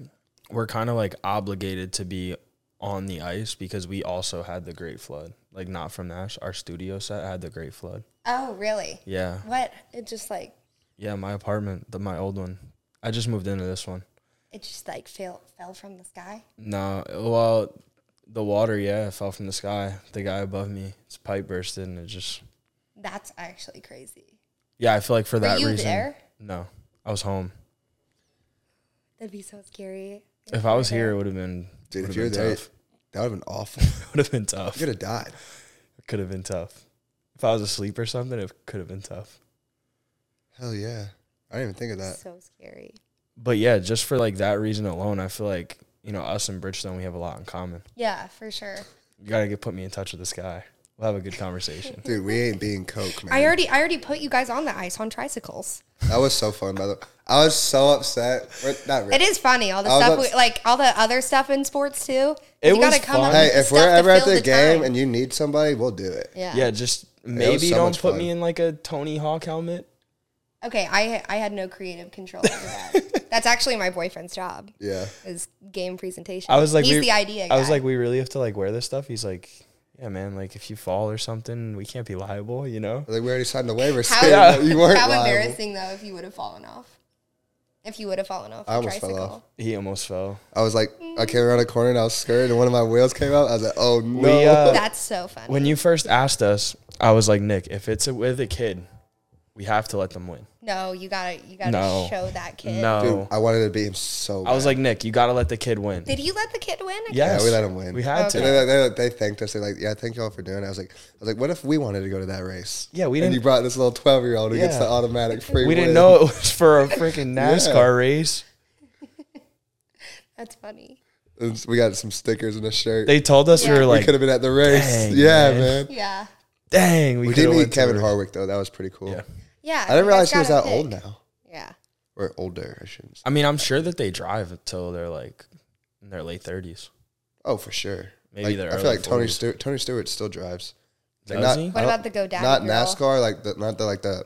Speaker 2: we're kind of like obligated to be on the ice because we also had the Great Flood. Like not from Nash, our studio set had the Great Flood.
Speaker 1: Oh really?
Speaker 2: Yeah,
Speaker 1: What? It just like
Speaker 2: yeah. My apartment, the my old one. I just moved into this one.
Speaker 1: it just like fell fell from the sky.
Speaker 2: No, well, the water, yeah, it fell from the sky. The guy above me, his pipe bursted, and it just.
Speaker 1: That's actually crazy.
Speaker 2: Yeah, I feel like for that
Speaker 1: you
Speaker 2: reason.
Speaker 1: there?
Speaker 2: No, I was home.
Speaker 1: That'd be so scary.
Speaker 2: If I was here, it would have been.
Speaker 3: Dude,
Speaker 2: would've
Speaker 3: if you were
Speaker 2: been
Speaker 3: there,
Speaker 2: tough.
Speaker 3: that would have been awful.
Speaker 2: would have been tough.
Speaker 3: you could have died.
Speaker 2: Could have been tough. If I was asleep or something, it could have been tough.
Speaker 3: Hell yeah. I didn't even think of that.
Speaker 1: So scary.
Speaker 2: But yeah, just for like that reason alone, I feel like you know us and Bridgestone, we have a lot in common.
Speaker 1: Yeah, for sure.
Speaker 2: You gotta get put me in touch with this guy. We'll have a good conversation.
Speaker 3: Dude, we ain't being coke, man.
Speaker 1: I already I already put you guys on the ice on tricycles.
Speaker 3: That was so fun, by the way. I was so upset. We're- not really.
Speaker 1: It is funny all the
Speaker 3: I was
Speaker 1: stuff
Speaker 3: ups-
Speaker 1: we, like all the other stuff in sports too.
Speaker 2: It
Speaker 1: you gotta
Speaker 2: was
Speaker 1: come
Speaker 2: fun.
Speaker 1: up
Speaker 3: Hey,
Speaker 1: with the
Speaker 3: if
Speaker 1: stuff
Speaker 3: we're
Speaker 1: to
Speaker 3: ever at
Speaker 1: fill
Speaker 3: the game
Speaker 1: time.
Speaker 3: and you need somebody, we'll do it.
Speaker 1: yeah.
Speaker 2: yeah, just maybe
Speaker 3: so
Speaker 2: don't
Speaker 3: much
Speaker 2: put
Speaker 3: fun.
Speaker 2: me in like a Tony Hawk helmet.
Speaker 1: Okay, I I had no creative control over that. That's actually my boyfriend's job
Speaker 3: Yeah.
Speaker 1: is game presentation.
Speaker 2: I was like,
Speaker 1: he's
Speaker 2: we-
Speaker 1: the idea. Guy.
Speaker 2: I was like, we really have to like wear this stuff. He's like, yeah, man. Like if you fall or something, we can't be liable. You know.
Speaker 3: Like we already signed the waiver.
Speaker 1: How-
Speaker 3: How,
Speaker 2: Yeah.
Speaker 3: You weren't
Speaker 1: how
Speaker 3: liable.
Speaker 1: embarrassing though if you would have fallen off. If you would have fallen off
Speaker 3: I
Speaker 1: the
Speaker 3: almost fell
Speaker 1: tricycle.
Speaker 3: off.
Speaker 2: He almost fell.
Speaker 3: I was like, I came around a corner and I was scared, and one of my wheels came out. I was like, oh no.
Speaker 2: We, uh,
Speaker 1: That's so funny.
Speaker 2: When you first asked us, I was like, Nick, if it's a, with a kid, we have to let them win.
Speaker 1: no, you gotta you gotta
Speaker 2: No.
Speaker 1: show that kid.
Speaker 2: No.
Speaker 3: Dude, I wanted to beat him so bad.
Speaker 2: Oh. I was like, Nick, you gotta let the kid win.
Speaker 1: Did you let the kid win?
Speaker 2: Yes.
Speaker 3: Yeah, we let him win.
Speaker 2: We had to.
Speaker 1: Okay.
Speaker 3: they, they, they thanked us. They're like, yeah, thank y'all for doing it. I was like, I was like, what if we wanted to go to that race?
Speaker 2: Yeah, we
Speaker 3: And
Speaker 2: didn't.
Speaker 3: you brought this little twelve year old who gets
Speaker 2: Yeah.
Speaker 3: the automatic free.
Speaker 2: we didn't
Speaker 3: win.
Speaker 2: know it was for a freaking NASCAR race.
Speaker 1: That's funny.
Speaker 3: And We got some stickers and a shirt.
Speaker 2: They told us
Speaker 1: Yeah.
Speaker 2: we
Speaker 1: We
Speaker 2: were
Speaker 3: we
Speaker 2: like,
Speaker 3: could have been at the race.
Speaker 2: Dang,
Speaker 3: yeah,
Speaker 2: man.
Speaker 3: man.
Speaker 1: Yeah.
Speaker 2: dang, we,
Speaker 3: We
Speaker 2: could
Speaker 3: did
Speaker 2: have
Speaker 3: meet Kevin
Speaker 2: Hart.
Speaker 3: Harwick though. That was pretty cool.
Speaker 2: Yeah.
Speaker 1: Yeah.
Speaker 3: I didn't realize he was that
Speaker 1: out
Speaker 3: old now
Speaker 1: Yeah.
Speaker 3: or older. I shouldn't. Say.
Speaker 2: I mean, I'm sure that they drive until they're like in their late 30s.
Speaker 3: Oh, for sure.
Speaker 2: Maybe
Speaker 3: Like,
Speaker 2: they're
Speaker 3: I feel
Speaker 2: early
Speaker 3: like Tony
Speaker 2: 40s.
Speaker 3: Stewart. Tony Stewart still drives. Like,
Speaker 2: Does
Speaker 3: not-
Speaker 2: he?
Speaker 3: I
Speaker 1: What
Speaker 3: don't-
Speaker 1: about the go down?
Speaker 3: Not
Speaker 1: girl?
Speaker 3: NASCAR, like the, not the like the.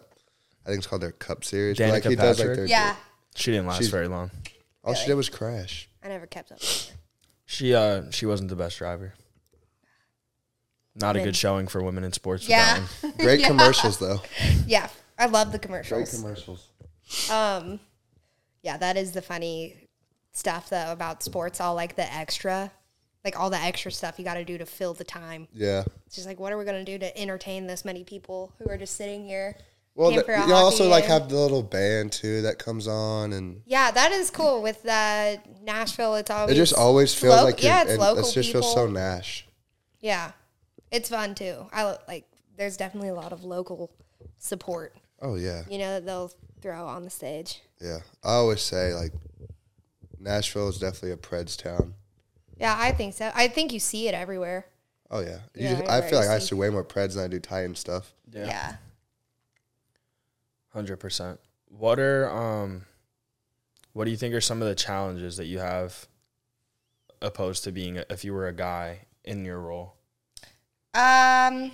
Speaker 3: I think it's called their Cup Series. but, like
Speaker 2: Danica
Speaker 3: he does like
Speaker 2: Patrick?
Speaker 3: their.
Speaker 1: Yeah.
Speaker 2: She didn't last
Speaker 3: She's-
Speaker 2: very long.
Speaker 3: All she did was crash.
Speaker 1: I never kept up.
Speaker 2: She uh she wasn't the best driver. Not a
Speaker 1: Women.
Speaker 2: good showing for women in sports. with that
Speaker 1: Yeah.
Speaker 2: one.
Speaker 3: Great commercials though.
Speaker 1: yeah. I love the
Speaker 3: Great
Speaker 1: commercials.
Speaker 3: commercials.
Speaker 1: Um yeah, that is the funny stuff though about sports, all like the extra like all the extra stuff you gotta do to fill the time.
Speaker 3: Yeah.
Speaker 1: It's just like what are we gonna do to entertain this many people who are just sitting here?
Speaker 3: Well,
Speaker 1: Came
Speaker 3: the,
Speaker 1: for a
Speaker 3: you also
Speaker 1: hockey
Speaker 3: like
Speaker 1: and-
Speaker 3: have the little band too that comes on, and
Speaker 1: Yeah, that is cool with the Nashville Oh, it's always
Speaker 3: it just always
Speaker 1: it's
Speaker 3: feels
Speaker 1: lo-
Speaker 3: like
Speaker 1: yeah,
Speaker 3: you're-
Speaker 1: it's
Speaker 3: and
Speaker 1: local
Speaker 3: It just feels so Nash.
Speaker 1: Yeah. It's fun too. I lo- like there's definitely a lot of local support,
Speaker 3: Oh yeah,
Speaker 1: you know, that they'll throw on the stage.
Speaker 3: yeah. I always say like, Nashville is definitely a Preds town.
Speaker 1: Yeah, I think so. I think you see it everywhere.
Speaker 3: Oh yeah, you
Speaker 1: Yeah,
Speaker 3: just, I feel like
Speaker 1: everywhere
Speaker 3: I
Speaker 1: you
Speaker 3: see way more Preds than I do Titan stuff.
Speaker 1: Yeah.
Speaker 2: Hundred percent. What are um, what do you think are some of the challenges that you have, opposed to being a, if you were a guy in your role?
Speaker 1: Um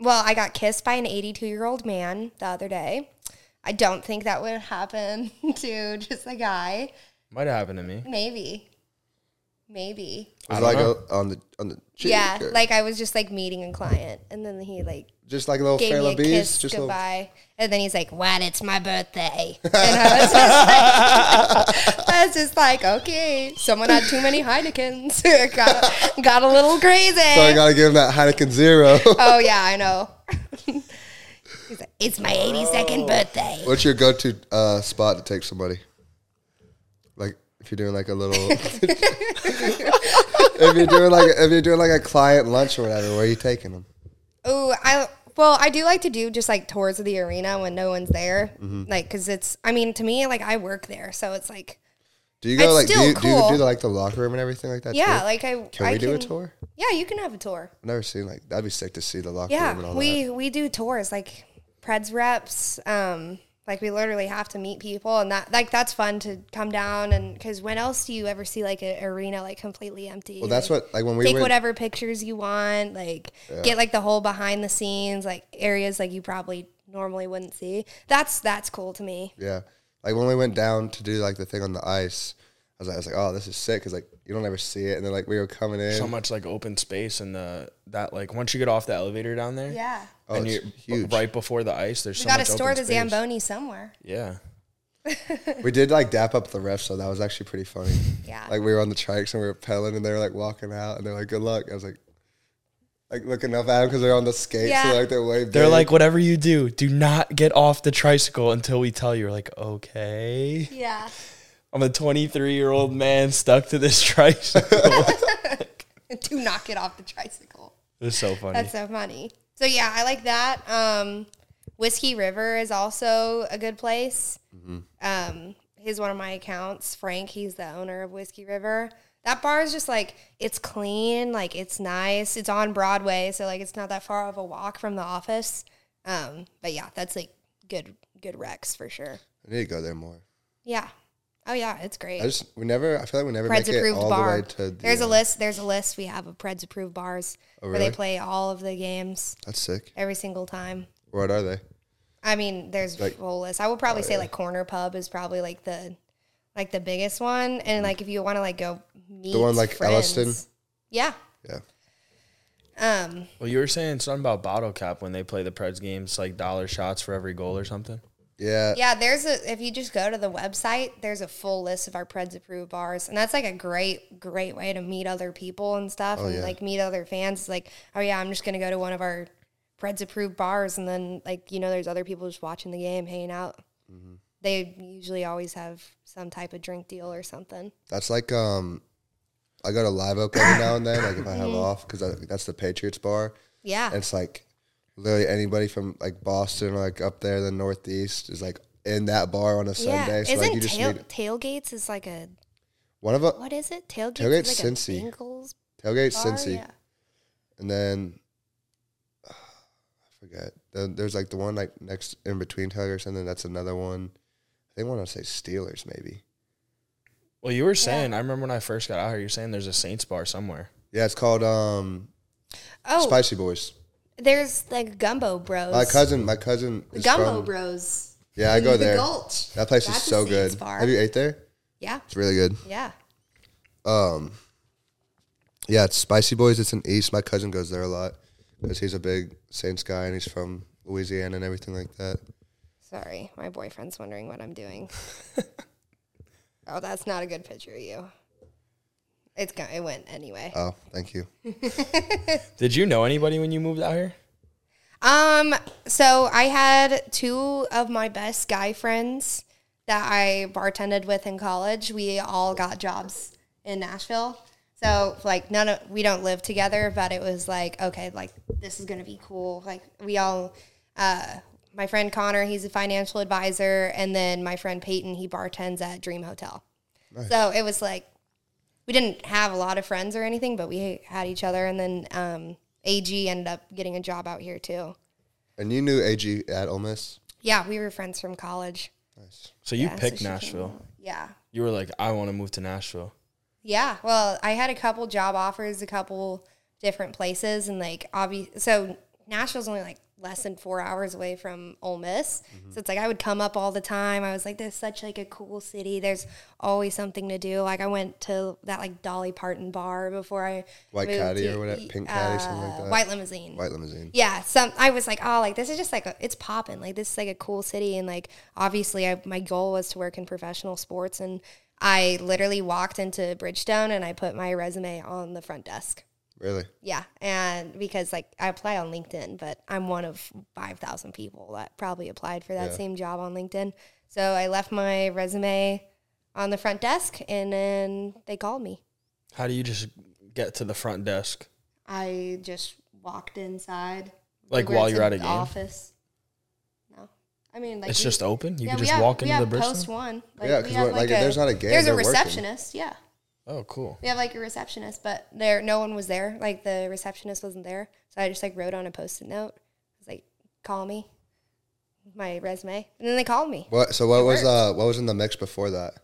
Speaker 1: Well, I got kissed by an 82 year old man the other day. I don't think that would happen to just a guy.
Speaker 2: Might have happened to me.
Speaker 1: Maybe. Maybe.
Speaker 2: I
Speaker 3: Was it
Speaker 2: don't
Speaker 3: like
Speaker 2: know.
Speaker 3: a, on the on the cheek
Speaker 1: yeah.
Speaker 3: or
Speaker 1: Like I was just like meeting a client and then he like
Speaker 3: just like a little
Speaker 1: gave
Speaker 3: Fair
Speaker 1: me a
Speaker 3: Bees,
Speaker 1: kiss
Speaker 3: just a little,
Speaker 1: goodbye. And then he's like, What? It's my birthday. And I was just like, I was just like Okay, someone had too many Heinekens. got, got a little crazy.
Speaker 3: so I gotta give him that Heineken Zero.
Speaker 1: oh, yeah, I know. he's like, It's my
Speaker 3: Oh.
Speaker 1: 82nd birthday.
Speaker 3: What's your go-to uh, spot to take somebody? Like if you're doing like a little, if you're doing like if you're doing like a client lunch or whatever, where are you taking them?
Speaker 1: Oh, I well, I do like to do just like tours of the arena when no one's there,
Speaker 3: Mm-hmm.
Speaker 1: like because it's. I mean, to me, like I work there, so it's like
Speaker 3: Do you go
Speaker 1: It's
Speaker 3: like do
Speaker 1: still
Speaker 3: you, do you
Speaker 1: cool.
Speaker 3: do like the locker room and everything like that?
Speaker 1: yeah,
Speaker 3: too?
Speaker 1: like I
Speaker 3: can
Speaker 1: I
Speaker 3: we do a tour?
Speaker 1: Yeah, you can have a tour.
Speaker 3: I've never seen like that'd be sick to see the locker room and
Speaker 1: Yeah,
Speaker 3: all
Speaker 1: we
Speaker 3: that.
Speaker 1: we do tours like Preds reps. Um, like we literally have to meet people, and that like that's fun to come down and because when else do you ever see like an arena like completely empty?
Speaker 3: Well, that's
Speaker 1: Like,
Speaker 3: what like when we
Speaker 1: Take
Speaker 3: went.
Speaker 1: whatever pictures you want, like get like the whole behind the scenes, like areas like you probably normally wouldn't see. That's that's cool to me.
Speaker 3: Yeah, like when we went down to do like the thing on the ice, I was like, I was like, oh, this is sick because like you don't ever see it, and then like we were coming in.
Speaker 2: So much like open space and the that like once you get off the elevator down there,
Speaker 1: Yeah.
Speaker 3: oh,
Speaker 2: and
Speaker 3: it's
Speaker 2: you're
Speaker 3: huge.
Speaker 2: right before the ice. There's
Speaker 1: We
Speaker 2: so
Speaker 1: got to
Speaker 2: much
Speaker 1: store
Speaker 2: open
Speaker 1: the
Speaker 2: space.
Speaker 1: Zamboni somewhere.
Speaker 2: Yeah,
Speaker 3: We did like dap up the refs, so that was actually pretty funny.
Speaker 1: Yeah.
Speaker 3: Like we were on the trikes and we were pedaling, and they were like walking out, and they're like, "Good luck." I was like, like looking up at them because they're on the skates,
Speaker 1: Yeah.
Speaker 3: so like they're way.
Speaker 2: they're
Speaker 3: big.
Speaker 2: like whatever you do, do not get off the tricycle until we tell you. We're like, okay,
Speaker 1: yeah.
Speaker 2: I'm a 23 year old man stuck to this tricycle.
Speaker 1: Do not get off the tricycle.
Speaker 2: it's so funny.
Speaker 1: That's so funny. So yeah, I like that. Um, Whiskey River is also a good place.
Speaker 3: Mm-hmm.
Speaker 1: Um, he's one of my accounts. Frank, he's the owner of Whiskey River. That bar is just like it's clean, like it's nice. It's on Broadway, so like it's not that far of a walk from the office. Um, but yeah, that's like good good recs for sure.
Speaker 3: "I need to go there more."
Speaker 1: Yeah. Oh yeah, it's great.
Speaker 3: I just we never. I feel like we never
Speaker 1: Preds
Speaker 3: make it
Speaker 1: approved
Speaker 3: all the
Speaker 1: bar.
Speaker 3: way to. The, Oh,
Speaker 1: there's a list. There's a list we have of Preds approved bars where they
Speaker 3: really?
Speaker 1: play all of the games
Speaker 3: That's sick.
Speaker 1: every single time.
Speaker 3: What are they?
Speaker 1: I mean, there's
Speaker 3: Like- uh,
Speaker 1: a whole list. I would probably say like Corner Pub is probably like the like the biggest one, and like if you want to like go meet
Speaker 3: Mm. one like
Speaker 1: friends.
Speaker 3: Elliston?
Speaker 1: yeah.
Speaker 3: Yeah.
Speaker 1: Um,
Speaker 2: well, you were saying something about bottle cap when they play the Preds games, like dollar shots for every goal or something.
Speaker 3: Yeah.
Speaker 1: yeah, there's a if you just go to the website, there's a full list of our Preds approved bars, and that's like a great great way to meet other people and stuff, and
Speaker 3: Oh, yeah.
Speaker 1: like meet other fans. It's like, oh yeah, I'm just gonna go to one of our Preds approved bars, and then like you know, there's other people just watching the game, hanging out.
Speaker 3: Mm-hmm.
Speaker 1: They usually always have some type of drink deal or something.
Speaker 3: That's like um, I go to Live Oak every now and then, like if I
Speaker 1: Mm-hmm.
Speaker 3: have off, because that's the Patriots bar.
Speaker 1: Yeah.
Speaker 3: And it's like literally anybody from like Boston or like up there, the Northeast is like in that bar on a Sunday.
Speaker 1: Yeah,
Speaker 3: So
Speaker 1: isn't
Speaker 3: like you just
Speaker 1: tail,
Speaker 3: need
Speaker 1: tailgates is like a
Speaker 3: one of a
Speaker 1: what is it? Tailgates,
Speaker 3: Tailgate's
Speaker 1: is like
Speaker 3: Cincy.
Speaker 1: a Bengals
Speaker 3: tailgate
Speaker 1: bar.
Speaker 3: Cincy,
Speaker 1: Yeah.
Speaker 3: and then I forget. Then there's like the one like next in between tailgate or something. That's another one. I think I want to say Steelers maybe.
Speaker 2: Well, you were saying I remember when I first got out here. You're saying there's a Saints bar somewhere.
Speaker 3: Yeah, it's called um
Speaker 1: Oh,
Speaker 3: Spicy Boys.
Speaker 1: there's like Gumbo Bros.
Speaker 3: My cousin, my cousin
Speaker 1: the
Speaker 3: is
Speaker 1: Gumbo
Speaker 3: from-
Speaker 1: Bros.
Speaker 3: Yeah, I go
Speaker 1: The
Speaker 3: there.
Speaker 1: Gulch.
Speaker 3: That place
Speaker 1: That's
Speaker 3: is
Speaker 1: a
Speaker 3: so
Speaker 1: Saints
Speaker 3: good.
Speaker 1: bar.
Speaker 3: Have you ate there?
Speaker 1: Yeah,
Speaker 3: It's really good.
Speaker 1: yeah.
Speaker 3: Um, yeah, it's Spicy Boys. It's in East. My cousin goes there a lot because he's a big Saints guy and he's from Louisiana and everything like that.
Speaker 1: Sorry, my boyfriend's wondering what I'm doing. oh, that's not a good picture of you. It's go- it went anyway.
Speaker 3: Oh, thank you.
Speaker 2: Did you know anybody when you moved out here?
Speaker 1: Um, so I had two of my best guy friends that I bartended with in college. We all got jobs in Nashville. So like none of we don't live together, but it was like, okay, like this is gonna be cool. Like we all uh my friend Connor, he's a financial advisor, and then my friend Peyton, he bartends at Dream Hotel. So it was like we didn't have a lot of friends or anything, but we had each other. And then um, AG ended up getting a job out here too.
Speaker 3: And you knew AG at Ole Miss?
Speaker 1: Yeah, we were friends from college.
Speaker 2: So you
Speaker 1: Yeah, so
Speaker 2: picked
Speaker 1: she came
Speaker 2: Nashville.
Speaker 1: out. Yeah.
Speaker 2: You were like, I want to move to Nashville.
Speaker 1: Yeah. Well, I had a couple job offers, a couple different places, and like obvious. So Nashville's only like less than four hours away from Ole Miss,
Speaker 3: Mm-hmm.
Speaker 1: so it's like I would come up all the time. I was like, "There's such like a cool city. There's always something to do." Like I went to that like Dolly Parton bar before I
Speaker 3: White
Speaker 1: moved
Speaker 3: Caddy
Speaker 1: to- E
Speaker 3: or whatever, Pink Caddy, something like
Speaker 1: uh,
Speaker 3: that.
Speaker 1: White limousine.
Speaker 3: White limousine.
Speaker 1: Yeah, some I was like, oh, like this is just like a, it's popping. Like this is like a cool city, and like obviously, I, my goal was to work in professional sports, and I literally walked into Bridgestone and I put my resume on the front desk.
Speaker 3: Really?
Speaker 1: Yeah, and because like I applied on LinkedIn, but I'm one of five thousand people that probably applied for that
Speaker 3: Yeah.
Speaker 1: same job on LinkedIn. So I left my resume on the front desk, and then they called me.
Speaker 2: How do you just get to the front desk?
Speaker 1: I just walked inside.
Speaker 2: Like
Speaker 1: We were
Speaker 2: while you're at
Speaker 1: the
Speaker 2: a game?
Speaker 1: Office. No, I mean like
Speaker 2: It's
Speaker 1: we-
Speaker 2: just open. You
Speaker 1: yeah,
Speaker 2: can
Speaker 1: we
Speaker 2: just
Speaker 1: have,
Speaker 2: walk
Speaker 1: we
Speaker 2: into the
Speaker 1: have
Speaker 2: Bristol.
Speaker 1: post one.
Speaker 3: Yeah,
Speaker 1: we
Speaker 3: 'cause
Speaker 1: have,
Speaker 3: we're- like, if there's not a game,
Speaker 1: There's a
Speaker 3: they're working.
Speaker 1: receptionist. Yeah,
Speaker 2: oh, cool.
Speaker 1: we have like a receptionist, but there no one was there. Like the receptionist wasn't there, so I just like wrote on a post-it note. I was like, "Call me." My resume, and then they called me.
Speaker 3: What? So what was
Speaker 1: worked.
Speaker 3: uh what was in the mix before that?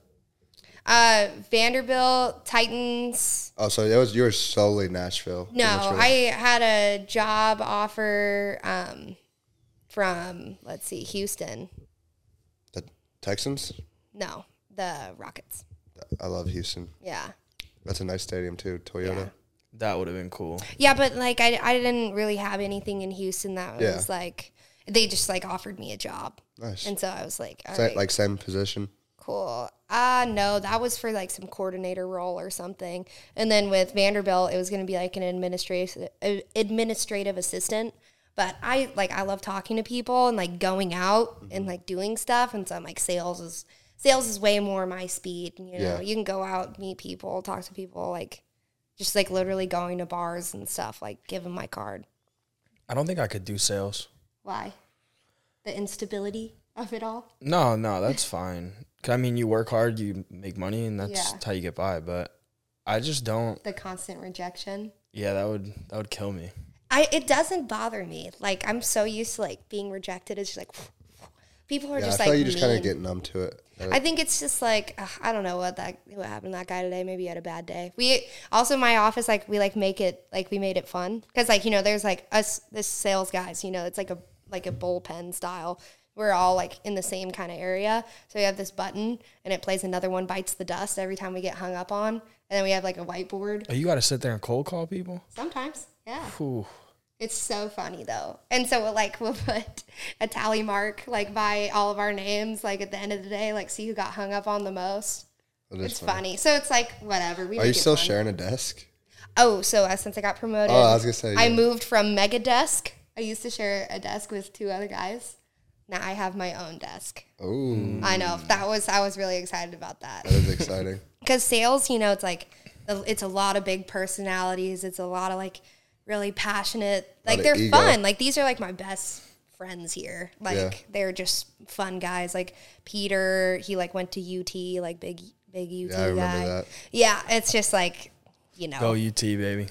Speaker 1: Uh, Vanderbilt Titans.
Speaker 3: Oh, so that was you were solely Nashville.
Speaker 1: No,
Speaker 3: pretty much,
Speaker 1: I
Speaker 3: right?
Speaker 1: had a job offer um, from let's see, Houston.
Speaker 3: the Texans.
Speaker 1: No, the Rockets.
Speaker 3: I love Houston.
Speaker 1: Yeah.
Speaker 3: That's a nice stadium too. Toyota.
Speaker 1: Yeah.
Speaker 2: That would have been cool.
Speaker 1: Yeah, but like I, I didn't really have anything in Houston that
Speaker 3: Yeah.
Speaker 1: was like they just like offered me a job.
Speaker 3: Nice.
Speaker 1: And so I was like, all
Speaker 3: Sa-
Speaker 1: right,
Speaker 3: Like same position.
Speaker 1: cool. Uh no, that was for like some coordinator role or something. And then with Vanderbilt, it was going to be like an administrative uh, administrative assistant. But I like I love talking to people and like going out and like doing stuff. And so I'm like sales is sales is way more my speed. You know,
Speaker 3: Yeah.
Speaker 1: you can go out, meet people, talk to people, like just like literally going to bars and stuff. Like give them my card.
Speaker 2: I don't think I could do sales.
Speaker 1: Why? The instability of it all.
Speaker 2: No, no, that's fine. 'Cause, I mean, you work hard, you make money, and that's
Speaker 1: Yeah.
Speaker 2: how you get by. But I just don't.
Speaker 1: The constant rejection.
Speaker 2: Yeah, that would that would kill me.
Speaker 1: I it doesn't bother me. Like I'm so used to like being rejected. It's just like people are
Speaker 3: Yeah, I
Speaker 1: just
Speaker 3: feel
Speaker 1: like.
Speaker 3: like you just kind
Speaker 1: mean.
Speaker 3: of get numb to it. Uh,
Speaker 1: I think it's just like ugh, I don't know what that what happened to that guy today. Maybe he had a bad day. We also my office like we like make it like we made it fun because like you know there's like us this sales guys you know it's like a like a bullpen style. We're all like in the same kind of area, so we have this button and it plays another one bites the dust every time we get hung up on, and then we have like a whiteboard
Speaker 2: Oh, you got to sit there and cold call people.
Speaker 1: sometimes. Yeah.
Speaker 2: Whew.
Speaker 1: It's so funny though. And so like we'll put a tally mark like by all of our names, like at the end of the day, like see who got hung up on the most.
Speaker 3: it is
Speaker 1: It's funny. So it's like whatever. We
Speaker 3: Are
Speaker 1: make
Speaker 3: you
Speaker 1: it
Speaker 3: still
Speaker 1: fun.
Speaker 3: sharing a desk?
Speaker 1: Oh, so uh, since I got promoted,
Speaker 3: Oh, I was gonna say,
Speaker 1: I
Speaker 3: yeah.
Speaker 1: moved from mega desk. I used to share a desk with two other guys. Now I have my own desk.
Speaker 3: Oh,
Speaker 1: I know that was I was really excited about that
Speaker 3: that is exciting.
Speaker 1: because sales, you know, it's like it's a lot of big personalities. It's a lot of like really passionate. Like
Speaker 3: of
Speaker 1: they're
Speaker 3: ego.
Speaker 1: fun. Like these are like my best friends here. Like
Speaker 3: Yeah.
Speaker 1: they're just fun guys. Like Peter, he like went to UT, like big big UT
Speaker 3: Yeah, I remember
Speaker 1: guy.
Speaker 3: that.
Speaker 1: Yeah, it's just like you know,
Speaker 2: Go
Speaker 1: go,
Speaker 2: UT baby.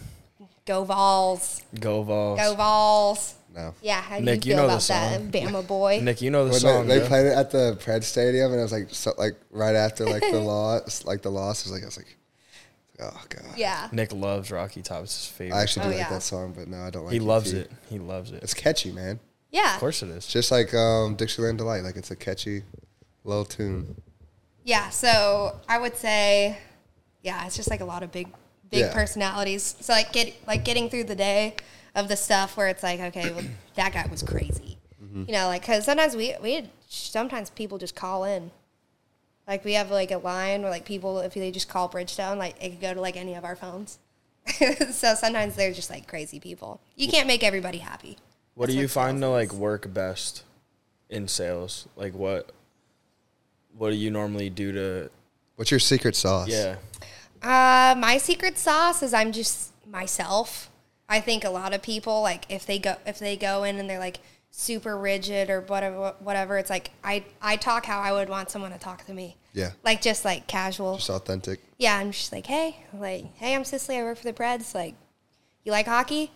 Speaker 1: Vols,
Speaker 2: Go Vols.
Speaker 1: go Vols.
Speaker 3: No.
Speaker 1: Yeah, how do
Speaker 2: Nick,
Speaker 1: you
Speaker 2: you
Speaker 1: feel
Speaker 2: know the
Speaker 1: about that,
Speaker 2: song.
Speaker 1: Bama boy?
Speaker 2: Nick, you know the
Speaker 3: When
Speaker 2: song.
Speaker 3: they, they
Speaker 2: bro.
Speaker 3: played it at the Pred Stadium, and it was like so, like right after like the loss, like the loss was like I was like, oh god.
Speaker 1: yeah,
Speaker 2: Nick loves Rocky Top. It's his favorite.
Speaker 3: I actually do
Speaker 1: Oh,
Speaker 3: like
Speaker 1: yeah.
Speaker 3: that song, but no, I don't like.
Speaker 2: he
Speaker 3: UT.
Speaker 2: loves it. He loves it.
Speaker 3: It's catchy, man.
Speaker 1: yeah,
Speaker 2: Of course it
Speaker 3: It's
Speaker 2: is.
Speaker 3: just like um, Dixieland Delight. Like it's a catchy little tune.
Speaker 1: Yeah, so I would say, yeah, it's just like a lot of big, big
Speaker 3: Yeah.
Speaker 1: personalities. So like get like getting through the day of the stuff where it's like, okay, well that guy was crazy, you know, like because sometimes we we sometimes people just call in, like we have like a line where like people if they just call Bridgestone, like it could go to like any of our phones. so sometimes they're just like crazy people. You can't make everybody happy.
Speaker 2: What do
Speaker 1: That's
Speaker 2: you
Speaker 1: what
Speaker 2: find to
Speaker 1: sales
Speaker 2: like
Speaker 1: is.
Speaker 2: work best in sales? Like what? What do you normally do to?
Speaker 3: What's your secret sauce?
Speaker 2: Yeah.
Speaker 1: Uh, my secret sauce is I'm just myself. I think a lot of people like if they go if they go in and they're like super rigid or whatever whatever. It's like I I talk how I would want someone to talk to me.
Speaker 3: Yeah.
Speaker 1: Like just like casual.
Speaker 3: Just authentic.
Speaker 1: Yeah, I'm just like hey like hey I'm Cicely I work for the Preds like you like hockey?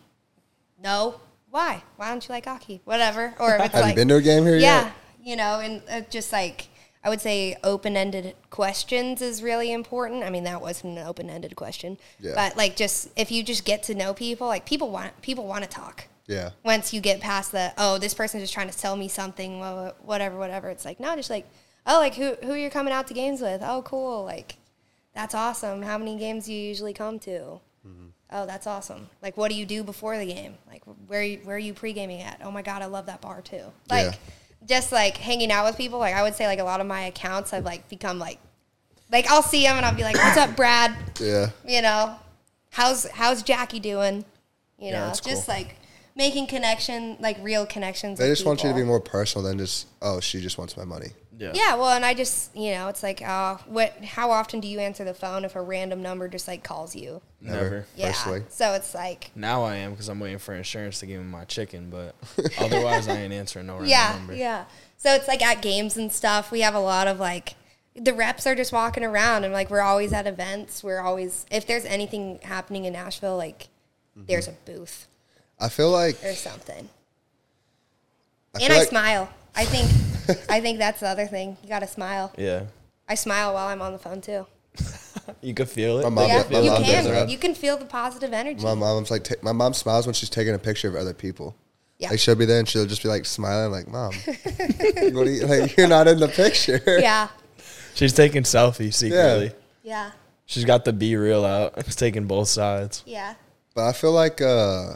Speaker 1: No. Why? Why don't you like hockey? Whatever. Or if it's
Speaker 3: Have
Speaker 1: like
Speaker 3: you been to a game here
Speaker 1: yeah,
Speaker 3: yet?
Speaker 1: you know, and uh, just like I would say, open-ended questions is really important. I mean, that wasn't an open-ended question,
Speaker 3: Yeah.
Speaker 1: but like just if you just get to know people, like people want people want to talk.
Speaker 3: Yeah.
Speaker 1: once you get past the oh this person's just trying to sell me something wha- whatever whatever it's like no just like oh like who who you're coming out to games with oh cool like that's awesome how many games do you usually come to oh that's awesome like what do you do before the game like where you, where are you pre-gaming at oh my god i love that bar too like
Speaker 3: Yeah.
Speaker 1: just like hanging out with people like i would say like a lot of my accounts have like become like like i'll see them and i'll be like what's up brad
Speaker 3: Yeah.
Speaker 1: you know how's how's jackie doing you
Speaker 2: Yeah,
Speaker 1: know
Speaker 2: that's
Speaker 1: just
Speaker 2: cool.
Speaker 1: like making connection like real connections
Speaker 3: They
Speaker 1: with
Speaker 3: just want you to be
Speaker 1: people.
Speaker 3: more personal than just, oh, she just wants my money.
Speaker 2: Yeah.
Speaker 1: yeah well and i just you know it's like uh what how often do you answer the phone if a random number just like calls you
Speaker 2: Never.
Speaker 1: yeah
Speaker 3: Personally.
Speaker 1: so it's like
Speaker 2: Now I am because I'm waiting for insurance to give me my chicken, but otherwise I ain't answering no random
Speaker 1: yeah
Speaker 2: number.
Speaker 1: yeah so it's like at games and stuff we have a lot of like the reps are just walking around and like we're always at events we're always if there's anything happening in nashville like
Speaker 3: Mm-hmm.
Speaker 1: there's a booth
Speaker 3: I feel like.
Speaker 1: or something
Speaker 3: I
Speaker 1: and
Speaker 3: feel
Speaker 1: I
Speaker 3: like-
Speaker 1: smile. I think I think that's the other thing. You gotta smile.
Speaker 2: Yeah.
Speaker 1: I smile while I'm on the phone too.
Speaker 2: You could feel it.
Speaker 3: My mom-
Speaker 2: They
Speaker 1: Yeah,
Speaker 2: could
Speaker 3: my
Speaker 2: feel
Speaker 1: you
Speaker 3: mom
Speaker 2: it.
Speaker 3: does
Speaker 1: can.
Speaker 3: that.
Speaker 1: You can feel the positive energy.
Speaker 3: My mom's like, ta- my mom smiles when she's taking a picture of other people.
Speaker 1: Yeah.
Speaker 3: Like she'll be there and she'll just be like smiling, like, "Mom, what are you, like you're not in the picture."
Speaker 1: Yeah,
Speaker 2: She's taking selfies secretly.
Speaker 3: Yeah.
Speaker 1: yeah,
Speaker 2: She's got the B reel out. It's taking both sides.
Speaker 1: yeah.
Speaker 3: But I feel like uh,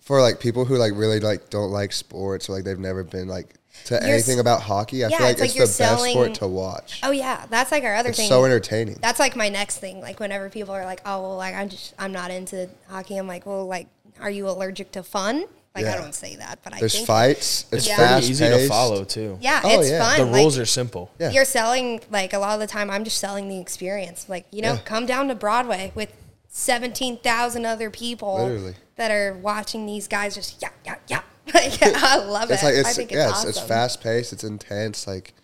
Speaker 3: for like people who like really like don't like sports or like they've never been like to
Speaker 1: You're
Speaker 3: anything
Speaker 1: s-
Speaker 3: about hockey, I
Speaker 1: Yeah,
Speaker 3: feel like
Speaker 1: it's
Speaker 3: it's,
Speaker 1: like you're
Speaker 3: the best
Speaker 1: selling-
Speaker 3: sport to watch.
Speaker 1: Oh yeah, that's like our other
Speaker 3: It's
Speaker 1: thing.
Speaker 3: so entertaining.
Speaker 1: that's like my next thing. Like whenever people are like, "Oh, well, like I'm just I'm not into hockey," I'm like, "Well, like, are you allergic to fun?" Like I
Speaker 3: Yeah.
Speaker 1: don't say that, but I
Speaker 3: There's
Speaker 1: think
Speaker 3: fights. It's
Speaker 1: Yeah.
Speaker 3: fast
Speaker 2: Pretty easy to
Speaker 3: paced.
Speaker 2: follow too.
Speaker 1: Yeah,
Speaker 3: Oh,
Speaker 1: it's
Speaker 3: yeah.
Speaker 1: fun.
Speaker 2: The
Speaker 1: like,
Speaker 2: rules are simple.
Speaker 3: Yeah.
Speaker 1: You're selling like a lot of the time. I'm just selling the experience. Like you know,
Speaker 3: Yeah.
Speaker 1: come down to Broadway with seventeen thousand other people
Speaker 3: Literally.
Speaker 1: that are watching these guys just yeah yeah yeah. Like I love
Speaker 3: It's
Speaker 1: it.
Speaker 3: like
Speaker 1: I
Speaker 3: it's,
Speaker 1: think it's
Speaker 3: yeah,
Speaker 1: awesome.
Speaker 3: it's, it's fast paced. It's intense. Like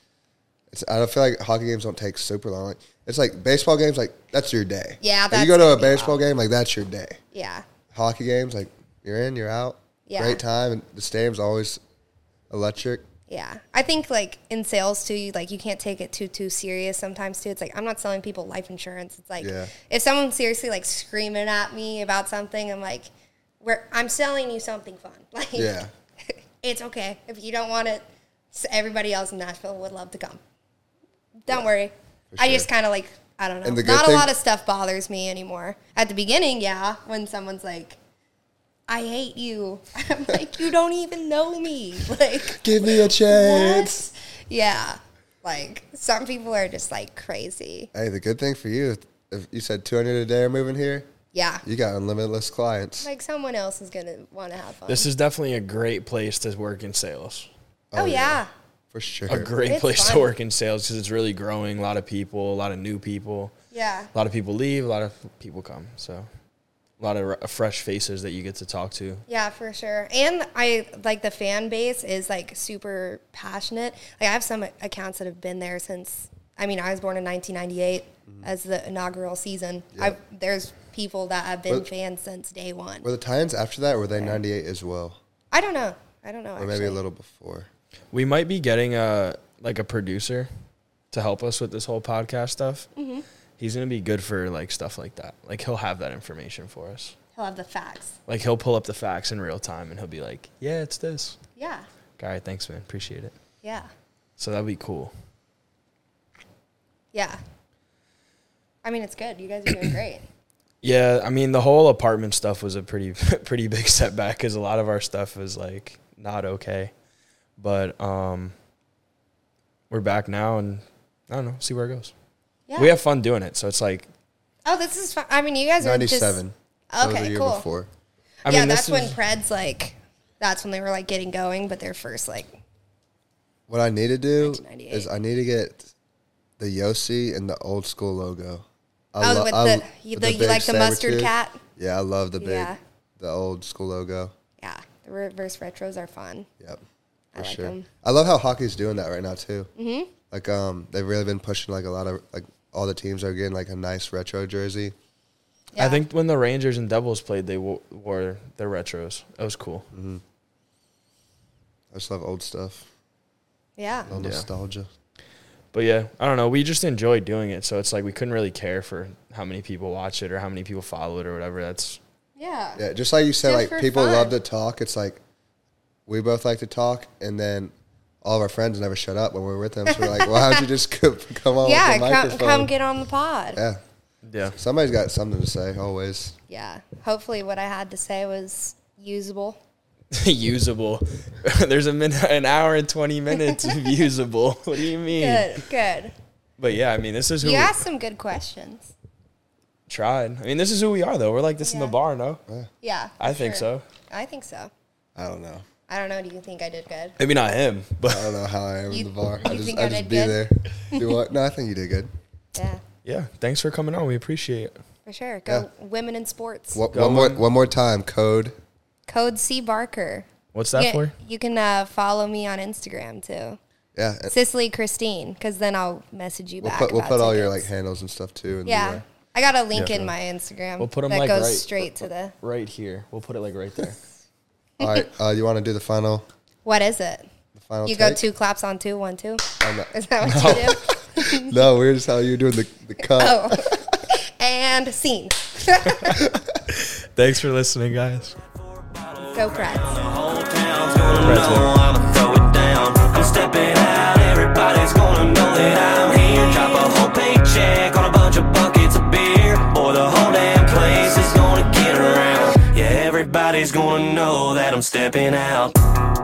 Speaker 3: it's I don't feel like hockey games don't take super long. Like, it's like baseball games. Like that's your day.
Speaker 1: Yeah,
Speaker 3: Like,
Speaker 1: that's
Speaker 3: you go to
Speaker 1: gonna
Speaker 3: a
Speaker 1: be wild.
Speaker 3: baseball game. Like that's your day.
Speaker 1: Yeah,
Speaker 3: Hockey games. Like you're in, you're out.
Speaker 1: Yeah.
Speaker 3: Great time. And the stadium's always electric.
Speaker 1: yeah. I think like in sales too, you, like you can't take it too too serious sometimes too. It's like I'm not selling people life insurance. It's like
Speaker 3: Yeah.
Speaker 1: if someone's seriously like screaming at me about something, I'm like, where I'm selling you something fun. Like
Speaker 3: Yeah.
Speaker 1: it's okay if you don't want it. s- Everybody else in Nashville would love to come. Don't worry. I just kind of like I don't know.
Speaker 3: And the good
Speaker 1: Not a
Speaker 3: thing-
Speaker 1: lot of stuff bothers me anymore. At the beginning, yeah, when someone's like, "I hate you," I'm like, "You don't even know me." Like,
Speaker 3: Give me a chance.
Speaker 1: what? Yeah. Like some people are just like crazy.
Speaker 3: Hey, the good thing for you, if- if you said 200 a day are moving here,
Speaker 1: Yeah.
Speaker 3: you got unlimited clients.
Speaker 1: Like someone else is gonna want to have fun.
Speaker 2: This is definitely a great place to work in sales.
Speaker 1: oh yeah.
Speaker 3: For sure.
Speaker 2: A great
Speaker 1: It's
Speaker 2: place
Speaker 1: fun.
Speaker 2: to work in sales because it's really growing. A lot of people, a lot of new people.
Speaker 1: Yeah.
Speaker 2: A lot of people leave, a lot of people come. So, a lot of r- uh, fresh faces that you get to talk to.
Speaker 1: Yeah, for sure. And I like the fan base is like super passionate. Like I have some accounts that have been there since I mean, I was born in 1998 as the inaugural season. I there's people that have been
Speaker 3: Were-
Speaker 1: fans since day one.
Speaker 3: Were the Titans after that, or were they 98 as well?
Speaker 1: I don't know. I don't know.
Speaker 3: Or
Speaker 1: Actually.
Speaker 3: maybe a little before?
Speaker 2: We might be getting a like a producer to help us with this whole podcast stuff.
Speaker 1: Mm-hmm.
Speaker 2: He's gonna be good for like stuff like that. Like he'll have that information for us.
Speaker 1: He'll have the facts.
Speaker 2: Like he'll pull up the facts in real time and he'll be like, "Yeah, it's this."
Speaker 1: Yeah.
Speaker 2: All right, thanks, man. Appreciate it.
Speaker 1: Yeah.
Speaker 2: So that'd be cool.
Speaker 1: Yeah. I mean, it's good. You guys are doing great.
Speaker 2: Yeah, I mean the whole apartment stuff was a pretty pretty big setback because a lot of our stuff was like not okay, but um, we're back now and I don't know, see where it goes.
Speaker 1: Yeah.
Speaker 2: We have fun doing it, so it's like
Speaker 1: oh, this is fun. I mean, you guys are just
Speaker 3: 97. That was
Speaker 1: Okay,
Speaker 3: the year
Speaker 1: cool.
Speaker 3: before.
Speaker 2: I
Speaker 1: yeah,
Speaker 2: mean
Speaker 1: that's
Speaker 2: this
Speaker 1: when
Speaker 2: is-
Speaker 1: Preds like that's when they were like getting going, but their first like
Speaker 3: What I need to do
Speaker 1: 1998.
Speaker 3: is I need to get the Yossi and the old school logo. I
Speaker 1: Oh,
Speaker 3: lo-
Speaker 1: with
Speaker 3: I-
Speaker 1: the, you,
Speaker 3: with
Speaker 1: the, you
Speaker 3: big
Speaker 1: like the mustard
Speaker 3: saber-tooth.
Speaker 1: cat?
Speaker 3: Yeah, I love the big,
Speaker 1: Yeah.
Speaker 3: the old school logo.
Speaker 1: Yeah, the reverse retros are fun.
Speaker 3: Yep.
Speaker 1: I
Speaker 3: For
Speaker 1: like
Speaker 3: sure.
Speaker 1: 'em.
Speaker 3: I love how hockey's doing that right now too. Mm-hmm. Like um, they've really been pushing like a lot of like all the teams are getting like a nice retro jersey.
Speaker 1: Yeah.
Speaker 2: I think when the Rangers and Devils played, they wo- wore their retros. That was cool.
Speaker 3: I just love old stuff,
Speaker 1: Yeah,
Speaker 3: all
Speaker 2: Yeah.
Speaker 3: nostalgia.
Speaker 2: But yeah, I don't know. We just enjoy doing it, so it's like we couldn't really care for how many people watch it or how many people follow it or whatever. That's
Speaker 1: Yeah.
Speaker 3: Yeah, just like you said,
Speaker 1: Just for
Speaker 3: like people
Speaker 1: fun.
Speaker 3: love to talk. It's like we both like to talk, and then all of our friends never shut up when we were with them. So we're like, why don't you just co- come on
Speaker 1: Yeah,
Speaker 2: Oh,
Speaker 3: with the
Speaker 1: come,
Speaker 3: microphone?
Speaker 1: come get on the pod.
Speaker 3: yeah,
Speaker 2: Yeah.
Speaker 3: somebody's got something to say always.
Speaker 1: Yeah. Hopefully, what I had to say was usable.
Speaker 2: usable. There's a min- an hour and 20 minutes of usable. What do you mean?
Speaker 1: Good, good.
Speaker 2: But yeah, I mean, this is who
Speaker 1: You
Speaker 2: we
Speaker 1: asked some good questions.
Speaker 2: tried. I mean, this is who we are, though. We're like this in the
Speaker 1: Yeah.
Speaker 2: bar, no?
Speaker 1: Yeah.
Speaker 2: I
Speaker 1: for
Speaker 2: think
Speaker 1: sure.
Speaker 2: so.
Speaker 1: I think so.
Speaker 3: I don't know.
Speaker 1: I don't know. Do you think I did good?
Speaker 2: Maybe not him,
Speaker 3: I
Speaker 2: but
Speaker 3: don't know how I am
Speaker 1: You-
Speaker 3: in the bar.
Speaker 1: you
Speaker 3: I just,
Speaker 1: think
Speaker 3: I
Speaker 1: I did
Speaker 3: just be
Speaker 1: good?
Speaker 3: there. Do what? No, I think you did good.
Speaker 1: Yeah,
Speaker 2: yeah, thanks for coming on. We appreciate it.
Speaker 1: for sure. Go women in sports.
Speaker 3: What,
Speaker 2: Go
Speaker 3: one more,
Speaker 2: on.
Speaker 3: one more time. Code.
Speaker 1: Code C Barker.
Speaker 2: What's that
Speaker 1: you,
Speaker 2: for?
Speaker 1: you can uh, follow me on Instagram too,
Speaker 3: Yeah, and
Speaker 1: Cicely Christine, because then I'll message you
Speaker 3: we'll
Speaker 1: back.
Speaker 3: put we'll
Speaker 1: about
Speaker 3: put all your like
Speaker 1: tickets.
Speaker 3: handles and stuff too. And
Speaker 1: Yeah, I got a link
Speaker 2: Yeah.
Speaker 1: in my Instagram.
Speaker 2: We'll put 'em,
Speaker 1: that
Speaker 2: like,
Speaker 1: goes
Speaker 2: right-
Speaker 1: straight to the.
Speaker 2: Right here. We'll put it like right there.
Speaker 3: all right, uh, you want to do the final
Speaker 1: What is it?
Speaker 3: the final?
Speaker 1: You go
Speaker 3: take?
Speaker 1: two claps on two, one two.
Speaker 3: I'm not-
Speaker 1: Is that what you do?
Speaker 3: no, we're just how you doing the the cut.
Speaker 1: Oh, and scene.
Speaker 2: thanks for listening, guys.
Speaker 1: Go Preds.
Speaker 4: Whole town's gonna know I'ma throw it down. I'm stepping out, everybody's gonna know that I'm here. Drop a whole paycheck on a bunch of buckets of beer, or the whole damn place is gonna get around. Yeah, everybody's gonna know that I'm stepping out.